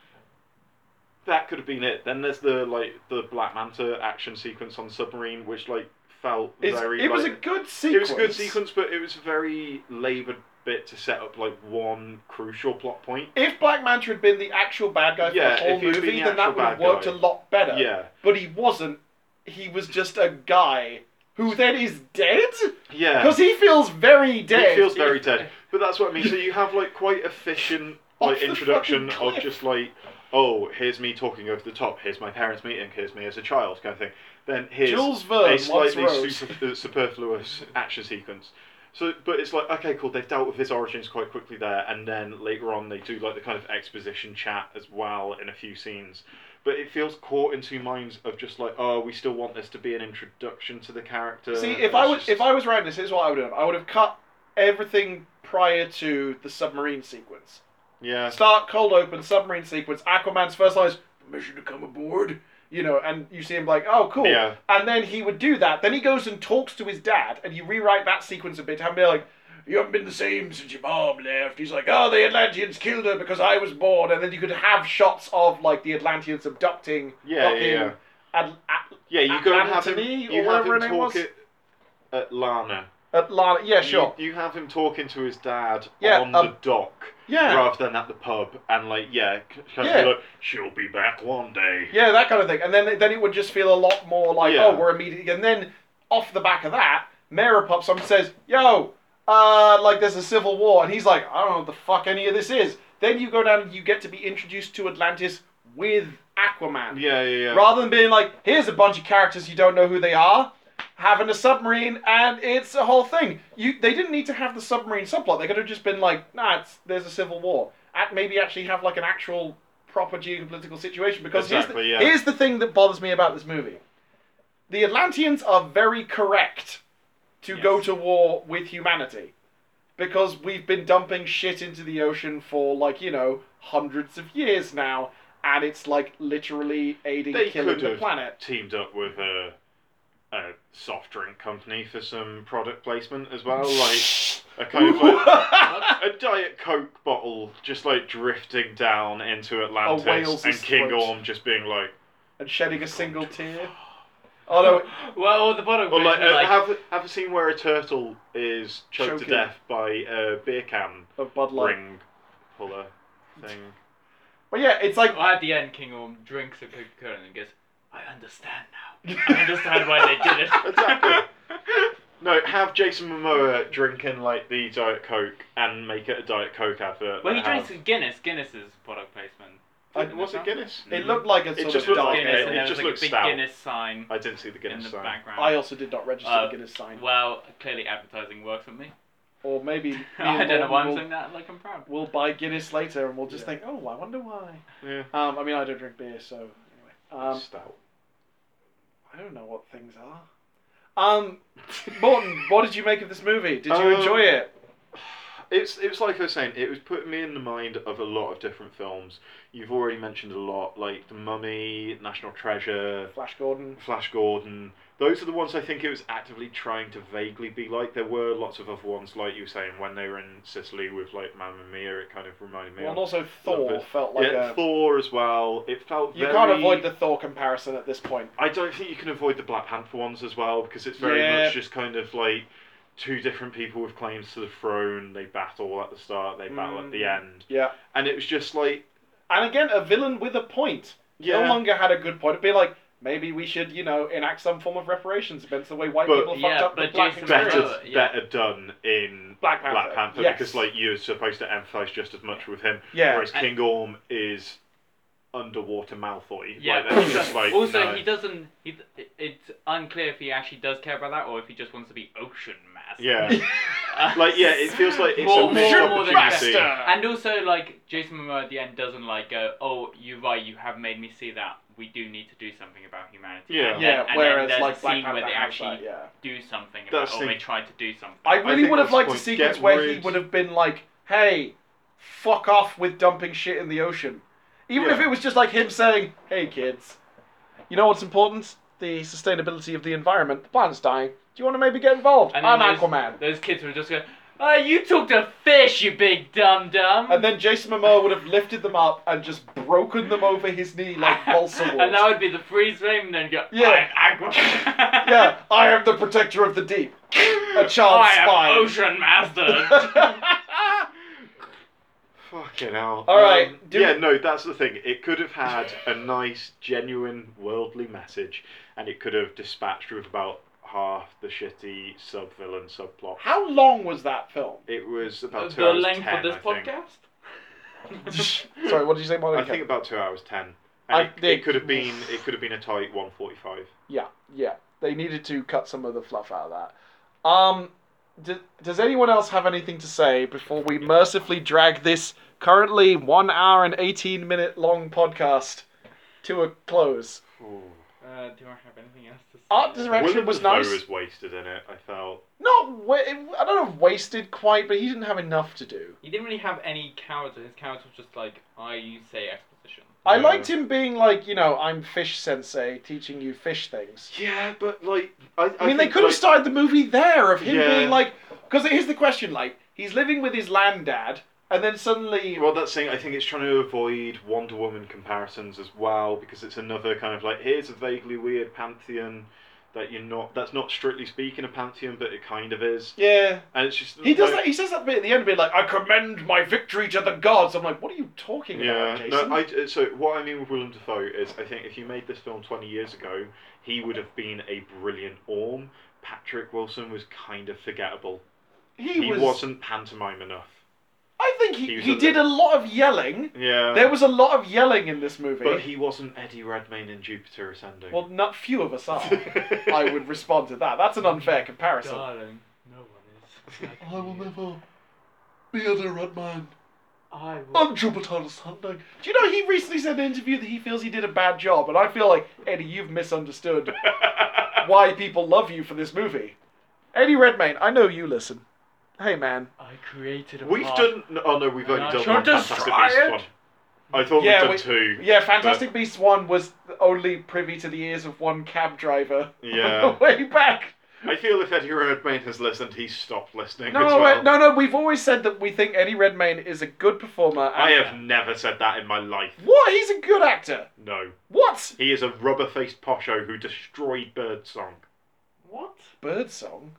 S2: That could have been it. Then there's the like the Black Manta action sequence on the submarine, which like felt
S1: It's-
S2: very.
S1: it was
S2: like,
S1: a good sequence.
S2: it was a good sequence, but it was a very laboured bit to set up like one crucial plot point.
S1: If Black Manta had been the actual bad guy for
S2: Yeah,
S1: the whole
S2: if he'd been
S1: movie,
S2: the
S1: then that
S2: actual
S1: would have
S2: bad
S1: worked
S2: guy.
S1: a lot better.
S2: Yeah,
S1: but he wasn't. He was just a guy who then is dead
S2: yeah.
S1: because he feels very dead.
S2: He feels very dead. But that's what I mean. So you have like quite efficient
S1: Off
S2: like
S1: the
S2: introduction
S1: fucking
S2: of
S1: cliff.
S2: just like, oh, here's me talking over the top. Here's my parents meeting. Here's me as a child, kind of thing. Then here's
S1: Jules
S2: a
S1: Verne once
S2: slightly
S1: wrote.
S2: super, uh, superfluous action sequence. So, but it's like okay, cool. They've dealt with his origins quite quickly there, and then later on they do like the kind of exposition chat as well in a few scenes. But it feels caught in two minds of just like, oh, we still want this to be an introduction to the character.
S1: See,
S2: and
S1: if I
S2: it's
S1: was
S2: just-
S1: if I was writing this, here's what I would have. done. I would have cut everything prior to the submarine sequence.
S2: yeah,
S1: Start cold open submarine sequence. Aquaman's first line is "Permission to come aboard," you know, and you see him like, "Oh, cool."
S2: yeah,
S1: And then he would do that. Then he goes and talks to his dad, and you rewrite that sequence a bit. And be like, you haven't been the same since your mom left. He's like, oh, the Atlanteans killed her because I was born. And then you could have shots of like the Atlanteans abducting
S2: Yeah, yeah,
S1: fucking
S2: yeah.
S1: At, at,
S2: Yeah, you go and have him.
S1: Anthony, or
S2: You have
S1: whatever
S2: him
S1: her name
S2: talk
S1: was?
S2: it at Lana.
S1: at Lana. Yeah,
S2: You-
S1: sure.
S2: You, have him talking to his dad
S1: Yeah,
S2: on
S1: um,
S2: the dock
S1: yeah.
S2: rather than at the pub, and like yeah, c- kind
S1: Yeah.
S2: of be like she'll be back one day.
S1: Yeah, that kind of thing. And then then it would just feel a lot more like,
S2: Yeah.
S1: oh, we're immediately. And then off the back of that, Mara pops up and says, yo, uh, like there's a civil war. And he's like, I don't know what the fuck any of this is. Then you go down and you get to be introduced to Atlantis with Aquaman.
S2: yeah, yeah. yeah.
S1: Rather than being like, here's a bunch of characters you don't know who they are, having a submarine, and it's a whole thing. You they didn't need to have the submarine subplot. They could have just been like, nah, it's, there's a civil war. At maybe actually have like an actual proper geopolitical situation. Because here's,
S2: Exactly, yeah.
S1: the, here's the thing that bothers me about this movie: the Atlanteans are very correct to
S3: Yes.
S1: go to war with humanity. Because we've been dumping shit into the ocean for like, you know, hundreds of years now, and it's like literally aiding
S2: They
S1: killing
S2: could
S1: the
S2: have.
S1: planet.
S2: teamed up with a, a soft drink company for some product placement as well, like a kind of like a diet coke bottle just like drifting down into Atlantis,
S1: whale's
S2: and King
S1: throat.
S2: Orm just being like,
S1: and shedding a single tear. Oh no,
S3: Well, or the bottom.
S2: or like,
S3: basically,
S2: uh,
S3: like,
S2: have have a scene where a turtle is choked
S1: Choking.
S2: to death by a beer can
S1: of Bud Light.
S2: ring puller thing.
S1: But yeah, it's like
S3: Well, at the end, King Orm drinks a Coca Cola and goes, I understand now. I understand why they did it.
S2: Exactly. No, have Jason Momoa drinking like the Diet Coke and make it a Diet Coke advert.
S3: Well, he
S2: and have-
S3: drinks Guinness. Guinness is product placement.
S2: I-
S3: Isn't
S2: was
S3: that?
S2: it Guinness?
S1: it looked like a
S2: Mm. It
S1: sort
S2: just
S1: of
S2: looked
S1: dark
S2: like
S3: Guinness,
S2: it-
S3: and
S2: it
S3: there
S1: ale.
S3: was
S2: just
S3: like a
S2: looks
S3: big
S2: stout.
S3: Guinness sign
S2: I didn't see the
S3: in
S2: Guinness
S3: the
S2: sign.
S3: background.
S1: I also did not register
S3: Uh,
S1: the Guinness sign,
S3: Well, clearly advertising works on me.
S1: or maybe me
S3: I
S1: and
S3: don't know
S1: Norm
S3: why I'm
S1: will-
S3: saying that. Like I'm proud.
S1: We'll buy Guinness later, and we'll just
S2: Yeah.
S1: think, oh, I wonder why.
S2: Yeah,
S1: Um, I mean, I don't drink beer, so anyway. Um,
S2: stout.
S1: I don't know what things are. Um, Morton, what did you make of this movie? Did you
S2: Um,
S1: enjoy it?
S2: It's it's like I was saying. It was putting me in the mind of a lot of different films. You've already mentioned a lot, like The Mummy, National Treasure,
S1: Flash Gordon.
S2: Flash Gordon. Those are the ones I think it was actively trying to vaguely be like. There were lots of other ones, like you were saying, when they were in Sicily with like Mamma Mia. It kind of reminded me
S1: Well, and
S2: of.
S1: also
S2: little
S1: Thor
S2: bit.
S1: felt like
S2: yeah,
S1: a.
S2: Thor as well. It felt
S1: You
S2: very...
S1: can't avoid the Thor comparison at this point.
S2: I don't think you can avoid the Black Panther ones as well because it's very
S1: Yeah.
S2: much just kind of like two different people with claims to the throne. They battle at the start, they battle at the
S3: Mm.
S2: end,
S1: Yeah.
S2: and it was just like
S1: And again, a villain with a point.
S2: yeah,
S1: No longer had a good point. It'd be like, maybe we should, you know, enact some form of reparations against the way white
S2: But-
S1: people
S3: Yeah,
S1: fucked up the
S3: but
S1: black
S3: Jason
S1: experience.
S2: better
S3: Momoa, yeah.
S2: better done in
S1: Black Panther.
S2: Black Panther
S1: yes.
S2: because like you're supposed to emphasize just as much with him,
S1: Yeah.
S2: whereas King Orm is underwater Malfoy.
S3: Yeah.
S2: like, that's just like
S3: also,
S2: no.
S3: he doesn't. He, d- it's unclear if he actually does care about that or if he just wants to be ocean master.
S2: yeah, like yeah, it feels like it's
S3: More-
S2: a missed
S3: more- more than
S2: opportunity.
S3: And also, like Jason Momoa at the end doesn't like go, "Oh, you're right. You have made me see that we do need to do something about humanity."
S2: Yeah.
S3: And then-
S1: yeah,
S3: and then
S1: whereas
S3: there's
S1: like
S3: a
S1: Black
S3: scene
S1: Panther
S3: where they
S1: has
S3: actually
S1: that, yeah.
S3: do something about,
S2: That's
S3: it, or
S2: the-
S3: they try to do something.
S1: I
S2: I
S1: really
S2: think
S1: would have
S2: that's
S1: liked a
S2: point.
S1: sequence
S2: Get
S1: where he
S2: rid-
S1: would have been like, "Hey, fuck off with dumping shit in the ocean," even if
S2: Yeah.
S1: it was just like him saying, "Hey, kids, you know what's important? The sustainability of the environment. The planet's dying. Do you want to maybe get involved?
S3: And
S1: I'm
S3: then those-
S1: Aquaman."
S3: Those kids were just going, "Oh, you talked to fish, you big dum dum."
S1: And then Jason Momoa would have lifted them up and just broken them over his knee like balsa wood.
S3: And that would be the freeze frame, and then go,
S1: Yeah.
S3: I'm Aquaman.
S1: yeah, I am the protector of the deep. A child's
S3: I am
S1: spine.
S3: Ocean Master.
S2: Fucking hell. Um,
S1: All right, do
S2: yeah,
S1: we-
S2: no, that's the thing. It could have had a nice, genuine, worldly message, and it could have dispatched with about half the shitty sub villain subplot.
S1: How long was that film?
S2: It was about two
S3: the
S2: hours
S3: length
S2: ten.
S3: of this
S2: I think.
S3: podcast.
S1: Sorry, what did you say, Monica?
S2: I think about two hours ten.
S1: I
S2: And it,
S1: think-
S2: it could have been. It could have been a tight one forty-five.
S1: Yeah, yeah. They needed to cut some of the fluff out of that. Um, d- does anyone else have anything to say before we mercifully drag this currently one hour and 18 minute long podcast to a close?
S3: uh, do I have anything else to say?
S1: Art direction
S2: Willem
S1: was
S2: Dafoe
S1: nice.
S2: was wasted in it. I felt.
S1: Not, wa- I don't know if wasted quite, but he didn't have enough to do.
S3: He didn't really have any character. His character was just like, I say exposition.
S1: I
S2: Yeah.
S1: liked him being like, you know, I'm fish sensei teaching you fish things.
S2: Yeah, but like, I. I,
S1: I, mean, they
S2: think,
S1: could have
S2: like,
S1: started the movie there of him
S2: Yeah.
S1: being like, because here's the question: like, he's living with his land dad, and then suddenly
S2: Well, that's saying I think it's trying to avoid Wonder Woman comparisons as well because it's another kind of like here's a vaguely weird pantheon that you're not. That's not strictly speaking a pantheon, but it kind of is.
S1: yeah.
S2: And it's just
S1: He does
S2: like-
S1: that. He says that bit at the end, being like, "I commend my victory to the gods." I'm like, "What are you talking about,
S2: Yeah,
S1: Jason?"
S2: no, I, uh, so what I mean with Willem Dafoe is I think if you made this film 20 years ago, he would have been a brilliant Orm. Patrick Wilson was kind of forgettable. He,
S1: he was.
S2: wasn't pantomime enough.
S1: I think he,
S2: he
S1: he,
S2: was at
S1: did
S2: the-
S1: a lot of yelling.
S2: Yeah.
S1: There was a lot of yelling in this movie.
S2: but he wasn't Eddie Redmayne in Jupiter Ascending.
S1: well, not few of us are. I would respond to that. That's an unfair comparison.
S3: Darling, no one is.
S1: I will never be a red man.
S3: I will.
S1: I'm Jupiter Sunday. Do you know he recently said in an interview that he feels he did a bad job, and I feel like Eddie, you've misunderstood why people love you for this movie. Eddie Redmayne, I know you listen. Hey man.
S3: I created a.
S2: We've
S3: path.
S2: done. no- Oh no, we've
S3: And I
S2: only done
S3: shall
S2: one Fantastic
S3: destroy
S2: Beasts
S3: it.
S2: one. I thought
S1: Yeah,
S2: we'd
S1: we-
S2: done two.
S1: Yeah, Fantastic Beasts One was only privy to the ears of one cab driver on
S2: Yeah.
S1: the way back.
S2: I feel if Eddie Redmayne has listened, he's stopped listening.
S1: No,
S2: as well.
S1: wait, no, no. We've always said that we think Eddie Redmayne is a good performer. And
S2: I have never said that in my life.
S1: What? He's a good actor.
S2: No.
S1: What?
S2: He is a rubber faced posho who destroyed Birdsong.
S3: What?
S1: Birdsong.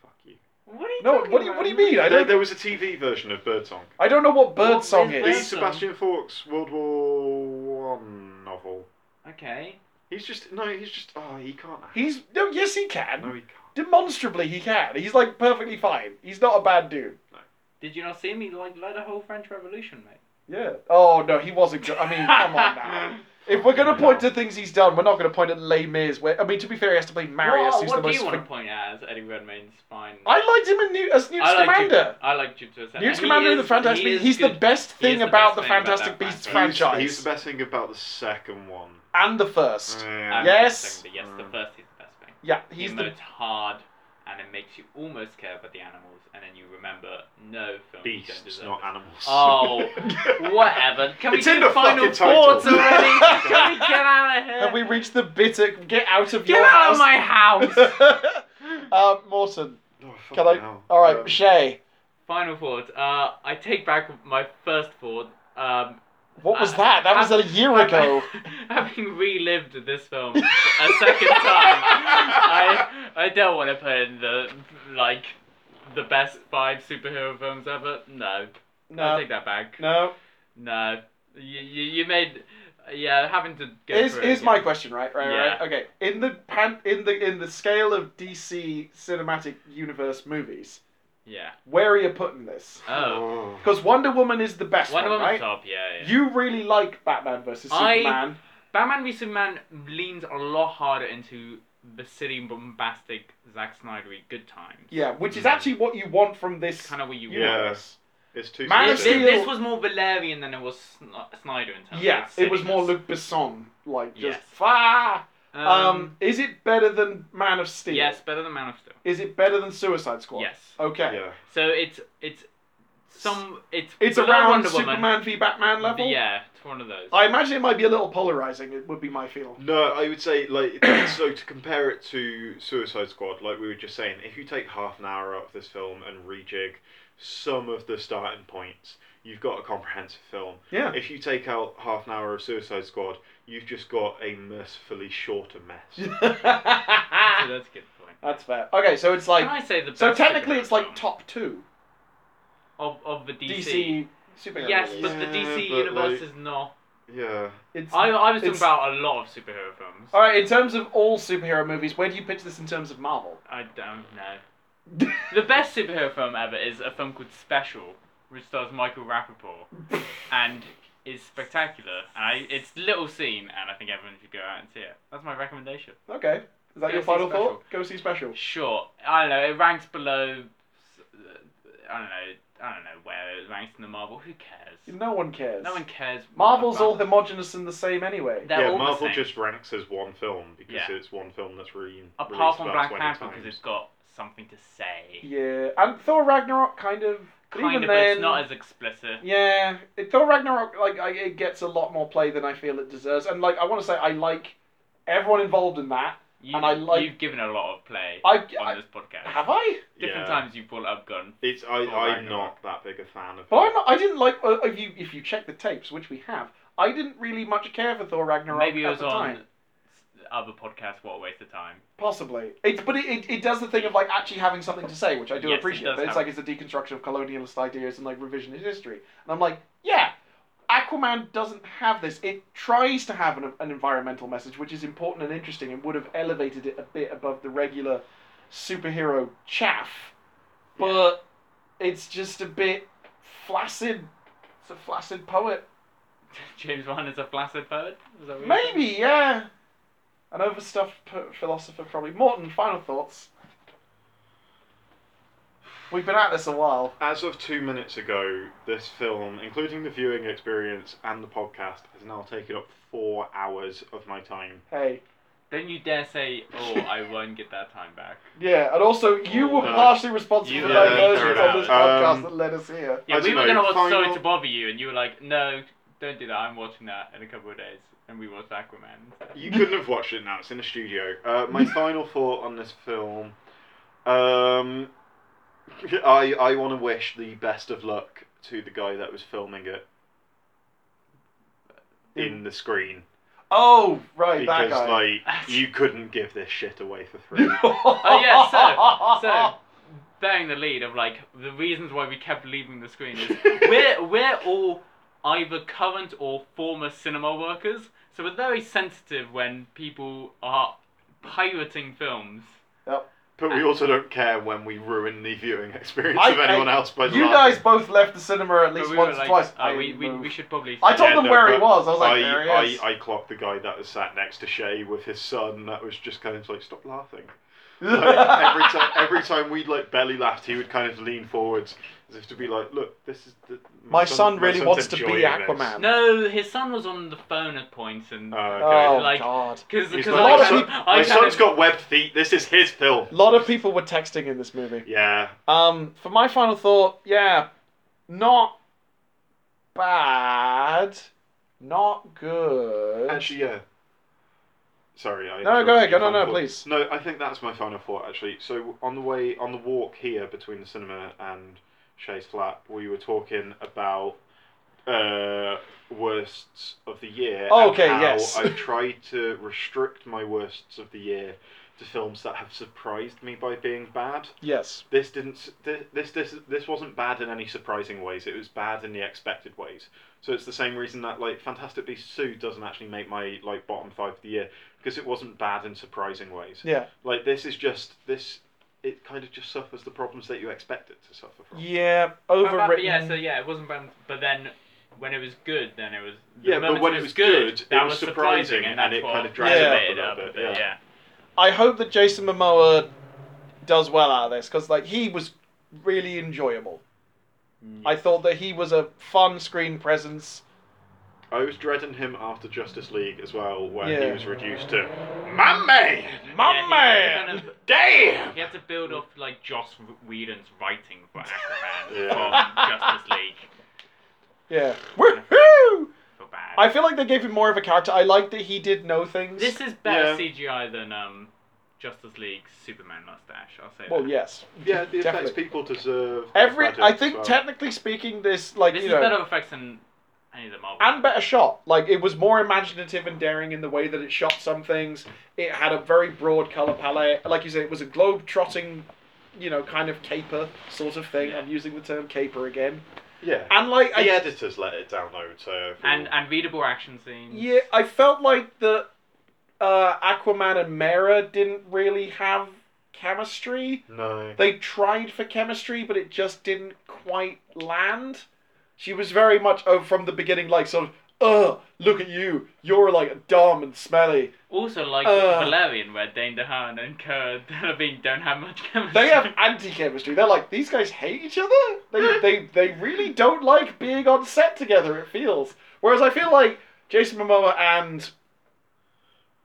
S2: Fuck you.
S3: What are you
S1: No,
S3: talking
S1: what do you what do you mean? I
S2: There,
S1: don't.
S2: there was a TV version of Birdsong.
S1: I don't know what Birdsong
S3: What is
S1: is.
S2: The
S1: um,
S3: Birdsong?
S2: Sebastian Fawkes World War One novel.
S3: about? Okay.
S2: He's just no. He's just oh, he can't. act.
S1: He's no. Yes, he
S2: no,
S1: can.
S2: he can't.
S1: Demonstrably, he can. He's like perfectly fine. He's not a bad dude.
S3: Did you not see me like led a whole French Revolution, mate?
S1: Yeah. Oh no, he wasn't. Good. I mean, come on now. If we're gonna point to things he's done, we're not gonna point at Les Mis. Where I mean, to be fair, he has to play Marius,
S3: what
S1: who's
S3: what
S1: the
S3: do
S1: most.
S3: you want to
S1: fa-
S3: point at as Eddie Redmayne's fine?
S1: I liked him in New- as Newt
S3: I like
S1: Scamander.
S3: Jupiter. I like Jupiter. Ascending.
S1: Newt
S3: And he
S1: Scamander in the
S3: is-
S1: Fantastic
S3: he is
S1: Beasts. He's the
S3: good.
S1: best
S3: He is
S1: thing
S3: the
S1: about
S3: best
S1: the
S3: thing about
S1: Fantastic
S3: that
S1: Beasts
S3: franchise.
S2: He's-
S1: franchise.
S2: He's the best thing about the second one. Uh,
S1: and the first.
S3: Um,
S2: Yeah.
S1: Yes.
S3: But yes, the
S2: Mm.
S3: first is the best thing.
S1: Yeah, he's
S3: he
S1: the
S3: emotes hard, and it makes you almost care about the animals, and then you remember no film. don't
S2: Beasts,
S3: deserve
S2: not
S3: it.
S2: animals.
S3: Oh, whatever. Can we
S2: It's
S3: do
S2: in the
S3: final
S2: fucking title.
S3: thoughts already? Can we get out of here?
S1: Have we reached the bit of get out of
S3: get
S1: your
S3: out
S1: house?
S3: of my house.
S1: uh, Morton,
S2: Oh,
S1: can
S2: fucking
S1: I?
S2: hell.
S1: All right,
S2: Um,
S1: Shay.
S3: final thought. Uh, I take back my first thought. Um,
S1: What was
S3: uh,
S1: that? That was
S3: uh,
S1: a year ago.
S3: Having relived this film a second time, I I don't want to put in the like the best five superhero films ever. No, I
S1: No,
S3: take that back.
S1: no.
S3: No, you you, you made yeah having to go
S1: Here's,
S3: through it
S1: here's
S3: again.
S1: my question, right? Right, right.
S3: Yeah.
S1: Okay. In the pan, in the in the scale of DC cinematic universe movies,
S3: yeah
S1: where are you putting this?
S3: oh
S2: Oh.
S1: Because Wonder Woman is the best
S3: Wonder
S1: one, right?
S3: Woman's top yeah, yeah.
S1: You really like Batman versus
S3: I-
S1: Superman.
S3: Batman v Superman leans a lot harder into the silly bombastic Zack Snydery good times
S1: Yeah, which is
S2: Mm.
S1: actually what you want from this.
S3: kind of what you
S2: Yeah.
S3: want.
S1: universe.
S2: It's too.
S1: Man of
S3: This,
S2: specific.
S1: Steel-
S3: this was more Valerian than it was Sn- uh, Snyder in terms
S1: Yeah,
S3: of its
S1: it was more
S3: silliness.
S1: Luc Besson, like just
S3: Yes.
S1: far.
S3: Um,
S1: Um, is it better than Man of Steel?
S3: yes, better than Man of Steel.
S1: Is it better than Suicide Squad?
S3: Yes.
S1: Okay.
S2: Yeah.
S3: So it's it's some it's
S1: It's
S3: below
S1: around
S3: Wonder
S1: Superman
S3: Woman.
S1: v Batman level.
S3: Yeah, it's one of those.
S1: I imagine it might be a little polarizing. It would be my feel.
S2: No, I would say like so to compare it to Suicide Squad, like we were just saying, if you take half an hour out of this film and rejig some of the starting points, you've got a comprehensive film.
S1: Yeah.
S2: If you take out half an hour of Suicide Squad, you've just got a mercifully shorter mess.
S3: so that's a good point.
S1: That's fair. Okay, so it's
S3: Can
S1: like
S3: I say the
S1: so
S3: best
S1: technically
S3: superhero
S1: it's like
S3: film
S1: top two
S3: of of the
S1: DC,
S3: DC.
S1: superhero
S3: yes,
S1: movies.
S3: but the
S2: Yeah,
S3: DC
S2: but,
S3: universe
S2: like-
S3: is not.
S2: yeah.
S1: It's,
S3: I I was talking
S1: it's-
S3: about a lot of superhero films.
S1: all right. In terms of all superhero movies, where do you pitch this in terms of Marvel?
S3: I don't know. The best superhero film ever is a film called Special, which stars Michael Rapaport, and is spectacular. And I, it's little seen, and I think everyone should go out and see it. That's my recommendation.
S1: okay, is that
S3: Go
S1: your
S3: see
S1: final
S3: Special.
S1: thought? Go see special.
S3: Sure, I don't know. It ranks below. uh, I don't know. I don't know where it ranks in the Marvel. Who cares?
S1: No one cares.
S3: No one cares.
S1: Marvel's
S3: about-
S1: all homogenous and the same anyway.
S3: They're
S2: yeah,
S3: all the
S2: Marvel
S3: same.
S2: just ranks as one film because
S3: Yeah.
S2: it's one film that's re-
S3: apart
S2: released
S3: from
S2: about
S3: Black
S2: 20
S3: Panther
S2: times.
S3: because it's got something to say.
S1: Yeah, and Thor Ragnarok kind of. but
S3: Kind
S1: even
S3: of, but
S1: then,
S3: it's not as explicit.
S1: Yeah, it- Thor Ragnarok like I, it gets a lot more play than I feel it deserves, and like I want to say I like everyone involved in that.
S3: You,
S1: And I like-
S3: You've given a lot of play
S1: I,
S3: on
S1: I
S3: this podcast.
S1: have I,
S3: Different
S2: Yeah.
S3: times you brought up Gun.
S2: It's I,
S3: Oh,
S2: I'm
S3: Ragnarok.
S2: not that big a fan of
S1: but I'm
S2: it.
S1: not. I didn't like. Uh, if you if you check the tapes, which we have, I didn't really much care for Thor Ragnarok
S3: Maybe it
S1: at
S3: was
S1: the
S3: on
S1: time.
S3: s- other podcasts. What a waste of time.
S1: Possibly. It's but it, it, it does the thing of like actually having something to say, which I do
S3: Yes, it
S1: appreciate.
S3: does
S1: but it's like
S3: have-
S1: it's a deconstruction of colonialist ideas and like revisionist history. And I'm like, yeah, Aquaman doesn't have this. It tries to have an, an environmental message, which is important and interesting, and would have elevated it a bit above the regular superhero chaff. But it's just a bit flaccid. It's a flaccid poet.
S3: James Wan is a flaccid poet. Is that what you're saying?
S1: Maybe, yeah. An overstuffed p- philosopher, probably. Morton, final thoughts. We've been at this a while.
S2: As of two minutes ago, this film, including the viewing experience and the podcast, has now taken up four hours of my time.
S1: Hey,
S3: Don't you dare say, "Oh, I won't get that time back."
S1: yeah, and also you were
S2: No.
S1: partially responsible
S3: You
S1: for
S2: were the
S1: diversions
S2: third
S1: on this
S2: out.
S1: podcast
S2: Um,
S1: that led us here.
S3: Yeah,
S2: I
S3: we
S2: don't
S3: were
S2: know,
S3: gonna watch
S2: final-
S3: Sorry to Bother You, and you were like, "No, don't do that. I'm watching that in a couple of days." And we watched Aquaman. instead.
S2: You couldn't have watched it now, it's in a studio. Uh, my final thought on this film um, I, I want to wish the best of luck to the guy that was filming it in the screen.
S1: Oh, right, that
S2: Because,
S1: guy.
S2: like, you couldn't give this shit away for free.
S1: oh
S3: yeah, so- so- bearing the lead of like the reasons why we kept leaving the screen is we're we're all either current or former cinema workers, so we're very sensitive when people are pirating films.
S2: But we also don't care when we ruin the viewing experience
S1: I-
S2: of anyone
S1: I-
S2: else by the
S1: you guys both left the cinema at
S3: But
S1: least
S3: we were
S1: once or
S3: like,
S1: twice.
S3: "Oh, we, we, we should probably.
S1: I told
S2: Yeah,
S1: them
S2: no,
S1: where he
S2: but
S1: was. I was like,
S2: I,
S1: there he is.
S2: I, I clocked the guy that was sat next to Shay with his son. That was just kind of like, stop laughing. Like, every time, every time we'd like belly laughed, he would kind of lean forwards as if to be like, look, this is the,
S1: My son really
S2: son's
S1: wants to be
S2: enjoying this."
S1: Aquaman.
S3: No, his son was on the phone at points and.
S2: Oh, okay.
S1: oh,
S3: Like-
S1: God.
S3: Because
S2: He's
S3: because
S2: like,
S1: a
S3: I
S1: lot
S2: my,
S1: of
S3: kind
S2: son,
S3: of, I
S2: my
S3: kind
S2: son's
S3: of-
S2: got webbed feet. This is his film.
S1: A lot of people were texting in this movie.
S2: Yeah,
S1: Um, for my final thought, yeah, not bad, not good.
S2: actually, yeah. Sorry, I
S1: No, go ahead,
S2: interrupted your
S1: go- no,
S2: final
S1: no,
S2: thought.
S1: please.
S2: No, I think that's my final thought actually. So on the way, on the walk here between the cinema and Shay's flat, we were talking about uh, worsts of the year.
S1: Oh,
S2: and
S1: okay,
S2: how
S1: yes.
S2: I've tried to restrict my worsts of the year to films that have surprised me by being bad.
S1: yes,
S2: This didn't. s- thi- This this this wasn't bad in any surprising ways. It was bad in the expected ways. So it's the same reason that like Fantastic Beasts Two doesn't actually make my like bottom five of the year because it wasn't bad in surprising ways.
S1: yeah,
S2: Like this is just this. It kind of just suffers the problems that you expect it to suffer from.
S1: yeah,
S3: but- but-
S1: overwritten.
S3: but Yeah, so yeah, it wasn't bad. But then when it was good, then it was. the
S2: Yeah, but
S3: moment
S2: when it was good, it
S3: that
S2: was surprising, and
S3: that's
S2: it
S3: what
S2: kind of dragged
S1: it up a
S3: elevated
S2: little bit, yeah.
S3: yeah.
S1: I hope that Jason Momoa does well out of this because like he was really enjoyable.
S2: Mm.
S1: I thought that he was a fun screen presence.
S2: I was dreading him after Justice League as well, where he
S1: Yeah.
S2: was reduced to my man,
S1: My
S3: Yeah, he-
S1: man!
S3: he kind of-
S2: damn.
S3: He had to build off like Joss Whedon's writing for Aquaman
S2: Yeah.
S3: from Justice League
S1: Yeah, woohoo!
S3: for bad.
S1: I feel like they gave him more of a character. I like that he did know things.
S3: This is better
S2: Yeah.
S3: CGI than um, Justice League Superman mustache. I'll say
S1: well,
S3: that.
S1: yes.
S2: Yeah, the effects
S1: Definitely.
S2: people deserve.
S1: Every,
S2: credit
S1: I
S2: as
S1: think
S2: well.
S1: technically speaking, this like
S3: This
S1: you
S3: is
S1: know,
S3: better effects than any of the Marvel.
S1: and better shot. Like it was more imaginative and daring in the way that it shot some things. It had a very broad color palette. Like you said, it was a globe trotting, you know, kind of caper sort of thing.
S3: Yeah.
S1: I'm using the term caper again.
S2: Yeah.
S1: And like
S2: the
S1: I,
S2: editors let it down though, so
S3: and and readable action scenes.
S1: yeah, I felt like the uh, Aquaman and Mera didn't really have chemistry.
S2: no.
S1: They tried for chemistry, but it just didn't quite land. She was very much oh, from the beginning, like sort of, ugh, look at you, you're like dumb and smelly.
S3: Also, like
S1: Uh.
S3: Valerian, where Dane DeHaan and Kerr Delevingne don't have much chemistry.
S1: They have anti-chemistry. They're like these guys hate each other. They they they really don't like being on set together. It feels. Whereas I feel like Jason Momoa and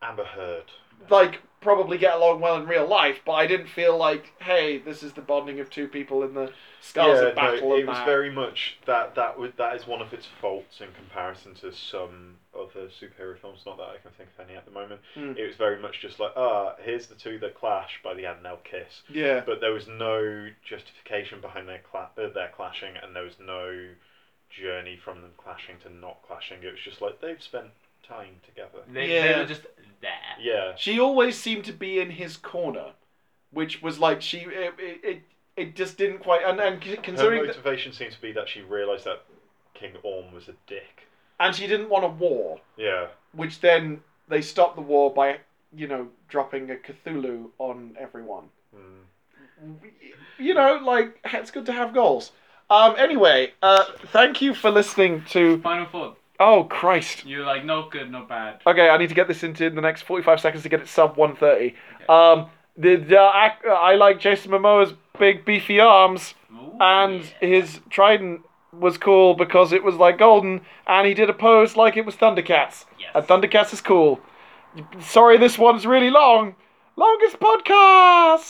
S2: Amber Heard.
S1: like probably get along well in real life, but I didn't feel like, hey, this is the bonding of two people in the scars
S2: yeah,
S1: of battle
S2: no, it
S1: and
S2: was
S1: that.
S2: very much that that was that is one of its faults in comparison to some other superhero films. Not that I can think of any at the moment.
S1: Mm.
S2: It was very much just like, ah, here's the two that clash by the end, they'll kiss.
S1: yeah.
S2: But there was no justification behind their cla- uh, their clashing, and there was no journey from them clashing to not clashing. It was just like they've spent time together.
S3: They,
S1: Yeah.
S3: they were just there.
S2: Yeah,
S1: She always seemed to be in his corner, which was like she it it, it, it just didn't quite and and c-
S2: her
S1: considering that,
S2: motivation seemed to be that she realised that King Orm was a dick.
S1: and she didn't want a war,
S2: Yeah,
S1: which then they stopped the war by you know dropping a Cthulhu on everyone.
S2: mm.
S1: you know, like it's good to have goals. Um, anyway, uh, thank you for listening to.
S3: Final thought.
S1: Oh Christ.
S3: You're like not good, not bad.
S1: Okay, I need to get this into the next forty-five seconds to get it sub one thirty. Um, the, the ac- I like Jason Momoa's big beefy arms
S3: Ooh,
S1: and
S3: yeah.
S1: his trident was cool because it was like golden and he did a pose like it was Thundercats.
S3: Yes.
S1: And Thundercats is cool. Sorry, this one's really long. Longest podcast.